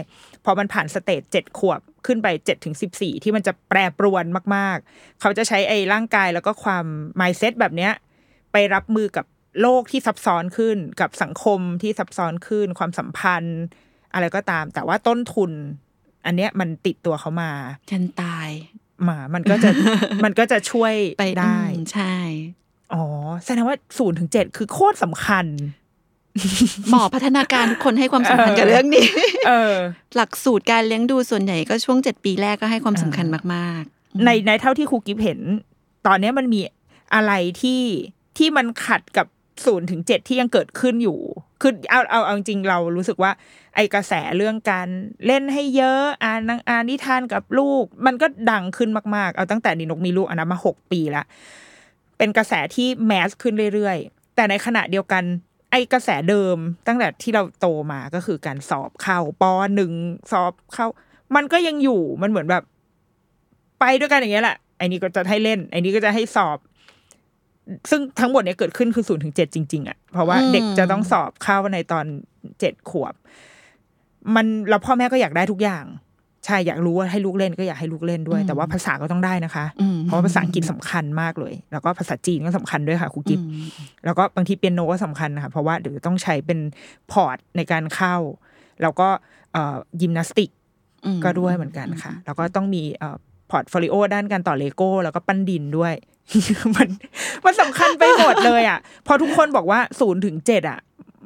Speaker 2: พอมันผ่านสเตจเจ็ดขวบขึ้นไปเจ็ดถึงสิบสี่ที่มันจะแปรปรวนมากๆ เขาจะใช้ไอ้ร่างกายแล้วก็ความ mindset แบบเนี้ย ไปรับมือกับโลกที่ซับซ้อนขึ้น กับสังคมที่ซับซ้อนขึ้น ความสัมพันธ์ อะไรก็ตาม แต่ว่าต้นทุน อันเนี้ยมันติดตัวเขามา
Speaker 3: ฉันตาย
Speaker 2: มา มันก็
Speaker 3: [laughs]
Speaker 2: จะ มันก็จะช่วย
Speaker 3: ไป
Speaker 2: ได้
Speaker 3: อืมใช่
Speaker 2: อ๋อแสดงว่าศูนย์ถึงเจ็ดคือโคตรสำคัญ
Speaker 3: หมอ [laughs] พัฒนาการทุกคนให้ความสำคัญกับเรื่องนี้ [laughs]
Speaker 2: เออ
Speaker 3: หลักสูตรการเลี้ยงดูส่วนใหญ่ก็ช่วงเจ็ดปีแรกก็ให้ความสำคัญ
Speaker 2: อ่าม
Speaker 3: มาก
Speaker 2: ในในเท่าที่ครูกิฟเห็น ตอนเนี้ยมันมีอะไรที่ที่มันขัดกับศูนย์ถึงเจ็ดที่ยังเกิดขึ้นอยู่คือเอาเอาเอาจริงๆเรารู้สึกว่า ไอกระแสเรื่องการเล่นให้เยอะอ่านหนังอ่านนิทานกับลูก มันก็ดังขึ้นมากๆ เอาตั้งแต่นินกมีลูกอันนั้นมาหกปีละเป็นกระแสที่แมสขึ้นเรื่อยๆ แต่ในขณะเดียวกัน ไอกระแสเดิมตั้งแต่ที่เราโตมาก็คือการสอบเข้าปหนึ่งสอบเข้า มันก็ยังอยู่มันเหมือนแบบ ไปด้วยกันอย่างเงี้ยแหละไอ้นี่ก็จะให้เล่นไอ้นี่ก็จะให้สอบ ซึ่งทั้งหมดเนี่ยเกิดขึ้นคือศูนย์ถึงเจ็ดจริง ๆอะ่ะเพราะว่าเด็กจะต้องสอบเข้าในตอนเจ็ดขวบ มันแล้วพ่อแม่ก็อยากได้ทุกอย่าง ใช่อยากรู้ว่าให้ลูกเล่นก็อยากให้ลูกเล่นด้วย แต่ว่าภาษาก็ต้องได้นะคะ
Speaker 3: ๆอืม
Speaker 2: เพราะว่าภาษาอังกฤษสำคัญมากเลย แล้วก็ภาษาจีนก็สำคัญด้วยค่ะครูกิฟ
Speaker 3: อืม
Speaker 2: แล้วก็บางทีเปียโนก็สำคัญนะคะ เพราะว่าเดี๋ยวจะต้องใช้เป็นพอร์ตในการเข้า แล้วก็เอ่อยิมนาสติก
Speaker 3: อืม
Speaker 2: ก็ด้วยเหมือนกันค่ะ แล้วก็ต้องมีเอ่อพอร์ตโฟลิโอด้านการต่อเลโก้ แล้วก็ปั้นดินด้วย [laughs] มันมันสำคัญไปหมดเลยอ่ะ พอทุกคนบอกว่าศูนย์ถึงเจ็ดอ่ะ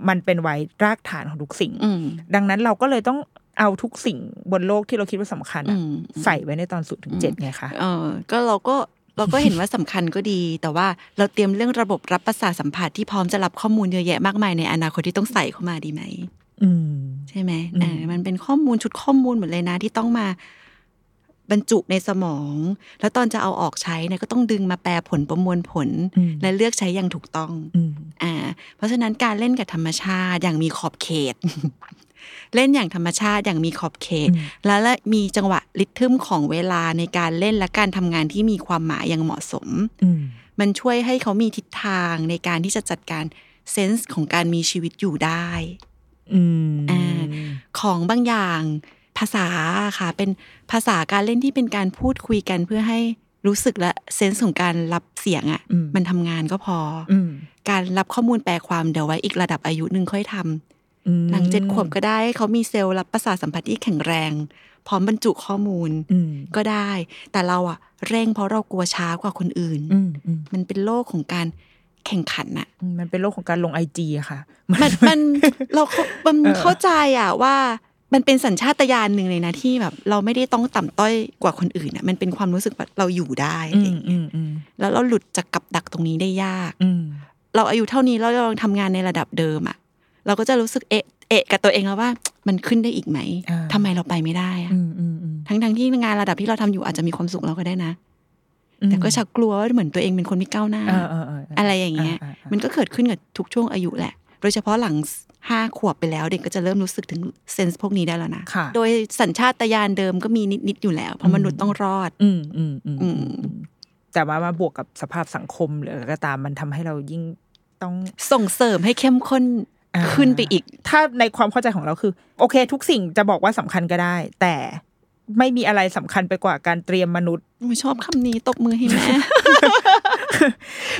Speaker 2: มันเป็นไว้รากฐานของทุกสิ่ง
Speaker 3: อืม
Speaker 2: ดังนั้นเราก็เลยต้องเอาทุกสิ่งบนโลกที่เราคิดว่าสำคัญ
Speaker 3: อื
Speaker 2: อะ
Speaker 3: ม
Speaker 2: ใส่ไว้ในตอนศูนย์ถึงเจ็ดไงคะ
Speaker 3: เออก็เราก็เราก็เห็นว่าสำคัญก็ดี แต่ว่าเราเตรียมเรื่องระบบรับประสาทสัมผัสที่พร้อมจะรับข้อมูลเยอะแยะมากมายในอนาคตที่ต้องใส่เข้ามาดีไหม
Speaker 2: อืม
Speaker 3: ใช่ไหม
Speaker 2: อืม
Speaker 3: เออมันเป็นข้อมูลชุดข้อมูลหมดเลยนะที่ต้องมาบรรจุในสมอง แล้วตอนจะเอาออกใช้เนี่ยก็ต้องดึงมาแปลผลประมวลผล
Speaker 2: อืม
Speaker 3: และเลือกใช้อย่างถูกต้อง
Speaker 2: อืม
Speaker 3: อ่าเพราะฉะนั้นการเล่นกับธรรมชาติอย่างมีขอบเขต [laughs] เล่นอย่างธรรมชาติอย่างมีขอบเขต
Speaker 2: อืม
Speaker 3: และและมีจังหวะริทึมของเวลาในการเล่นและการทำงานที่มีความหมายอย่างเหมาะสม
Speaker 2: อืม
Speaker 3: มันช่วยให้เขามีทิศทางในการที่จะจัดการเซนส์ของการมีชีวิตอยู่ได้
Speaker 2: อืม
Speaker 3: อ่า ของบางอย่างภาษาค่ะ เป็นภาษาการเล่นที่เป็นการพูดคุยกันเพื่อให้รู้สึกและเซนส์ของการรับเสียงอะ่ะ
Speaker 2: อืม
Speaker 3: มันทำงานก็พออ
Speaker 2: อืม
Speaker 3: การรับข้อมูลแปลความเดี๋ยวไว้อีกระดับอายุหนึ่งค่อยทำ
Speaker 2: อืม
Speaker 3: หลังเจ็ดขวบก็ได้ให้เขามีเซลล์รับประสาทสัมผัสที่แข็งแรง พร้อมบรรจุข้อมูล
Speaker 2: อืม
Speaker 3: ก็ได้ แต่เราอะเร่งเพราะเรากลัวช้ากว่าคนอื่น
Speaker 2: อืมอืม
Speaker 3: มันเป็นโลกของการแข่งขันอะ
Speaker 2: อืมมันเป็นโลกของการลงไอจีค่ะ
Speaker 3: มันมันเราเข้ามัน
Speaker 2: เออ
Speaker 3: เข้าใจอ่ะว่ามันเป็นสัญชาตญาณหนึ่งเลยนะที่แบบ เราไม่ได้ต้องต่ำต้อยกว่าคนอื่นอ่ะมันเป็นความรู้สึกว่าเราอยู่ได้อะ
Speaker 2: อืม
Speaker 3: ไรอย่างเงี้ย
Speaker 2: อืมอืม
Speaker 3: แล้วเราหลุดจากกับดักตรงนี้ได้ยาก
Speaker 2: อืม
Speaker 3: เราอายุเท่านี้แล้วเราลองทำงานในระดับเดิมอ่ะ เราก็จะรู้สึกเอะเอะกับตัวเองแล้วว่า มันขึ้นได้อีกไหมทำไมเราไปไม่ได้อ่ะ
Speaker 2: อืมอืมอืม
Speaker 3: ทั้งทั้งๆที่งานระดับที่เราทำอยู่อาจจะมีความสุขเราก็ได้นะ
Speaker 2: อืม
Speaker 3: แต่ก็ชักกลัวว่าเหมือนตัวเองเป็นคนไม่ก้าวหน้า
Speaker 2: เออเออเอออ
Speaker 3: อะไรอย่างเงี้ย
Speaker 2: อ่าอ่าอ่ามั
Speaker 3: มันก็เกิดขึ้นกับทุกช่วงอายุแหละ โดยเฉพาะหลังห้าขวบไปแล้วเด็กก็จะเริ่มรู้สึกถึงเซนส์พวกนี้ได้แล้วนะ
Speaker 2: ค่ะ
Speaker 3: โดยสัญชาตญาณเดิมก็มีนิด ๆ อยู่แล้ว เพราะมนุษย์ต้องรอด
Speaker 2: อืมอืมอืม
Speaker 3: อื
Speaker 2: อื
Speaker 3: ม
Speaker 2: มอืมแต่ว่ามาบวกกับสภาพสังคมหรืออะไรก็ตามมันทำให้เรายิ่งต้อง
Speaker 3: ส่งเสริมให้เข้มข้น
Speaker 2: อ่า
Speaker 3: ขึ้นไปอีก
Speaker 2: ถ้าในความเข้าใจของเราคือ โอเค ทุกสิ่งจะบอกว่าสำคัญก็ได้ แต่ไม่มีอะไรสำคัญไปกว่าการเตรียมมนุษย์
Speaker 3: หนูชอบคำนี้ตบมือให้แม่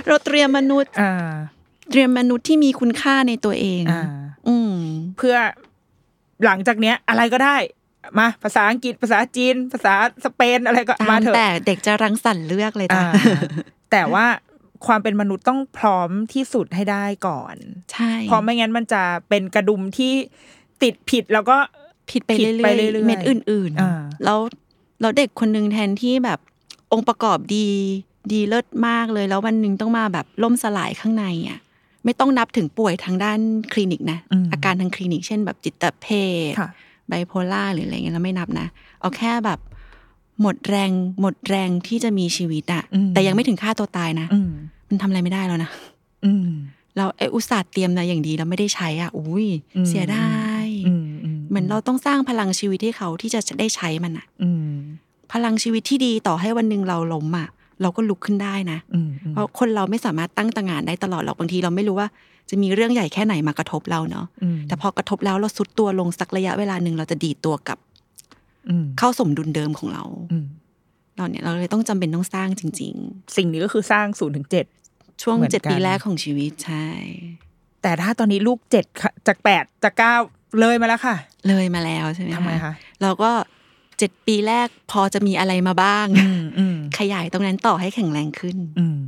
Speaker 3: เราเตรียมมนุษย์
Speaker 2: อ่า
Speaker 3: เตรียมมนุษย์ที่มีคุณค่าในตัวเอง
Speaker 2: อ่า
Speaker 3: อืม
Speaker 2: เพื่อหลังจากเนี้ยอะไรก็ได้ มาภาษาอังกฤษภาษาจีน ภาษาสเปนอะไรก็มา
Speaker 3: ตาม
Speaker 2: เถอะ
Speaker 3: แต่เด็กจะรังสรรค์เลือกเลยจ้ะ
Speaker 2: อ่าแต่ว่าความเป็นมนุษย์ต้องพร้อมที่สุดให้ได้ก่อน
Speaker 3: ใช่
Speaker 2: เพราะไม่งั้นมันจะเป็นกระดุมที่ติดผิดแล้วก็
Speaker 3: ผิดไป
Speaker 2: ผิ
Speaker 3: เรื่
Speaker 2: ดไป
Speaker 3: อย
Speaker 2: เรื่อย
Speaker 3: ๆ
Speaker 2: ๆ
Speaker 3: เม็ดอื่น
Speaker 2: อ่า
Speaker 3: ๆแล้วแล้วเด็กคนหนึ่งแทนที่แบบองค์ประกอบดีดีเลิศมากเลย แล้ววันหนึ่งต้องมาแบบล่มสลายข้างในอ่ะไม่ต้องนับถึงป่วยทางด้านคลินิกนะ อาการทางคลินิก เช่นแบบจิตเภท
Speaker 2: ค่ะ
Speaker 3: ไบโพล่าหรืออะไรเงี้ยเราไม่นับนะ เอาแค่แบบหมดแรงหมดแรงที่จะมีชีวิตอะ
Speaker 2: อืม
Speaker 3: แต่ยังไม่ถึงฆ่าตัวตายนะ
Speaker 2: อืม
Speaker 3: มันทำอะไรไม่ได้แล้วนะ
Speaker 2: อืม
Speaker 3: เราไออุตส่าห์เตรียมอะไรอย่างดีแล้วไม่ได้ใช้อ่ะอุ้ย
Speaker 2: อืม
Speaker 3: เสียดาย
Speaker 2: อืมอืม
Speaker 3: เหมือนเราต้องสร้างพลังชีวิตให้เขาที่จะได้ใช้มันอะ
Speaker 2: อืม
Speaker 3: พลังชีวิตที่ดีต่อให้วันหนึ่งเราล้มอะเราก็ลุกขึ้นได้นะ
Speaker 2: อืมอืม
Speaker 3: เพราะคนเราไม่สามารถตั้งตางานได้ตลอดหรอกบางทีเราไม่รู้ว่า จะมีเรื่องใหญ่แค่ไหนมากระทบเราเนาะ
Speaker 2: อืม
Speaker 3: แต่พอกระทบแล้วเราสุดตัวลงสักระยะเวลาหนึ่งเราจะดีดตัวกลับ
Speaker 2: อืม
Speaker 3: เข้าสมดุลเดิมของเรา
Speaker 2: อืม
Speaker 3: เราเนี่ยเราเลยต้องจำเป็นต้องสร้างจริง
Speaker 2: สิ่งนี้ก็คือสร้างศูนย์ถึงเจ็ด
Speaker 3: ๆ ช่วง
Speaker 2: เหมือน
Speaker 3: เจ็ด
Speaker 2: กัน
Speaker 3: ปีแรกของชีวิตใช่
Speaker 2: แต่ถ้าตอนนี้ลูกเจ็ดค่ะจากแปดจากเก้าเลยมาแล้วค่ะ
Speaker 3: เลยมาแล้วใช่ไหม
Speaker 2: ทำไงคะ
Speaker 3: เราก็เจ็ดปีแรกพอจะมีอะไรมาบ้าง
Speaker 2: อืมอืม
Speaker 3: ขยายตรงนั้นต่อให้แข็งแรงขึ้น
Speaker 2: อืม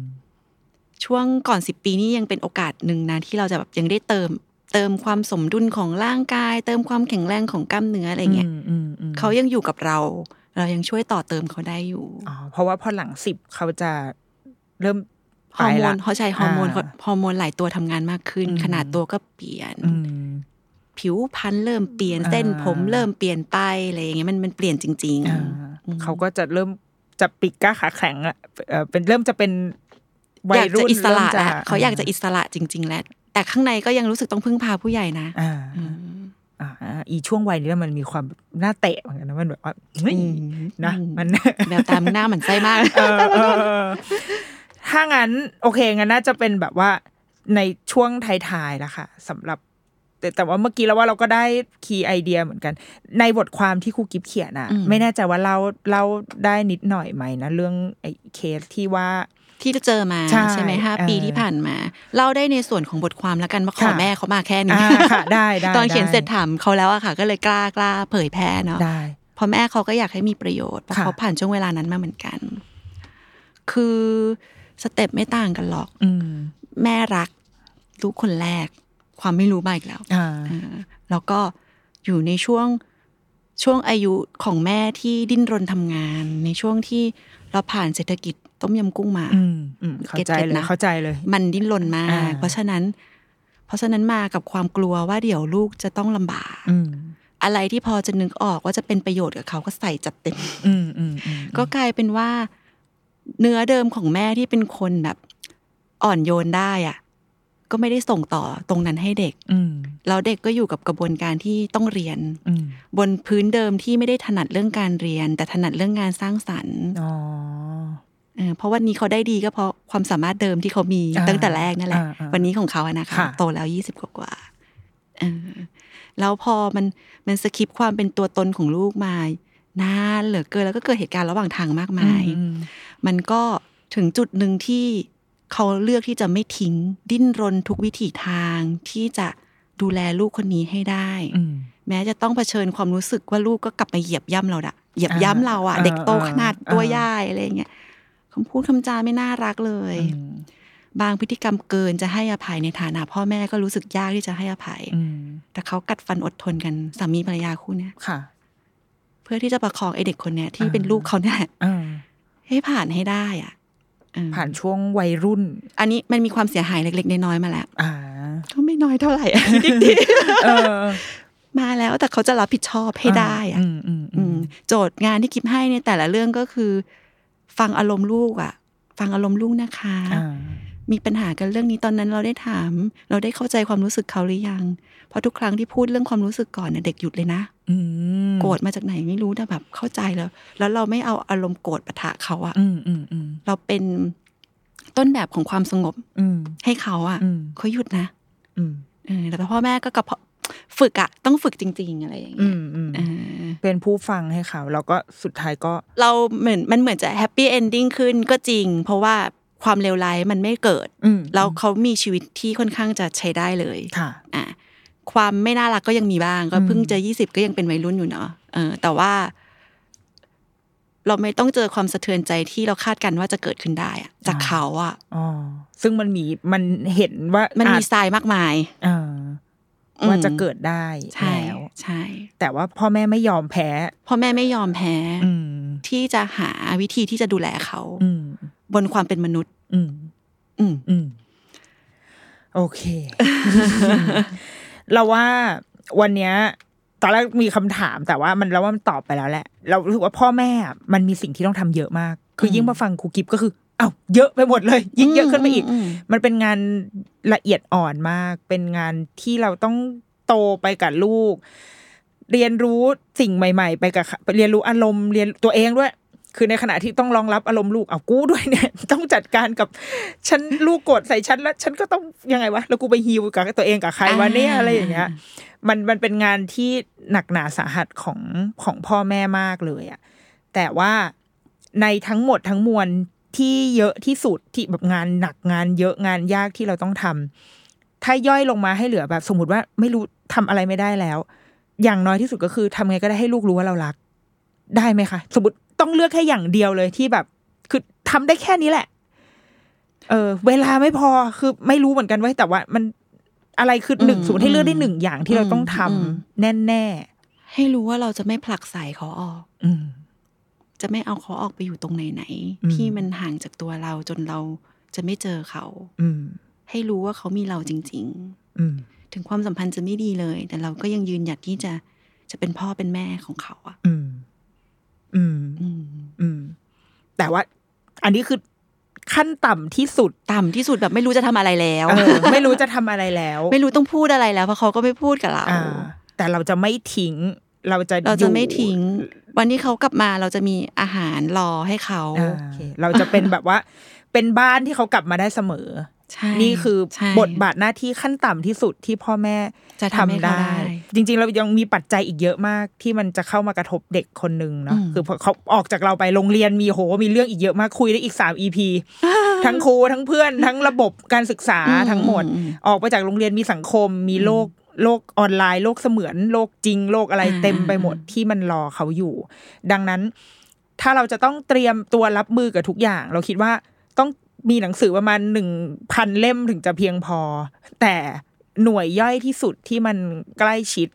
Speaker 3: ช่วงก่อนสิบปีนี่ยังเป็นโอกาสหนึ่งนะที่เราจะแบบยังได้เติม เติมความสมดุลของร่างกาย เติมความแข็งแรงของกล้ามเนื้ออะไรเงี้ย
Speaker 2: มอืมอืม
Speaker 3: เขายังอยู่กับเรา เรายังช่วยต่อเติมเขาได้อยู่
Speaker 2: อ๋อเพราะว่าพอหลังสิบเขาจะเริ่ม
Speaker 3: ฮอร์โม
Speaker 2: ไปละ
Speaker 3: นเขาใช้ฮอร์โมน
Speaker 2: อ่า
Speaker 3: ฮอร์โมนหลายตัวทำงานมากขึ้น
Speaker 2: อืม
Speaker 3: ขนาดตัวก็เปลี่ยน
Speaker 2: อืม
Speaker 3: ผิวพรรณเริ่มเปลี่ยน
Speaker 2: อ่า
Speaker 3: เส้นผมเริ่มเปลี่ยนไปอะไรอย่างเงี้ยมันมันเปลี่ยนจริง
Speaker 2: อ่า
Speaker 3: อืม
Speaker 2: เขาก็จะเริ่มจะปีกกล้าขาแข็งละเอ่อเป็นเริ่มจะเป็น
Speaker 3: ๆ
Speaker 2: วั
Speaker 3: อย ยาก
Speaker 2: รุ่
Speaker 3: จะ
Speaker 2: น
Speaker 3: อิสระ
Speaker 2: ริ่
Speaker 3: แล้
Speaker 2: ม
Speaker 3: วเขาอยากจะอิสระจริง ๆ แล้ว แต่ข้างในก็ยังรู้สึกต้องพึ่งพาผู้ใหญ่นะ
Speaker 2: อ่า
Speaker 3: อืม
Speaker 2: อ่าอีช่วงวัยนี้มันมีความหน้าเตะเหมือนกันนะมันแบบว่าเฮ้ย
Speaker 3: อืม
Speaker 2: นะ
Speaker 3: อืม
Speaker 2: มัน [laughs]
Speaker 3: แบบตามหน้าหมันไส้มาก
Speaker 2: เออเออเออถ้างั้น โอเคงั้นน่าจะเป็นแบบว่าในช่วงท้ายๆแล้วค่ะสำหรับ แต่แต่ว่าเมื่อกี้แล้วว่าเราก็ได้คีย์ไอเดียเหมือนกัน ในบทความที่ครูกิฟเขียนอ่ะ
Speaker 3: อืม
Speaker 2: ไม่แน่ใจว่าเล่าเล่าได้นิดหน่อยไหมนะ เรื่องไอ้เคสที่ว่า
Speaker 3: ที่จะเจอมา
Speaker 2: ใช่
Speaker 3: ใช่ไหมห้า
Speaker 2: เออ
Speaker 3: ปีที่ผ่านมาเล่าได้ในส่วนของบทความแล้วกันว่าขอ
Speaker 2: ค่ะ
Speaker 3: แม่เขามาแค่นี้
Speaker 2: อ่าค่ะได้ได้
Speaker 3: ตอนเขียน
Speaker 2: ได้
Speaker 3: เสร็จถามเขาแล้วอะค่ะ ก็เลยกล้ากล้าเผยแพร่เนาะ
Speaker 2: ได้
Speaker 3: เพราะแม่เขาก็อยากให้มีประโยชน์เพราะ
Speaker 2: ค่ะ
Speaker 3: เขาผ่านช่วงเวลานั้นมาเหมือนกัน คือสเต็ปไม่ต่างกันหรอก
Speaker 2: อืม
Speaker 3: แม่รักลูกคนแรก ความไม่รู้มาอีกแล้ว
Speaker 2: อ่า
Speaker 3: เออแล้วก็อยู่ในช่วงช่วงอายุของแม่ที่ดิ้นรนทำงาน ในช่วงที่เราผ่านเศรษฐกิจต้มยำกุ้งมา
Speaker 2: อืมอืมเข้าใจ
Speaker 3: เก็ต
Speaker 2: เลย
Speaker 3: นะ
Speaker 2: เข้าใจเลย
Speaker 3: มันดิ้นรนมา
Speaker 2: อ่า
Speaker 3: ก เพราะฉะนั้น เพราะฉะนั้นมากับความกลัวว่าเดี๋ยวลูกจะต้องลำบาก
Speaker 2: อืม
Speaker 3: อะไรที่พอจะนึกออกว่าจะเป็นประโยชน์กับเขาก็ใส่จัดเต็ม
Speaker 2: อืมอืมอืม
Speaker 3: ก็กลายเป็นว่า เนื้อเดิมของแม่ที่เป็นคนแบบอ่อนโยนได้อ่ะ ก็ไม่ได้ส่งต่อตรงนั้นให้เด็ก
Speaker 2: อืม
Speaker 3: แล้วเด็กก็อยู่กับกระบวนการที่ต้องเรียน
Speaker 2: อืม
Speaker 3: บนพื้นเดิมที่ไม่ได้ถนัดเรื่องการเรียน แต่ถนัดเรื่องงานสร้างสรรค์
Speaker 2: อ๋อ
Speaker 3: เออเพราะวันนี้เขาได้ดีก็เพราะความสามารถเดิมที่เขามี
Speaker 2: อ่า
Speaker 3: ตั้งแต่แรกนั่นแหละ
Speaker 2: อ่าอ่า
Speaker 3: วันนี้ของเขาอะนะคะ
Speaker 2: ค่ะ
Speaker 3: โตแล้วยี่สิบกว่าๆเออแล้วพอมันมันสคิปความเป็นตัวตนของลูกมานานเหลือเกินแล้วก็เกิดเหตุการณ์ระหว่างทางมากมาย
Speaker 2: อืม
Speaker 3: มันก็ถึงจุดหนึ่งที่เขาเลือกที่จะไม่ทิ้ง ดิ้นรนทุกวิถีทางที่จะดูแลลูกคนนี้ให้ได้
Speaker 2: อืม
Speaker 3: แม้จะต้องเผชิญความรู้สึกว่าลูกก็กลับมาเหยียบย่ำเราอะเหยียบย่ำเราอะ
Speaker 2: อ่า
Speaker 3: เด็กโตขนาดตัว
Speaker 2: อ่า
Speaker 3: ใหญ่อะไรเงี้ยคำพูดคำจาไม่น่ารักเลย
Speaker 2: อืม
Speaker 3: บางพฤติกรรมเกินจะให้อภัยในฐานะพ่อแม่ก็รู้สึกยากที่จะให้อภัย
Speaker 2: อืม
Speaker 3: แต่เขากัดฟันอดทนกันสามีภรรยาคู่เนี้ย
Speaker 2: ค่ะ
Speaker 3: เพื่อที่จะประคองไอเด็กคนเนี้ยที่เป็น
Speaker 2: อ่า
Speaker 3: ลูกเขาเนี่ยแหละ
Speaker 2: อ่า
Speaker 3: ให้ผ่านให้ได้อ่ะเออ
Speaker 2: ผ่านช่วงวัยรุ่น
Speaker 3: อันนี้มันมีความเสียหายเล็ก ๆ น้อยๆมาแล้ว
Speaker 2: อ่า
Speaker 3: [laughs] ก็ไม่น้อยเท่าไหร่อะ นิดเดียว
Speaker 2: เออ
Speaker 3: [laughs] มาแล้วแต่เขาจะรับผิดชอบให้ได้อะ
Speaker 2: อืมอืมอื
Speaker 3: อื
Speaker 2: ม
Speaker 3: มโจทย์งานที่กิฟให้ในแต่ละเรื่องก็คือ ฟังอารมณ์ลูกอะฟังอารมณ์ลูกนะคะ
Speaker 2: อ่า
Speaker 3: มีปัญหากันเรื่องนี้ตอนนั้นเราได้ถาม เราได้เข้าใจความรู้สึกเขาหรือยัง เพราะทุกครั้งที่พูดเรื่องความรู้สึกก่อนเนี่ยเด็กหยุดเลยนะ
Speaker 2: อืม
Speaker 3: โกรธมาจากไหนไม่รู้แต่แบบเข้าใจแล้ว แล้วเราไม่เอาอารมณ์โกรธปะทะเขาอะ
Speaker 2: อืมอืมอืม
Speaker 3: เราเป็นต้นแบบของความสงบ
Speaker 2: อืม
Speaker 3: ให้เขาอะ
Speaker 2: อืม
Speaker 3: เขาหยุดนะ
Speaker 2: อืม
Speaker 3: เออแต่พ่อแม่ก็กระเพาะฝึกอะต้องฝึกจริง ๆ อะไรอย่าง
Speaker 2: อื
Speaker 3: เงี้ย
Speaker 2: มอืม
Speaker 3: เออ
Speaker 2: เป็นผู้ฟังให้เขา แล้วก็สุดท้ายก็
Speaker 3: เราเหมือนมันเหมือนจะแฮปปี้เอนดิ้งขึ้นก็จริง เพราะว่าความเลวร้ายมันไม่เกิด
Speaker 2: อืม
Speaker 3: แล้วเขามีชีวิตที่ค่อนข้างจะใช้ได้เลย
Speaker 2: ค่ะ
Speaker 3: อ่ะความไม่น่ารักก็ยังมีบ้างก็
Speaker 2: อืม
Speaker 3: เพิ่งจะยี่สิบก็ยังเป็นวัยรุ่นอยู่เนาะ เออแต่ว่า เราไม่ต้องเจอความสะเทือนใจที่เราคาดกันว่าจะเกิดขึ้นได้อะจากเขาอ่ะ
Speaker 2: อ๋อซึ่งมันมีมันเห็นว่า
Speaker 3: มันมี
Speaker 2: อาจ
Speaker 3: ทรายมากมาย
Speaker 2: เอออ
Speaker 3: ม
Speaker 2: ว่าจะเกิดได้
Speaker 3: ใช่
Speaker 2: แล้ว
Speaker 3: ใช่
Speaker 2: แต่ว่าพ่อแม่ไม่ยอมแพ้
Speaker 3: พ่อแม่ไม่ยอมแพ้
Speaker 2: อืม
Speaker 3: ที่จะหาวิธีที่จะดูแลเขา
Speaker 2: อืม
Speaker 3: บนความเป็นมนุษย์
Speaker 2: อืม
Speaker 3: อืม
Speaker 2: อืม โอเค [laughs] เราว่าวันเนี้ยตอนแรกมีคำถามแต่ว่ามันเราว่ามันตอบไปแล้วแหละ เรารู้สึกว่าพ่อแม่อะมันมีสิ่งที่ต้องทำเยอะมาก คือยิ่งมาฟังครูกิฟก็คืออ้าวเยอะไปหมดเลย ยิ่งเยอะขึ้นไปอีก
Speaker 3: อืมอืม
Speaker 2: มันเป็นงานละเอียดอ่อนมาก เป็นงานที่เราต้องโตไปกับลูก เรียนรู้สิ่งใหม่ ๆ ไปกับเขาเรียนรู้อารมณ์เรียนตัวเองด้วย คือในขณะที่ต้องรองรับอารมณ์ลูกเอากูด้วยเนี่ย [laughs] ต้องจัดการกับฉันลูกโกรธใส่ฉันแล้ว ฉันก็ต้องยังไงวะแล้วกูไปฮิวกับตัวเองกับใครวะเนี่ยอะไรอย่างเงี้ย มันมันเป็นงานที่หนักหนาสาหัสของของพ่อแม่มากเลยอะแต่ว่าในทั้งหมดทั้งมวลที่เยอะที่สุดที่แบบงานหนักงานเยอะงานยากที่เราต้องทำถ้าย่อยลงมาให้เหลือแบบ สมมติว่าไม่รู้ทำอะไรไม่ได้แล้ว อย่างน้อยที่สุดก็คือทำไงก็ได้ให้ลูกรู้ว่าเรารัก ได้ไหมคะ สมมติต้องเลือกแค่อย่างเดียวเลยที่แบบ คือทำได้แค่นี้แหละ เออ เวลาไม่พอคือไม่รู้เหมือนกันไว้ยแต่ว่ามันอะไรคือหนึ่ง
Speaker 3: อืม
Speaker 2: สมมติให้เลือกได้
Speaker 3: อืม
Speaker 2: หนึ่งอย่าง ที่เราต้องทำ
Speaker 3: อืม
Speaker 2: แน่
Speaker 3: ให้รู้ว่าเราจะไม่ผลักใส่เขาออก
Speaker 2: ๆอืม
Speaker 3: จะไม่เอาเขาออกไปอยู่ตรงไหนไหนๆ
Speaker 2: อืม
Speaker 3: ที่มันห่างจากตัวเราจนเราจะไม่เจอเขา
Speaker 2: อืม
Speaker 3: ให้รู้ว่าเขามีเราจริง
Speaker 2: อืม
Speaker 3: ๆ ถึงความสัมพันธ์จะไม่ดีเลย แต่เราก็ยังยืนหยัดที่จะจะเป็นพ่อเป็นแม่ของเขาอ่ะ
Speaker 2: อืม อืม
Speaker 3: อืม
Speaker 2: อืม แต่ว่า อันนี้คือขั้นต่ำที่สุด
Speaker 3: ต่ำที่สุดแบบไม่รู้จะทำอะไรแล้ว
Speaker 2: เออ [laughs] ไม่รู้จะทำอะไรแล้ว
Speaker 3: ไม่รู้ต้องพูดอะไรแล้วเพราะเขาก็ไม่พูดกับเรา
Speaker 2: อ่า แต่เราจะไม่ทิ้ง เราจะ
Speaker 3: เราจะไม่
Speaker 2: อยู่
Speaker 3: ทิ้ง วันที่เขากลับมาเราจะมีอาหารรอให้เขา
Speaker 2: อ่าโอเคเราจะเป็นแบบว่า เป็นบ้านที่เขากลับมาได้เสมอ
Speaker 3: ใช่
Speaker 2: นี่คือ
Speaker 3: ใช่
Speaker 2: บทบาทหน้าที่ขั้นต่ำที่สุดที่พ่อแม่
Speaker 3: จะทำ
Speaker 2: ทำ
Speaker 3: ให้เขา
Speaker 2: ได้
Speaker 3: ได้
Speaker 2: จริง ๆ เรายังมีปัจจัยอีกเยอะมากที่มันจะเข้ามากระทบเด็กคนหนึ่งเนาะ
Speaker 3: อืม
Speaker 2: คือพอเขาออกจากเราไปโรงเรียนมีโหมีเรื่องอีกเยอะมากคุยได้อีกสามอีพีทั้งครูทั้งเพื่อน ทั้งระบบการศึกษาทั้งหมด
Speaker 3: อือื
Speaker 2: ออกไปจากโรงเรียนมีสังคม มีโลกโลกออนไลน์ โลกเสมือนโลกจริง โลกอะไร
Speaker 3: อ่า
Speaker 2: เต็มไปหมด
Speaker 3: อ่า
Speaker 2: ที่มันรอเขาอยู่ ดังนั้น ถ้าเราจะต้องเตรียมตัวรับมือกับทุกอย่าง เราคิดว่าต้องมีหนังสือประมาณหนึ่งพันเล่มถึงจะเพียงพอ แต่หน่วยย่อยที่สุดที่มันใกล้ชิด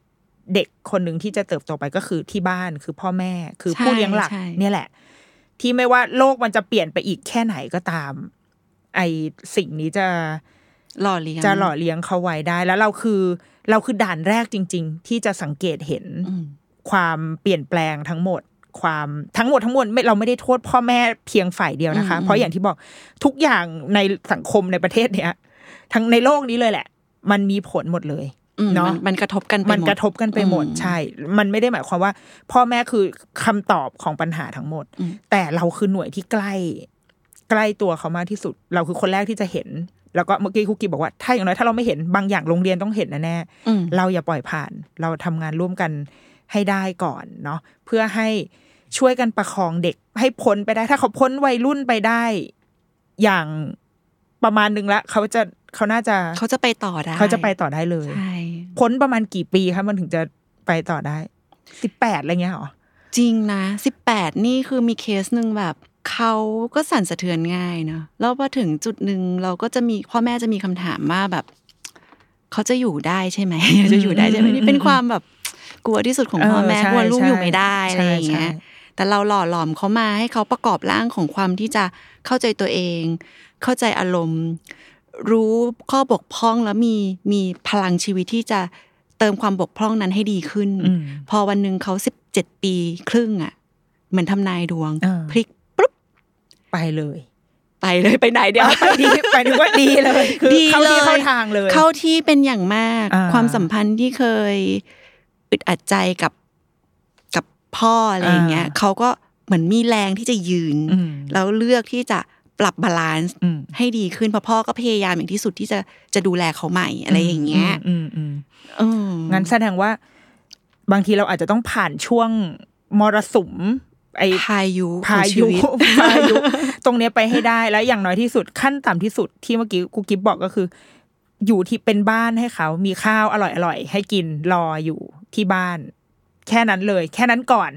Speaker 2: เด็กคนหนึ่งที่จะเติบโตไปก็คือที่บ้านคือพ่อแม่คือผู้เลี้ยงหลัก
Speaker 3: ใช่ใช่
Speaker 2: เนี่ยแหละ ที่ไม่ว่าโลกมันจะเปลี่ยนไปอีกแค่ไหนก็ตาม ไอสิ่งนี้จะ
Speaker 3: หล่อเลี้ยง
Speaker 2: จะหล่อเลี้ยงเขาไว้ได้ แล้วเราคือ เราคือด่านแรกจริง ๆ ที่จะสังเกตเห็น
Speaker 3: อืม
Speaker 2: ความเปลี่ยนแปลงทั้งหมด ความทั้งหมดทั้งมวลไม่เราไม่ได้โทษพ่อแม่เพียงฝ่ายเดียวนะคะ เพราะอย่างที่บอกทุกอย่างในสังคมในประเทศเนี้ยทั้งในโลกนี้เลยแหละ มันมีผลหมดเลย
Speaker 3: อืม
Speaker 2: เนาะ
Speaker 3: มันมันกระทบกันไป
Speaker 2: มัน
Speaker 3: หมด
Speaker 2: กระทบกันไปหมด
Speaker 3: อืม
Speaker 2: ใช่ มันไม่ได้หมายความว่า พ่อแม่คือคำตอบของปัญหาทั้งหมด
Speaker 3: อืม
Speaker 2: แต่เราคือหน่วยที่ใกล้ ใกล้ตัวเขามากที่สุด เราคือคนแรกที่จะเห็น แล้วก็เมื่อกี้คุกกี้บอกว่าถ้าอย่างน้อยถ้าเราไม่เห็นบางอย่างโรงเรียนต้องเห็นแน่ๆ
Speaker 3: อืม
Speaker 2: เราอย่าปล่อยผ่าน เราทำงานร่วมกันให้ได้ก่อนเนาะเพื่อให้ช่วยกันประคองเด็กให้พ้นไปได้ ถ้าเขาพ้นวัยรุ่นไปได้ อย่างประมาณนึงละเขาจะเขาน่าจะ
Speaker 3: เขาจะไปต่อได้
Speaker 2: เขาจะไปต่อได้เลย
Speaker 3: ใช่
Speaker 2: พ้นประมาณกี่ปีคะมันถึงจะไปต่อได้สิบแปดอะไรเงี้ยเหรอ
Speaker 3: จริงนะสิบแปดนี่คือมีเคสหนึ่งแบบเขาก็สั่นสะเทือนง่ายเนอะแล้วพอถึงจุดหนึ่งเราก็จะมีพ่อแม่จะมีคำถามว่าแบบเขาจะอยู่ได้ใช่ไหม [laughs] จะอยู่ได้ใช่ไหมนี่เป็นความแบบกลัวที่สุดของพ่อแม่
Speaker 2: เใช่
Speaker 3: กลัวลูกอยู่
Speaker 2: ใช่
Speaker 3: ไม่ได้อะไรอย่างเงี้ย
Speaker 2: ใช่ใช่
Speaker 3: แต่เราหล่อหลอมเขามาให้เขาประกอบร่างของความที่จะเข้าใจตัวเอง เข้าใจอารมณ์ รู้ข้อบกพร่องแล้วมีมีพลังชีวิตที่จะเติมความบกพร่องนั้นให้ดีขึ้น
Speaker 2: อืม
Speaker 3: พอวันหนึ่งเขาสิบเจ็ดปีครึ่งอ่ะ เหมือนทำนายดวง
Speaker 2: อ่า
Speaker 3: พลิกปุ๊บ
Speaker 2: ไปเลย
Speaker 3: ไปเลยไปไหนเดี๋ยว
Speaker 2: [laughs] ไปดีไปถึงว่าดีเลยคือ
Speaker 3: ดี
Speaker 2: เข้า
Speaker 3: เลย
Speaker 2: ที่เข้าทางเลย
Speaker 3: เข้าที่เป็นอย่างมาก
Speaker 2: อ่า
Speaker 3: ความสัมพันธ์ที่เคยอึดอัดใจกับกับพ่ออะไรอย่างเงี้ย
Speaker 2: อ่า
Speaker 3: เขาก็เหมือนมีแรงที่จะยืน
Speaker 2: อืม
Speaker 3: แล้วเลือกที่จะปรับบาลานซ์
Speaker 2: อืม
Speaker 3: ให้ดีขึ้นเพราะพ่อก็พยายามอย่างที่สุดที่จะจะดูแลเขาใหม่อะไรอย่างเงี้ย
Speaker 2: อืมอืม
Speaker 3: อืม
Speaker 2: งั้นแสดงว่าบางทีเราอาจจะต้องผ่านช่วงมรสุมไอ
Speaker 3: พายุ
Speaker 2: พา
Speaker 3: ของชี
Speaker 2: ยุ [laughs]
Speaker 3: วิ [laughs] ต
Speaker 2: พายุ ตรงเนี้ยไปให้ได้แล้วอย่างน้อยที่สุดขั้นต่ำที่สุดที่เมื่อกี้กูกิฟบอกก็คือ อยู่ที่เป็นบ้านให้เขา มีข้าวอร่อยๆให้กินรออยู่ที่บ้าน แค่นั้นเลย แค่นั้นก่อน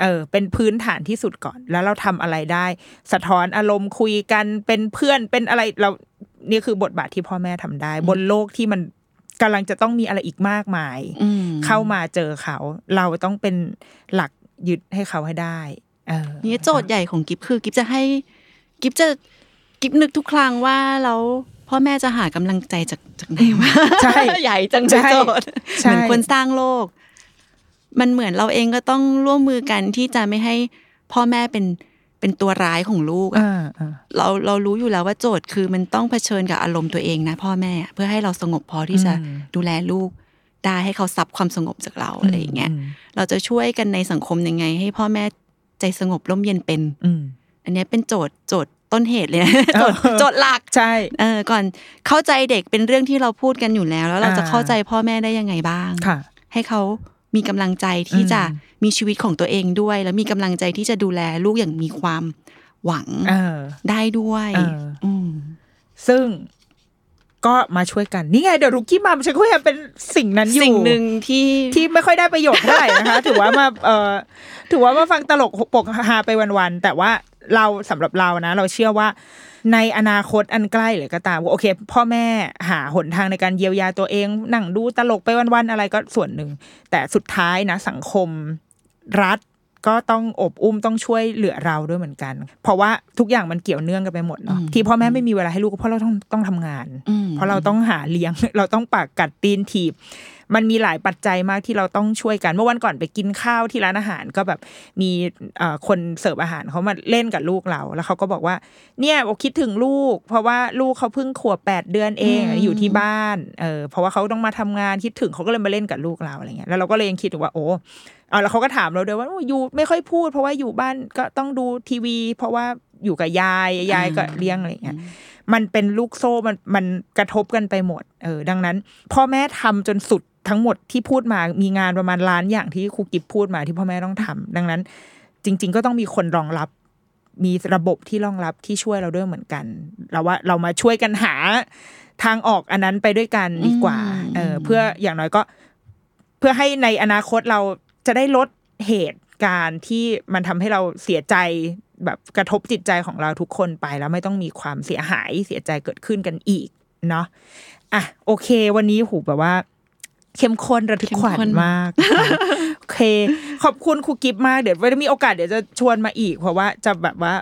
Speaker 2: เออ เป็นพื้นฐานที่สุดก่อน แล้วเราทำอะไรได้ สะท้อนอารมณ์คุยกันเป็นเพื่อนเป็นอะไรเรานี่คือบทบาทที่พ่อแม่ทำได้ บนโลกที่มันกำลังจะต้องมีอะไรอีกมากมาย
Speaker 3: อืม
Speaker 2: เข้ามาเจอเขา เราต้องเป็นหลักยึดให้เขาให้ได้ เออ
Speaker 3: เนี่ยโจทย์ใหญ่ของกิฟคือกิฟจะให้กิฟจะกิฟนึกทุกครั้งว่าแล้วพ่อแม่จะหากำลังใจจากจากไหนวะ
Speaker 2: ใช่
Speaker 3: ใหญ่จังเล
Speaker 2: ใช่
Speaker 3: ยโจทย์
Speaker 2: ใช่
Speaker 3: เหมือนคนสร้างโลก มันเหมือนเราเองก็ต้องร่วมมือกันที่จะไม่ให้พ่อแม่เป็นเป็นตัวร้ายของลูกอะ
Speaker 2: อ่าอ่า
Speaker 3: เราเรารู้อยู่แล้วว่าโจทย์คือมันต้องเผชิญกับอารมณ์ตัวเองนะพ่อแม่อะเพื่อให้เราสงบพอที่จะ
Speaker 2: อืม
Speaker 3: ดูแลลูก ได้ให้เขาซับความสงบจากเราอะไรอย่างเงี้ยเราจะช่วยกันในสังคมยังไง ให้พ่อแม่ใจสงบร่มเย็นเป็น
Speaker 2: อืม
Speaker 3: อันเนี้ยเป็นโจทย์โจทย์ต้นเหตุเลย
Speaker 2: [laughs]
Speaker 3: นะ โจทย์
Speaker 2: เออ
Speaker 3: โจทย์หลัก
Speaker 2: ใช่
Speaker 3: เออก่อนเข้าใจเด็กเป็นเรื่องที่เราพูดกันอยู่แล้ว แล้วเราจะ
Speaker 2: อ่า
Speaker 3: เข้าใจพ่อแม่ได้ยังไงบ้าง
Speaker 2: ค่ะ
Speaker 3: ให้เขามีกำลังใจที่
Speaker 2: อืม
Speaker 3: จะมีชีวิตของตัวเองด้วย แล้วมีกำลังใจที่จะดูแลลูกอย่างมีความหวัง
Speaker 2: เออ
Speaker 3: ได้ด้วย
Speaker 2: เออ
Speaker 3: ม
Speaker 2: ซึ่งก็มาช่วยกัน นี่ไงเดี๋ยวรุกกี้มัมฉันก็ยังเป็นสิ่งนั้นอยู่
Speaker 3: สิ่งหนึ่งที่
Speaker 2: ที่ไม่ค่อยได้ประโยชน์เท่าไหร่นะคะ ถือว่ามาเอ่อถือว่ามาฟังตลกปกฮาไปวันๆแต่ว่าเราสำหรับเรานะ เราเชื่อว่า ในอนาคตอันใกล้หรือก็ตามโอเค พ่อแม่หาหนทางในการเยียวยาตัวเอง นั่งดูตลกไปวันๆอะไรก็ส่วนหนึ่ง แต่สุดท้ายนะ สังคมรัฐก็ต้องอบอุ้มต้องช่วยเหลือเราด้วยเหมือนกัน เพราะว่าทุกอย่างมันเกี่ยวเนื่องกันไปหมดเนาะที่พ่อแม่ไม่มีเวลาให้ลูกก็เพราะเราต้องต้องทำงาน
Speaker 3: อืม
Speaker 2: เพราะเราต้องหาเลี้ยง [laughs] เราต้องปากกัดตีนถีบ มันมีหลายปัจจัยมากที่เราต้องช่วยกัน เมื่อวันก่อนไปกินข้าวที่ร้านอาหารก็แบบมีเอ่อคนเสิร์ฟอาหารเขามาเล่นกับลูกเรา แล้วเขาก็บอกว่า เนี่ยโอคิดถึงลูก เพราะว่าลูกเขาเพิ่งขวบแปดเดือนเองอยู่ที่บ้านเออเพราะว่าเขาต้องมาทำงานคิดถึงเขาก็เลยมาเล่นกับลูกเราอะไรเงี้ยแล้วเราก็เลยยังคิดอยู่ว่าโอ้เอาแล้วเขาก็ถามเราด้วยว่าอยู่ไม่ค่อยพูด เพราะว่าอยู่บ้านก็ต้องดูทีวี เพราะว่าอยู่กับยายยายก็เลี้ยงอะไรเงี้ย มันเป็นลูกโซ่มันมันกระทบกันไปหมด เออ ดังนั้น พ่อแม่ทำจนสุดทั้งหมดที่พูดมามีงานประมาณล้านอย่างที่ครูกิบพูดมาที่พ่อแม่ต้องทำดังนั้น จริง ๆ ก็ต้องมีคนรองรับ มีระบบที่รองรับที่ช่วยเราด้วยเหมือนกันเราว่าเรามาช่วยกันหาทางออกอันนั้นไปด้วยกันดีกว่า เออ เพื่ออย่างน้อยก็ เพื่อให้ในอนาคตเราจะได้ลดเหตุการณ์ที่มันทำให้เราเสียใจแบบกระทบจิตใจของเราทุกคนไปแล้วไม่ต้องมีความเสียหายเสียใจเกิดขึ้นกันอีกเนาะอ่ะโอเค วันนี้หูแบบว่า เข้มข้นระทึกขวัญมากโอเค ขอบคุณครูกิฟต์มากเดี๋ยวไว้มีโอกาสเดี๋ยวจะชวนมาอีก เพราะว่าจะแบบว่า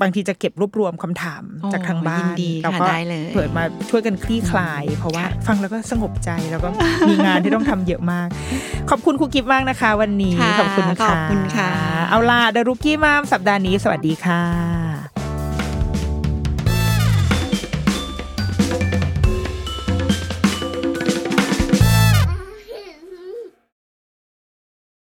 Speaker 2: บางทีจะเก็บรวบรวมคำถามจากทางบ้า
Speaker 3: โอ้ยิ
Speaker 2: น
Speaker 3: ดี
Speaker 2: แล้ว
Speaker 3: ค่ะ
Speaker 2: ก็
Speaker 3: ได้เลย
Speaker 2: เปิดมาช่วยกันคลี่คลาย เพราะว่าฟังแล้วก็สงบใจแล้วก็มีงานที่ต้องทำเยอะมาก [laughs] ขอบคุณครูกิฟมากนะคะ วันนี้
Speaker 3: ค่ะ
Speaker 2: ขอบคุณค่ะ
Speaker 3: ขอบคุณค่ะ
Speaker 2: เอาล่ะดารุกี้มามสัปดาห์นี้ สวัสดีค่ะ